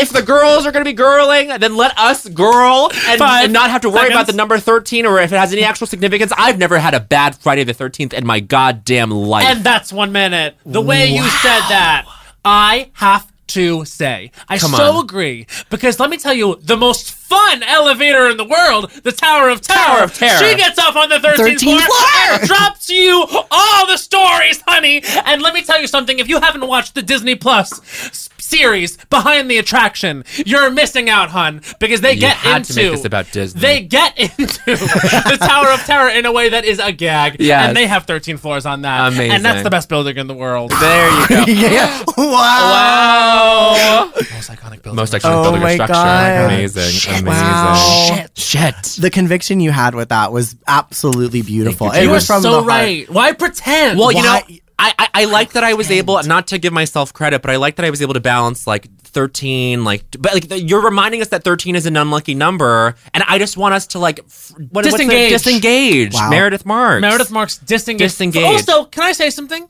if the girls are going to be girling, then let us girl and,
Five
and not have to worry about
seconds.
the number thirteen or if it has any actual significance. I've never had a bad Friday the thirteenth in my goddamn life.
And that's one minute. The way you said that, I have to say, I
Come
so
on.
agree. Because let me tell you, the most fun elevator in the world, the Tower of Terror.
of Terror.
She gets off on the 13th
13th
floor
floor.
and drops you all the stories, honey. And let me tell you something if you haven't watched the Disney Plus s- series Behind the Attraction, you're missing out, hun. Because they
You
get
had
into.
to make this about Disney.
They get into the Tower of Terror in a way that is a gag.
Yes.
And they have 13 floors on that.
Amazing.
And that's the best building in the world.
There you go.
Yeah. Wow.
Oh,
Most iconic building.
most actually
Oh
building
my
a structure.
God.
Amazing, amazing.
Wow.
Shit.
The conviction you had with that was absolutely beautiful.
Thank you,
it
you were
was from
so
the heart.
right. Why pretend?
Well, you know,
Why-
I, I I like that I was able not to give myself credit, but I like that I was able to balance like thirteen, like but like you're reminding us that thirteen is an unlucky number, and I just want us to like f- what, what's the-
Disengage.
disengage.
Wow.
Meredith Marks.
Meredith Marks disengaged.
Disengaged.
Also, can I say something?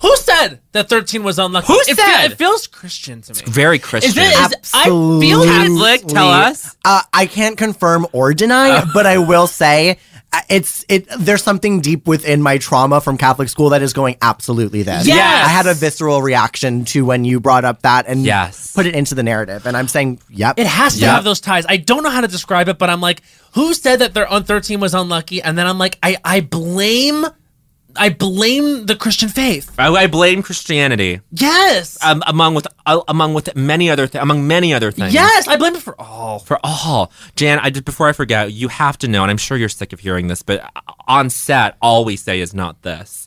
Who said that 13 was unlucky?
Who
it
said?
It feels Christian to me.
very Christian.
Is it? Is, I
Absolutely.
feel
Catholic, tell us.
Uh, I can't confirm or deny, but I will say it's it there's something deep within my trauma from Catholic school that is going absolutely this.
Yes!
I had a visceral reaction to when you brought up that and
Yes.
put it into the narrative. And I'm saying, yep.
It has to
Yep.
have those ties. I don't know how to describe it, but I'm like, who said that their on 13 was unlucky? And then I'm like, I, I blame I blame the Christian faith.
I, I blame Christianity
Yes.
um, among with uh, among with many other th- among many other things.
yes, I blame it for all.
for all. Jan, I did before I forget, you have to know, and I'm sure you're sick of hearing this, but on set, all we say is not this.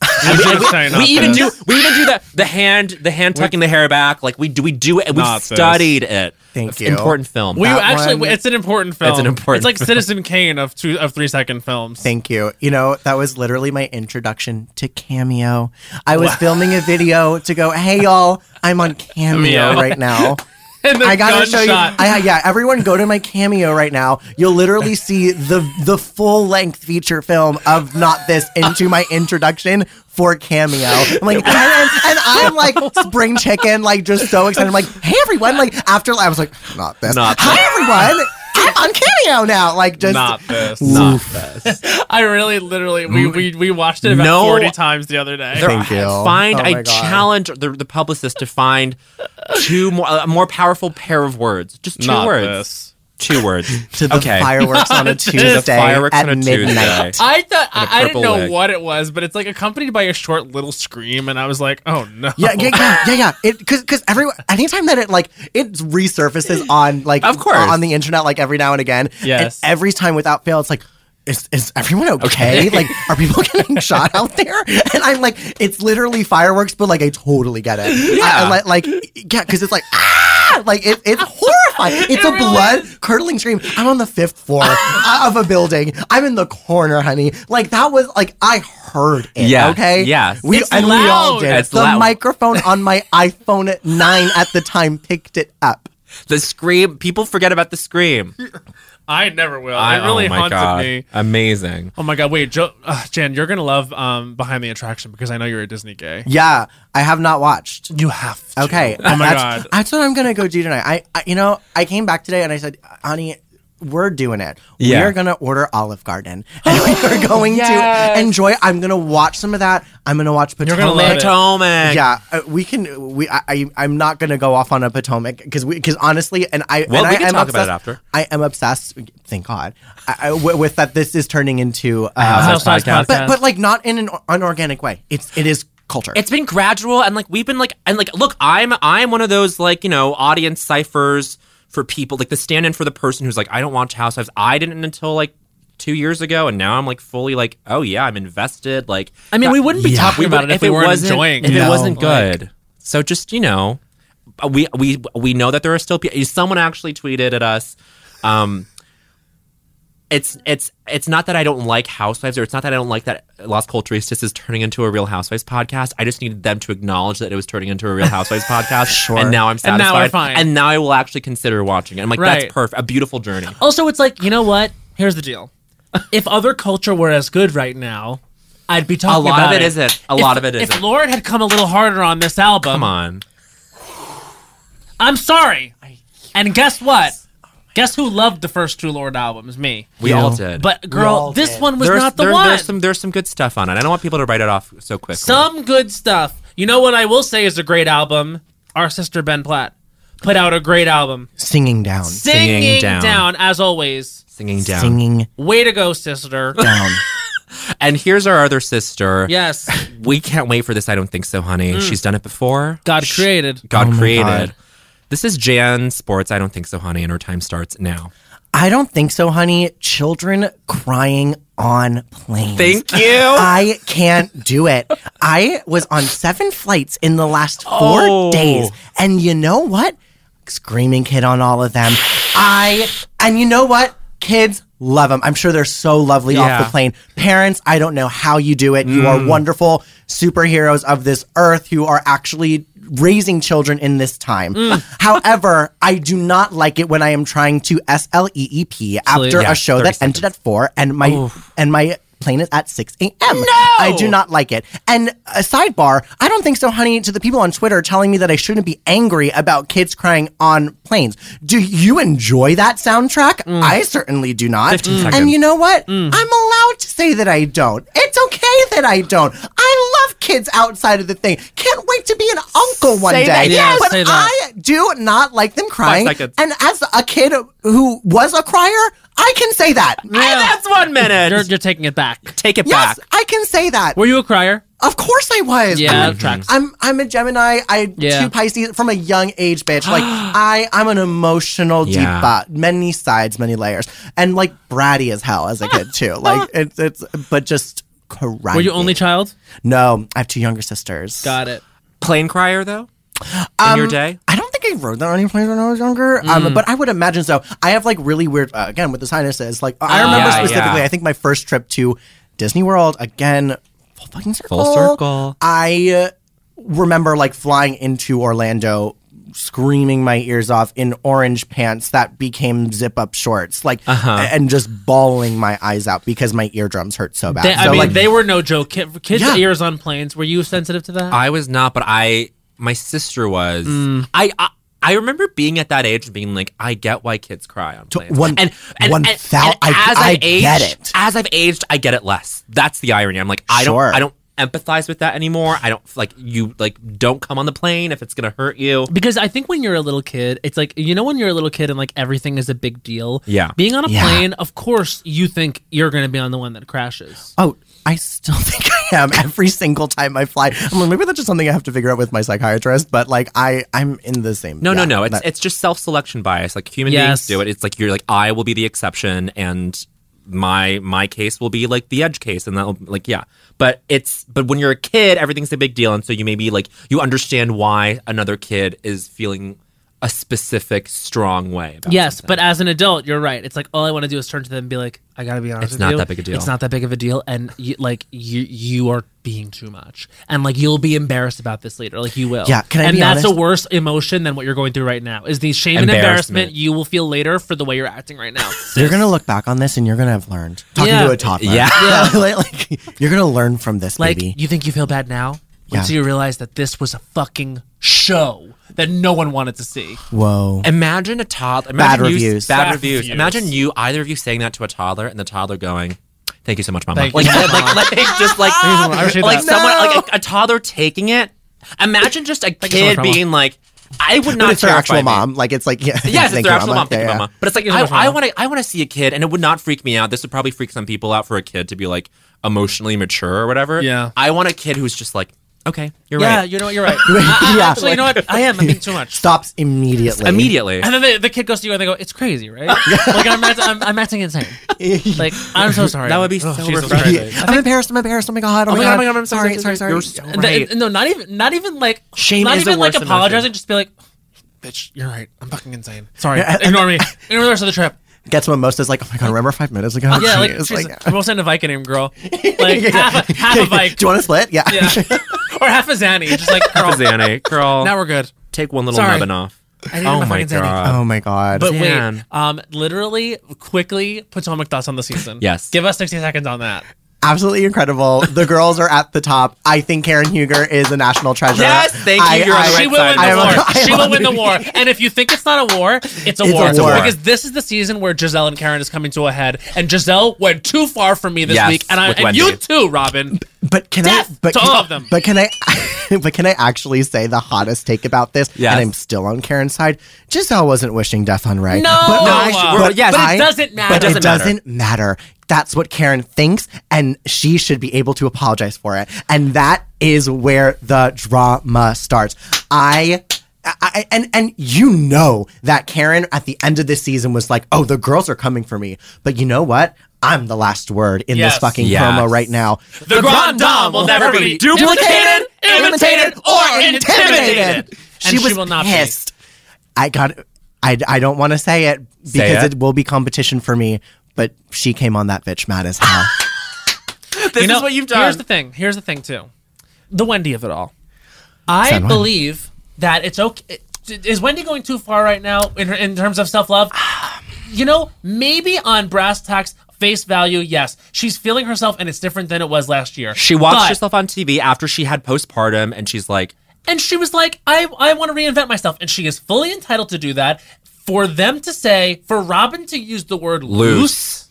we even do we even do that the hand the hand tucking the hair back. Like we do we do it we
Not this.
studied it.
Thank
It's
you.
Important film.
We
That
actually
one-
it's an important film.
It's an important
It's like
film.
Citizen Kane of two of 3 second films.
Thank you. You know, that was literally my introduction to Cameo. I was filming a video to go, hey, y'all, I'm on Cameo right now.
and the
I gotta show
gunshot.
you. I, yeah, everyone go to my cameo right now. You'll literally see the the full length feature film of not this into my introduction for cameo. I'm like, and, and, and I'm like spring chicken, like just so excited. I'm like, hey everyone, like after I was like, not this.
Not
Hi everyone, I'm on cameo now. Like just
Not this.
not this.
I really literally we, we we watched it about
Mm. No.
40 times the other day.
There-
Thank you.
Find
Oh my
I
God.
challenge the, the publicist to find two more a more powerful pair of words. Just two
Not
words.
this.
Two words.
to the
okay.
fireworks on a Tuesday
fireworks
at
on a Tuesday.
midnight.
I thought
And a
I, I didn't
purple
know
wig.
what it was, but it's like accompanied by a short little scream, and I was like, "Oh no!"
Yeah, yeah, yeah, yeah, yeah. It because because everyone anytime that it like it resurfaces on like
Of course.
on the internet like every now and again.
Yes.
And every time without fail, it's like. Is, is everyone okay? Like, are people getting shot out there? And I'm like, it's literally fireworks, but like, I totally get it. I, I, li- like, yeah, because it's like, ah, like it, it's horrifying. It's a blood curdling scream. I'm on the fifth floor of a building. I'm in the corner, honey. Like that was like I heard it.
Yeah.
Okay.
Yes.
We
It's
and we all
loud.
did.
It's
the
loud.
microphone on my iPhone 9 at the time picked it up.
The scream people forget about the scream.
I never will.
I-
it really
oh my
haunted
God.
me.
Amazing.
Oh my god! Wait, jo- uh, Jan, you're gonna love um, Behind the Attraction because I know you're a Disney gay.
Yeah, I have not watched.
You have. To.
Okay.
Oh my
that's,
god.
That's what I'm going to go do tonight. I, I you know, I came back today and I said, "Honey, we're doing it.
Yeah.
We are going to order Olive Garden and we are going to enjoy. I'm going to watch some of that. I'm going to watch Potomac.
gonna love it.
Potomac.
Yeah, uh, we can. We I, I I'm not gonna go off on a Potomac because we because honestly, and I
Well,
and
we
I
can
am
talk about it
obsessed-
after.
I am obsessed. Thank God, I, I- wi- with that this is turning into uh,
Housewives
Housewives
podcast.
but but like not in an unorganic way. It's it is culture.
It's been gradual, and like we've been like, and like, look, I'm I'm one of those like you know audience ciphers for people, like the stand-in for the person who's like, I don't watch Housewives. I didn't until like two years ago, and now I'm like fully like, oh yeah, I'm invested. Like,
I mean, we wouldn't be talking about
would-
it if we weren't
wasn't-
enjoying
If
it.
it wasn't
No, like-
good, so just you know, we we we know that there are still people. Someone actually tweeted at us. Um, it's it's it's not that I don't like Housewives, or it's not that I don't like that Lost Culturistas is turning into a Real Housewives podcast. I just needed them to acknowledge that it was turning into a Real Housewives podcast,
Sure.
and now I'm
And
satisfied,
now we're fine.
And now I will actually consider watching it. I'm like,
Right.
that's perfect, a beautiful journey.
Also, it's like you know what? Here's the deal: if other culture were as good right now, I'd be
A
talking
lot
Oh, about
of it
it.
isn't. A
If-
lot of it
If
isn't.
Lord had come a little harder on this album,
Come on,
I'm sorry. And guess what? Guess who loved the first two Lord albums? Me.
we all did,
But girl, this one was
There's-
not the
there-
one.
There's some there's some good stuff on it. I don't want people to write it off so quickly.
Some good stuff. You know what I will say is a great album. Our sister Ben Platt put out a great album.
singing down,
Singing,
Singing
down.
Down.
as always.
singing down.
singing
Way to go, sister.
down.
And here's our other sister.
yes.
We can't wait for this. I don't think so, honey.
Mm.
She's done it before.
God created.
God created.
Oh God.
This is Jan Sports. I don't think so, honey. And her time starts now.
I don't think so, honey. Children crying on planes.
you.
I can't do it. I was on seven flights in the last four
Oh.
days. And you know what? Screaming kid on all of them. I, and you know what? Kids love them. I'm sure they're so lovely
Yeah. Mm.
off the plane. Parents, I don't know how you do it. You are wonderful superheroes of this earth who are actually raising children in this time.
Mm.
However, I do not like it when I am trying to S L E E P after
Yeah,
a show that
30
ended at four and my and my plain at 6 a.m. No! I do not like it. And a sidebar, I don't think so, honey, to the people on Twitter telling me that I shouldn't be angry about kids crying on planes. Do you enjoy that soundtrack? I certainly do not. Mm.
15
And
seconds.
you know what? I'm allowed to say that I don't. It's okay that I don't. I love kids outside of the thing. Can't wait to be an uncle one
Say
day.
that, yes.
But
Say that.
I do not like them crying.
seconds.
And as a kid who was a crier, I can say that.
that's one minute.
You're, you're taking it back.
Take it
Yes,
back.
I can say that.
Were you a crier?
Of course I was.
Yeah,
I'm,
that tracks.
I'm I'm a Gemini. I
Yeah.
two Pisces from a young age, bitch. Like I I'm an emotional
Yeah.
deep bot, many sides, many layers, and like bratty as hell as a kid too. Like it's it's but just crying.
Were you only child?
No, I have two younger sisters.
Got it.
Plane crier though. In your day.
I don't think I rode that on any planes when I was younger, um, but I would imagine so. I have like really weird, uh, again, with the sinuses. Like, I remember
yeah,
specifically,
yeah.
I think my first trip to Disney World, again, full fucking circle.
circle.
I uh, remember like flying into Orlando, screaming my ears off in orange pants that became zip up shorts, like, a- and just bawling my eyes out because my eardrums hurt so bad.
They- I
so,
mean,
like,
they were no joke. Kid, kids'
Yeah.
ears on planes. Were you sensitive to that?
I was not, but I my sister was.
Mm.
I, I I remember being at that age and being like, I get why kids cry on planes.
one-
and,
one thou- I- I get it.
As I've aged, I get it less. That's the irony. I'm like, I
Sure.
don't I don't empathize with that anymore. I don't like you like don't come on the plane if it's gonna hurt you.
Because I think when you're a little kid, it's like you know when you're a little kid and like everything is a big deal.
Yeah.
Being on a
Yeah.
plane, of course, you think you're going to be on the one that crashes.
Oh, I still think I am every single time I fly. I'm like, maybe that's just something I have to figure out with my psychiatrist, but like I, I'm in the same.
No, no,
yeah,
no. It's
that-
it's just self selection bias. Like human
Yes.
beings do it. It's like you're like I will be the exception, and my my case will be like the edge case, and that'll like yeah. But it's but when you're a kid, everything's a big deal, and so you maybe like you understand why another kid is feeling a specific strong way. About
Yes,
something.
but as an adult, you're right. It's like all I want to do is turn to them and be like, "I gotta be honest."
It's
with
not
you.
that big a deal.
It's not that big of a deal, and you, like you, you are being too much, and like you'll be embarrassed about this later. Like you will.
Yeah, can I
And
be
that's
honest?
a worse emotion than what you're going through right now. Is the shame and
Embarrassment.
embarrassment you will feel later for the way you're acting right now.
You're gonna look back on this and you're gonna have learned. Talking
Yeah.
to a toddler.
Yeah.
like, like, you're gonna learn from this,
like
baby.
you think you feel bad now
Yeah.
until you realize that this was a fucking show that no one wanted to see.
Whoa.
Imagine a toddler.
Bad
imagine you-
reviews.
Bad,
Bad
reviews.
reviews.
Imagine you, either of you, saying that to a toddler, and the toddler going, "Thank you so much, mama."
Thank you
like,
so
like, like, just like, like someone, like a, a toddler taking it. Imagine just a
you so
kid
much, mama.
being like, "I would
But
not
it's their
terrify
actual
me."
mom. Like it's like yeah.
Yes, it's
thank
their
you,
actual
mama.
mom. Thank
Yeah,
you,
yeah.
mama. But it's like
so much,
I
mama.
want to I want to see a kid, and it would not freak me out. This would probably freak some people out for a kid to be like emotionally mature or whatever.
Yeah.
I want a kid who's just like, "Okay, you're
Yeah,
right."
you know what? You're right. I- I-
Yeah.
Actually, you know what? I am. I'm being too much.
Stops immediately.
Immediately.
And then the, the kid goes to you and they go, "It's crazy, right? like I'm, act- I'm, I'm acting insane. Like I'm so sorry. Oh,
That would be so refreshing.
Yeah. I'm embarrassed. I'm embarrassed. Oh my god. Oh, my god.
my God, I'm so
sorry.
sorry,
Sorry.
sorry,
Sorry.
you're so
And the-
right.
and no, not even, not even like
Shame
Not
is the
even like
worst emotion.
apologizing. Just be like, "Bitch, you're right. I'm fucking insane. Sorry.
Yeah, and-
Ignore me. Ignore the rest of the trip.
Get some mimosas. Like oh my god. Remember five minutes ago.
Yeah, like,
Jeez,
seriously, we're both sending a Viking name, girl. Like half, a, half a Viking.
Do you want to split? Yeah.
Yeah. or half a Zanny. Just like, girl,
Zanny, girl,
now we're good.
take one little
Sorry.
nubbin off.
I need my
Oh my
fucking Zanny.
god.
Oh my god.
But wait,
Damn.
um, literally, quickly, Potomac thoughts on the season.
Yes.
Give us 60 seconds on that.
absolutely incredible. The girls are at the top. I think Karen Huger is a national treasure.
Yes, thank you.
I-
You're on the
I-
right
She will win
side.
the
I am-
war.
I am
she will
on
win the
the-
war. And if you think it's not a war, it's a,
It's a
war.
war.
Because this is the season where Giselle and Karen is coming to a head. And Giselle went too far for me this
Yes,
week. And, I,
with
and you
Wendy.
too, Robin.
But can I?
Death
But
to
can,
all of them.
But can I? But can I actually say the hottest take about this?
Yes.
And I'm still on Karen's side. Giselle wasn't wishing death on Ray.
No.
but
No,
I-
she-
we're- yes,
But it
I-
doesn't matter.
But
It
it
doesn't matter.
doesn't matter. That's what Karen thinks, and she should be able to apologize for it. And that is where the drama starts. I. I- I, and and you know that Karen at the end of this season was like, "Oh, the girls are coming for me," but you know what? I'm the last word in
Yes.
this fucking
Yes.
promo right now.
The Grand Dame will never be duplicated, imitated, or intimidated. And
She
she
was
will not be.
pissed. I got. I, I don't want to say it because
it.
it. will be competition for me. But she came on that bitch mad as hell.
This is what you've done.
Here's the thing. Here's the thing too. The Wendy of it all. I
Said Wendy.
believe that it's okay. Is Wendy going
Ah.
too far right now in her, in terms of self love? You know, maybe on brass tacks, face value, yes, she's feeling herself and it's different than it was last year.
She watched
But-
herself on TV after she had postpartum, and she's like,
And she was like, I, I want to reinvent myself. And she is fully entitled to do that. For them to say, for Robin to use the word
Loose.
loose,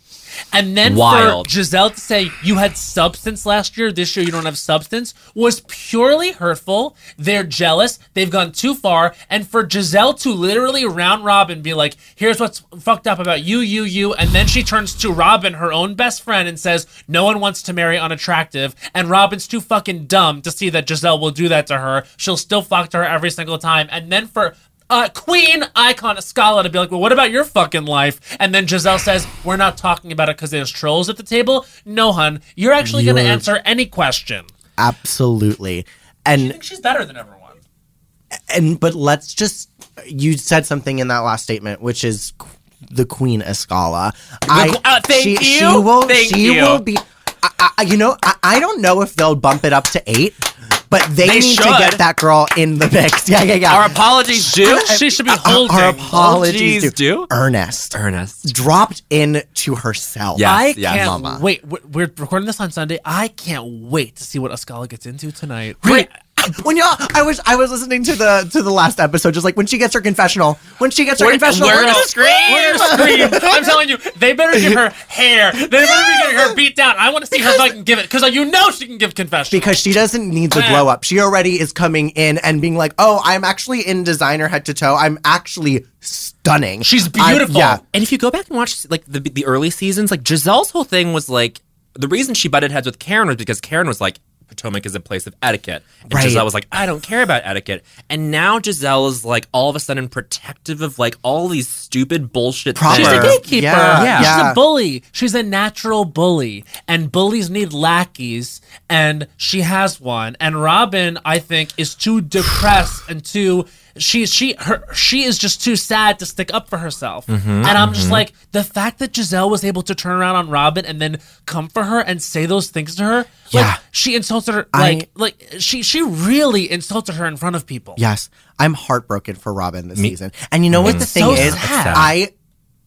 and then
Wild.
for Giselle to say, you had substance last year, this year you don't have substance, was purely hurtful. They're jealous. They've gone too far. And for Giselle to literally round Robin, be like, here's what's fucked up about you, you, you. And then she turns to Robin, her own best friend, and says, no one wants to marry unattractive. And Robin's too fucking dumb to see that Giselle will do that to her. She'll still fuck to her every single time. And then for uh, queen icon Scala to be like, well, what about your fucking life? And then Giselle says, we're not talking about it because there's trolls at the table. No, hun, you're actually going to
You're-
answer any question.
Absolutely.
I
And
think she's better than everyone.
and but let's just you said something in that last statement which is qu- the queen escala
qu- uh, thank
she, she
you.
will
Thank
she
you.
will be I, I, you know I, I don't know if they'll bump it up to eight but they,
They
need to
should.
get that girl in the mix yeah yeah yeah
Our apologies due.
She should be
Uh, uh,
holding.
our apologies
Apologies due.
ernest
Ernest.
dropped in to herself
Yes,
I
yes,
can't
mama.
"Oh, wait. We're, we're recording this on Sunday. I can't wait to see what Escala gets into tonight.
Wait, when y'all, I was I was listening to the to the last episode, just like when she gets her confessional, when she gets her confessional,
we're gonna
We're gonna scream. I'm telling you, they better give her hair. They better be getting her beat down. I want to see her fucking give it because you know she can give confession.
because she doesn't need the
Man.
glow up. She already is coming in and being like, "Oh, I'm actually in designer head to toe. I'm actually stunning.
She's
I-
beautiful.
yeah,
And if you go back and watch like the the early seasons, like Giselle's whole thing was like the reason she butted heads with Karen was because Karen was like Potomac is a place of etiquette, and
Right.
Giselle was like I don't care about etiquette. And now Giselle is like all of a sudden protective of like all these stupid bullshit.
Proper.
things.
She's a gatekeeper.
Yeah, Yeah.
She's
yeah.
a bully. She's a natural bully. And bullies need lackeys. And she has one. And Robin, I think, is too depressed and too she she her she is just too sad to stick up for herself.
Mm-hmm.
and I'm just like, the fact that Giselle was able to turn around on Robin and then come for her and say those things to her,
Yeah.
like she insulted her
I-
like like she she really insulted her in front of people.
yes, I'm heartbroken for Robin this season. And you know what the thing
so
is?
sad.
I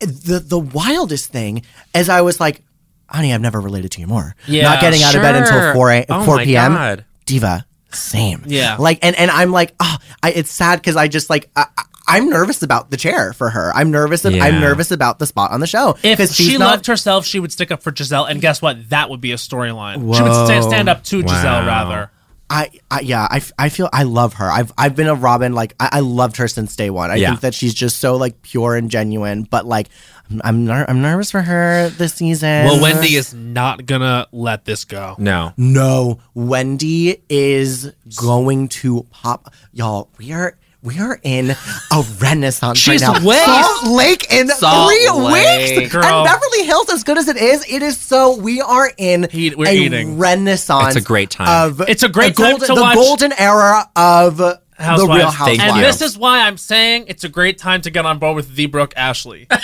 the the wildest thing is I was like, "Honey, I've never related to you more.
Yeah,
Not getting out of bed until
sure.
four a,
Oh
four
my
p.m.
God.
Diva, same.
Yeah.
Like, and and I'm like, oh, I, it's sad because I just like. I, I- I'm nervous about the chair for her. I'm nervous.
Yeah.
I'm nervous about the spot on the show
If
because
she
she's not
loved herself, she would stick up for Giselle, and guess what? That would be a storyline. She would stand, stand up to Giselle rather.
I, I yeah, I, f- I feel I love her. I've I've been a Robin like I, I loved her since day one. I
Yeah.
think that she's just so like pure and genuine. But like I'm I'm, ner- I'm nervous for her this season.
Well, Wendy is not gonna let this go.
No.
no Wendy is going to pop y'all. We are. We are in a renaissance
She's
right now.
way-
Salt Lake in
Salt
three
Lake.
weeks,
Girl.
and Beverly Hills, as good as it is, it is so. We are in
Eat- we're
a
eating.
renaissance.
It's a great time.
Of
It's a great
the
time
golden,
to
the
watch-
golden era of the Real
Thank
Housewives.
and
you.
this is why I'm saying it's a great time to get on board with the Brooke Ashley.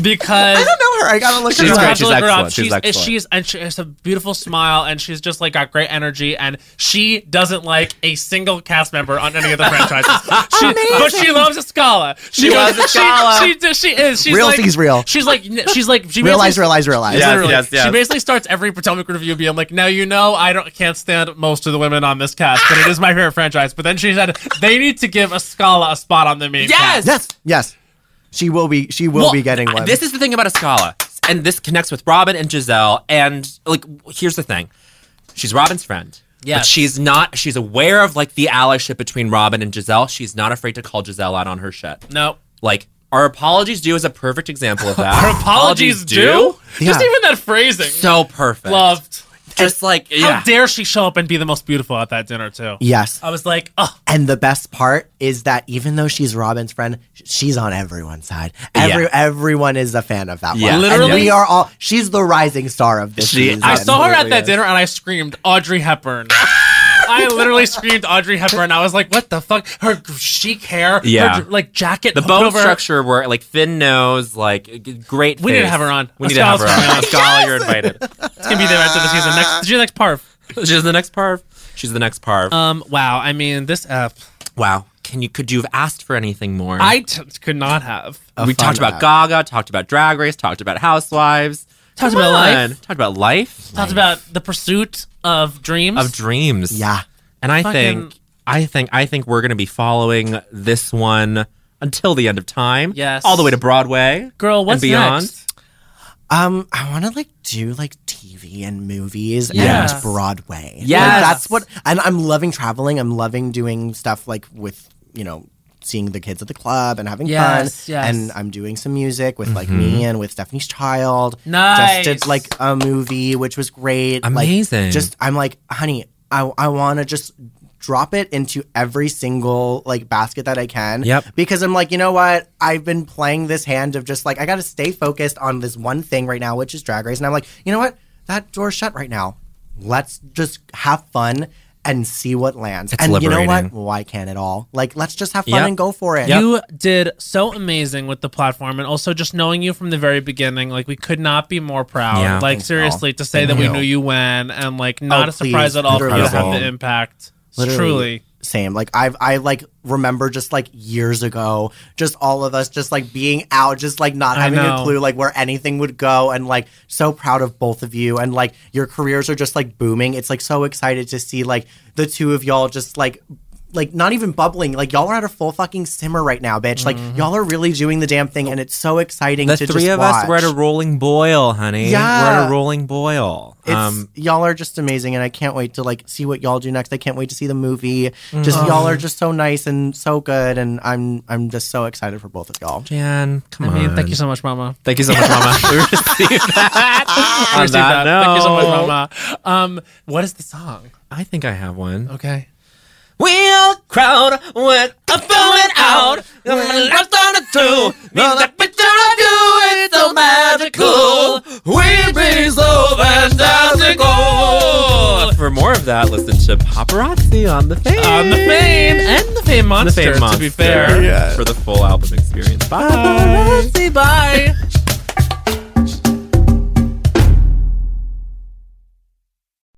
Because
I don't know her. I gotta look
She's
her
great.
She's,
up.
She's excellent. She's
she's,
excellent.
she's and she has a beautiful smile, and she's just like got great energy, and she doesn't like a single cast member on any of the franchises. She, but she loves Escala. She,
loves
was- she-
Escala.
She, she, is. She's
Real
like,
sees real.
She's like she's like she
Realize,
basically-
realize, realize.
Yeah. Yes,
Literally.
yes, yes.
She basically starts every Potomac review being like, "Now you know I don't can't stand most of the women on this cast, but it is my favorite franchise." But then she said they need to give Escala a spot on the main.
Yes!
cast.
Yes, yes. She will be. She will
Well,
be getting one.
This is the thing about Escala, and this connects with Robin and Giselle. And like, here's the thing: she's Robin's friend. Yeah,
Yes.
but she's not. She's aware of like the allyship between Robin and Giselle. She's not afraid to call Giselle out on her shit.
No.
Like, our apologies due is a perfect example of that.
Her apologies due. Just
Yeah.
even that phrasing.
So perfect.
Loved.
Just like
How
yeah.
dare she show up and be the most beautiful at that dinner too?
yes.
I was like, oh,
And the best part is that even though she's Robin's friend, sh- she's on everyone's side. Every
Yeah.
everyone is a fan of that
Yeah.
one.
Literally-
and we are all. She's the rising star of this
She-
season.
I saw her at that dinner and I screamed Audrey Hepburn. I literally screamed Audrey Hepburn. I was like, what the fuck? Her chic hair,
Yeah.
her like jacket,
the
hooked
bone
over.
structure were like thin nose, like g- great.
We need to
face.
have her on.
We need to have her on.
Escala's
Escala, you're invited.
It's gonna be there after the season.
Ah.
Next, she's the next parv.
She's the next parv. She's the next parv.
Um, wow. I mean, this app.
Wow. can you could you have asked for anything more?
I t- could not have.
we talked about Gaga, talked about Drag Race, talked about Housewives,
Talked
Come
about life.
on. talked about life
Talked about the pursuit of dreams.
of dreams.
Yeah.
and I
Fucking-
think I think I think we're gonna be following this one until the end of time.
Yes.
all the way to Broadway.
Girl, what's
and beyond.
next?
Um, I want to like do like TV and movies
Yes.
and Broadway.
Yes.
Like, that's what. And I'm loving traveling. I'm loving doing stuff like with you know seeing the kids at the club and having
Yes,
fun.
yes. Mm-hmm.
And I'm doing some music with like me and with Stephanie's Child.
Nice.
Just did like a movie, which was great.
Amazing.
Like, just I'm like, honey, I I want to just drop it into every single like basket that I can.
Yep.
Because I'm like, you know what? I've been playing this hand of just like I got to stay focused on this one thing right now, which is Drag Race, and I'm like, you know what? That door's shut right now. Let's just have fun and see what lands.
It's
and you know what?
liberating.
Why can't it all? Like, let's just have fun
Yep.
and go for it.
You did so amazing with the platform, and also just knowing you from the very beginning, like we could not be more proud.
Yeah.
like seriously, to say that we knew you when, and like not
Oh,
a surprise
please.
at all for you to have
Incredible.
the impact.
Literally.
Truly,
Same. Like I've I like remember just like years ago, just all of us just like being out, just like not
I
having
know.
a clue like where anything would go and like so proud of both of you and like your careers are just like booming. It's like so excited to see like the two of y'all just like like not even bubbling. Like y'all are at a full fucking simmer right now, bitch. Like y'all are really doing the damn thing and it's so exciting
Mm-hmm. The
to
three
just
of us
watch.
were at a rolling boil, honey. We're at
Yeah.
a rolling boil.
It's
Um,
y'all are just amazing, and I can't wait to like see what y'all do next. I can't wait to see the movie. Just y'all are just so nice and so good, and I'm I'm just so excited for both of y'all.
Jan, come
I mean,
on.
thank you so much, Mama.
Thank you so much, Mama. we received that.
I
On
received
that
that. Thank you so much,
note,
Mama. Um, what is the song?
I think I have one.
Okay.
We'll crowd with a filling out. I'm left on the two. Means that picture of you is so magical. We be so fantastical. For more of that, listen to Paparazzi on the Fame.
Um, the fame and the fame
On the
monster.
Fame
to be fair.
Monster For the full album experience. Bye.
Say bye.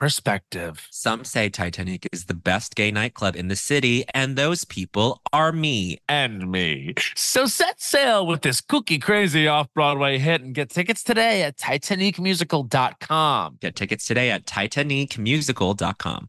perspective.
Some say Titanic is the best gay nightclub in the city, and those people are me.
And me. So set sail with this cookie crazy off Broadway hit and get tickets today at TitanicMusical.com.
Get tickets today at TitanicMusical.com.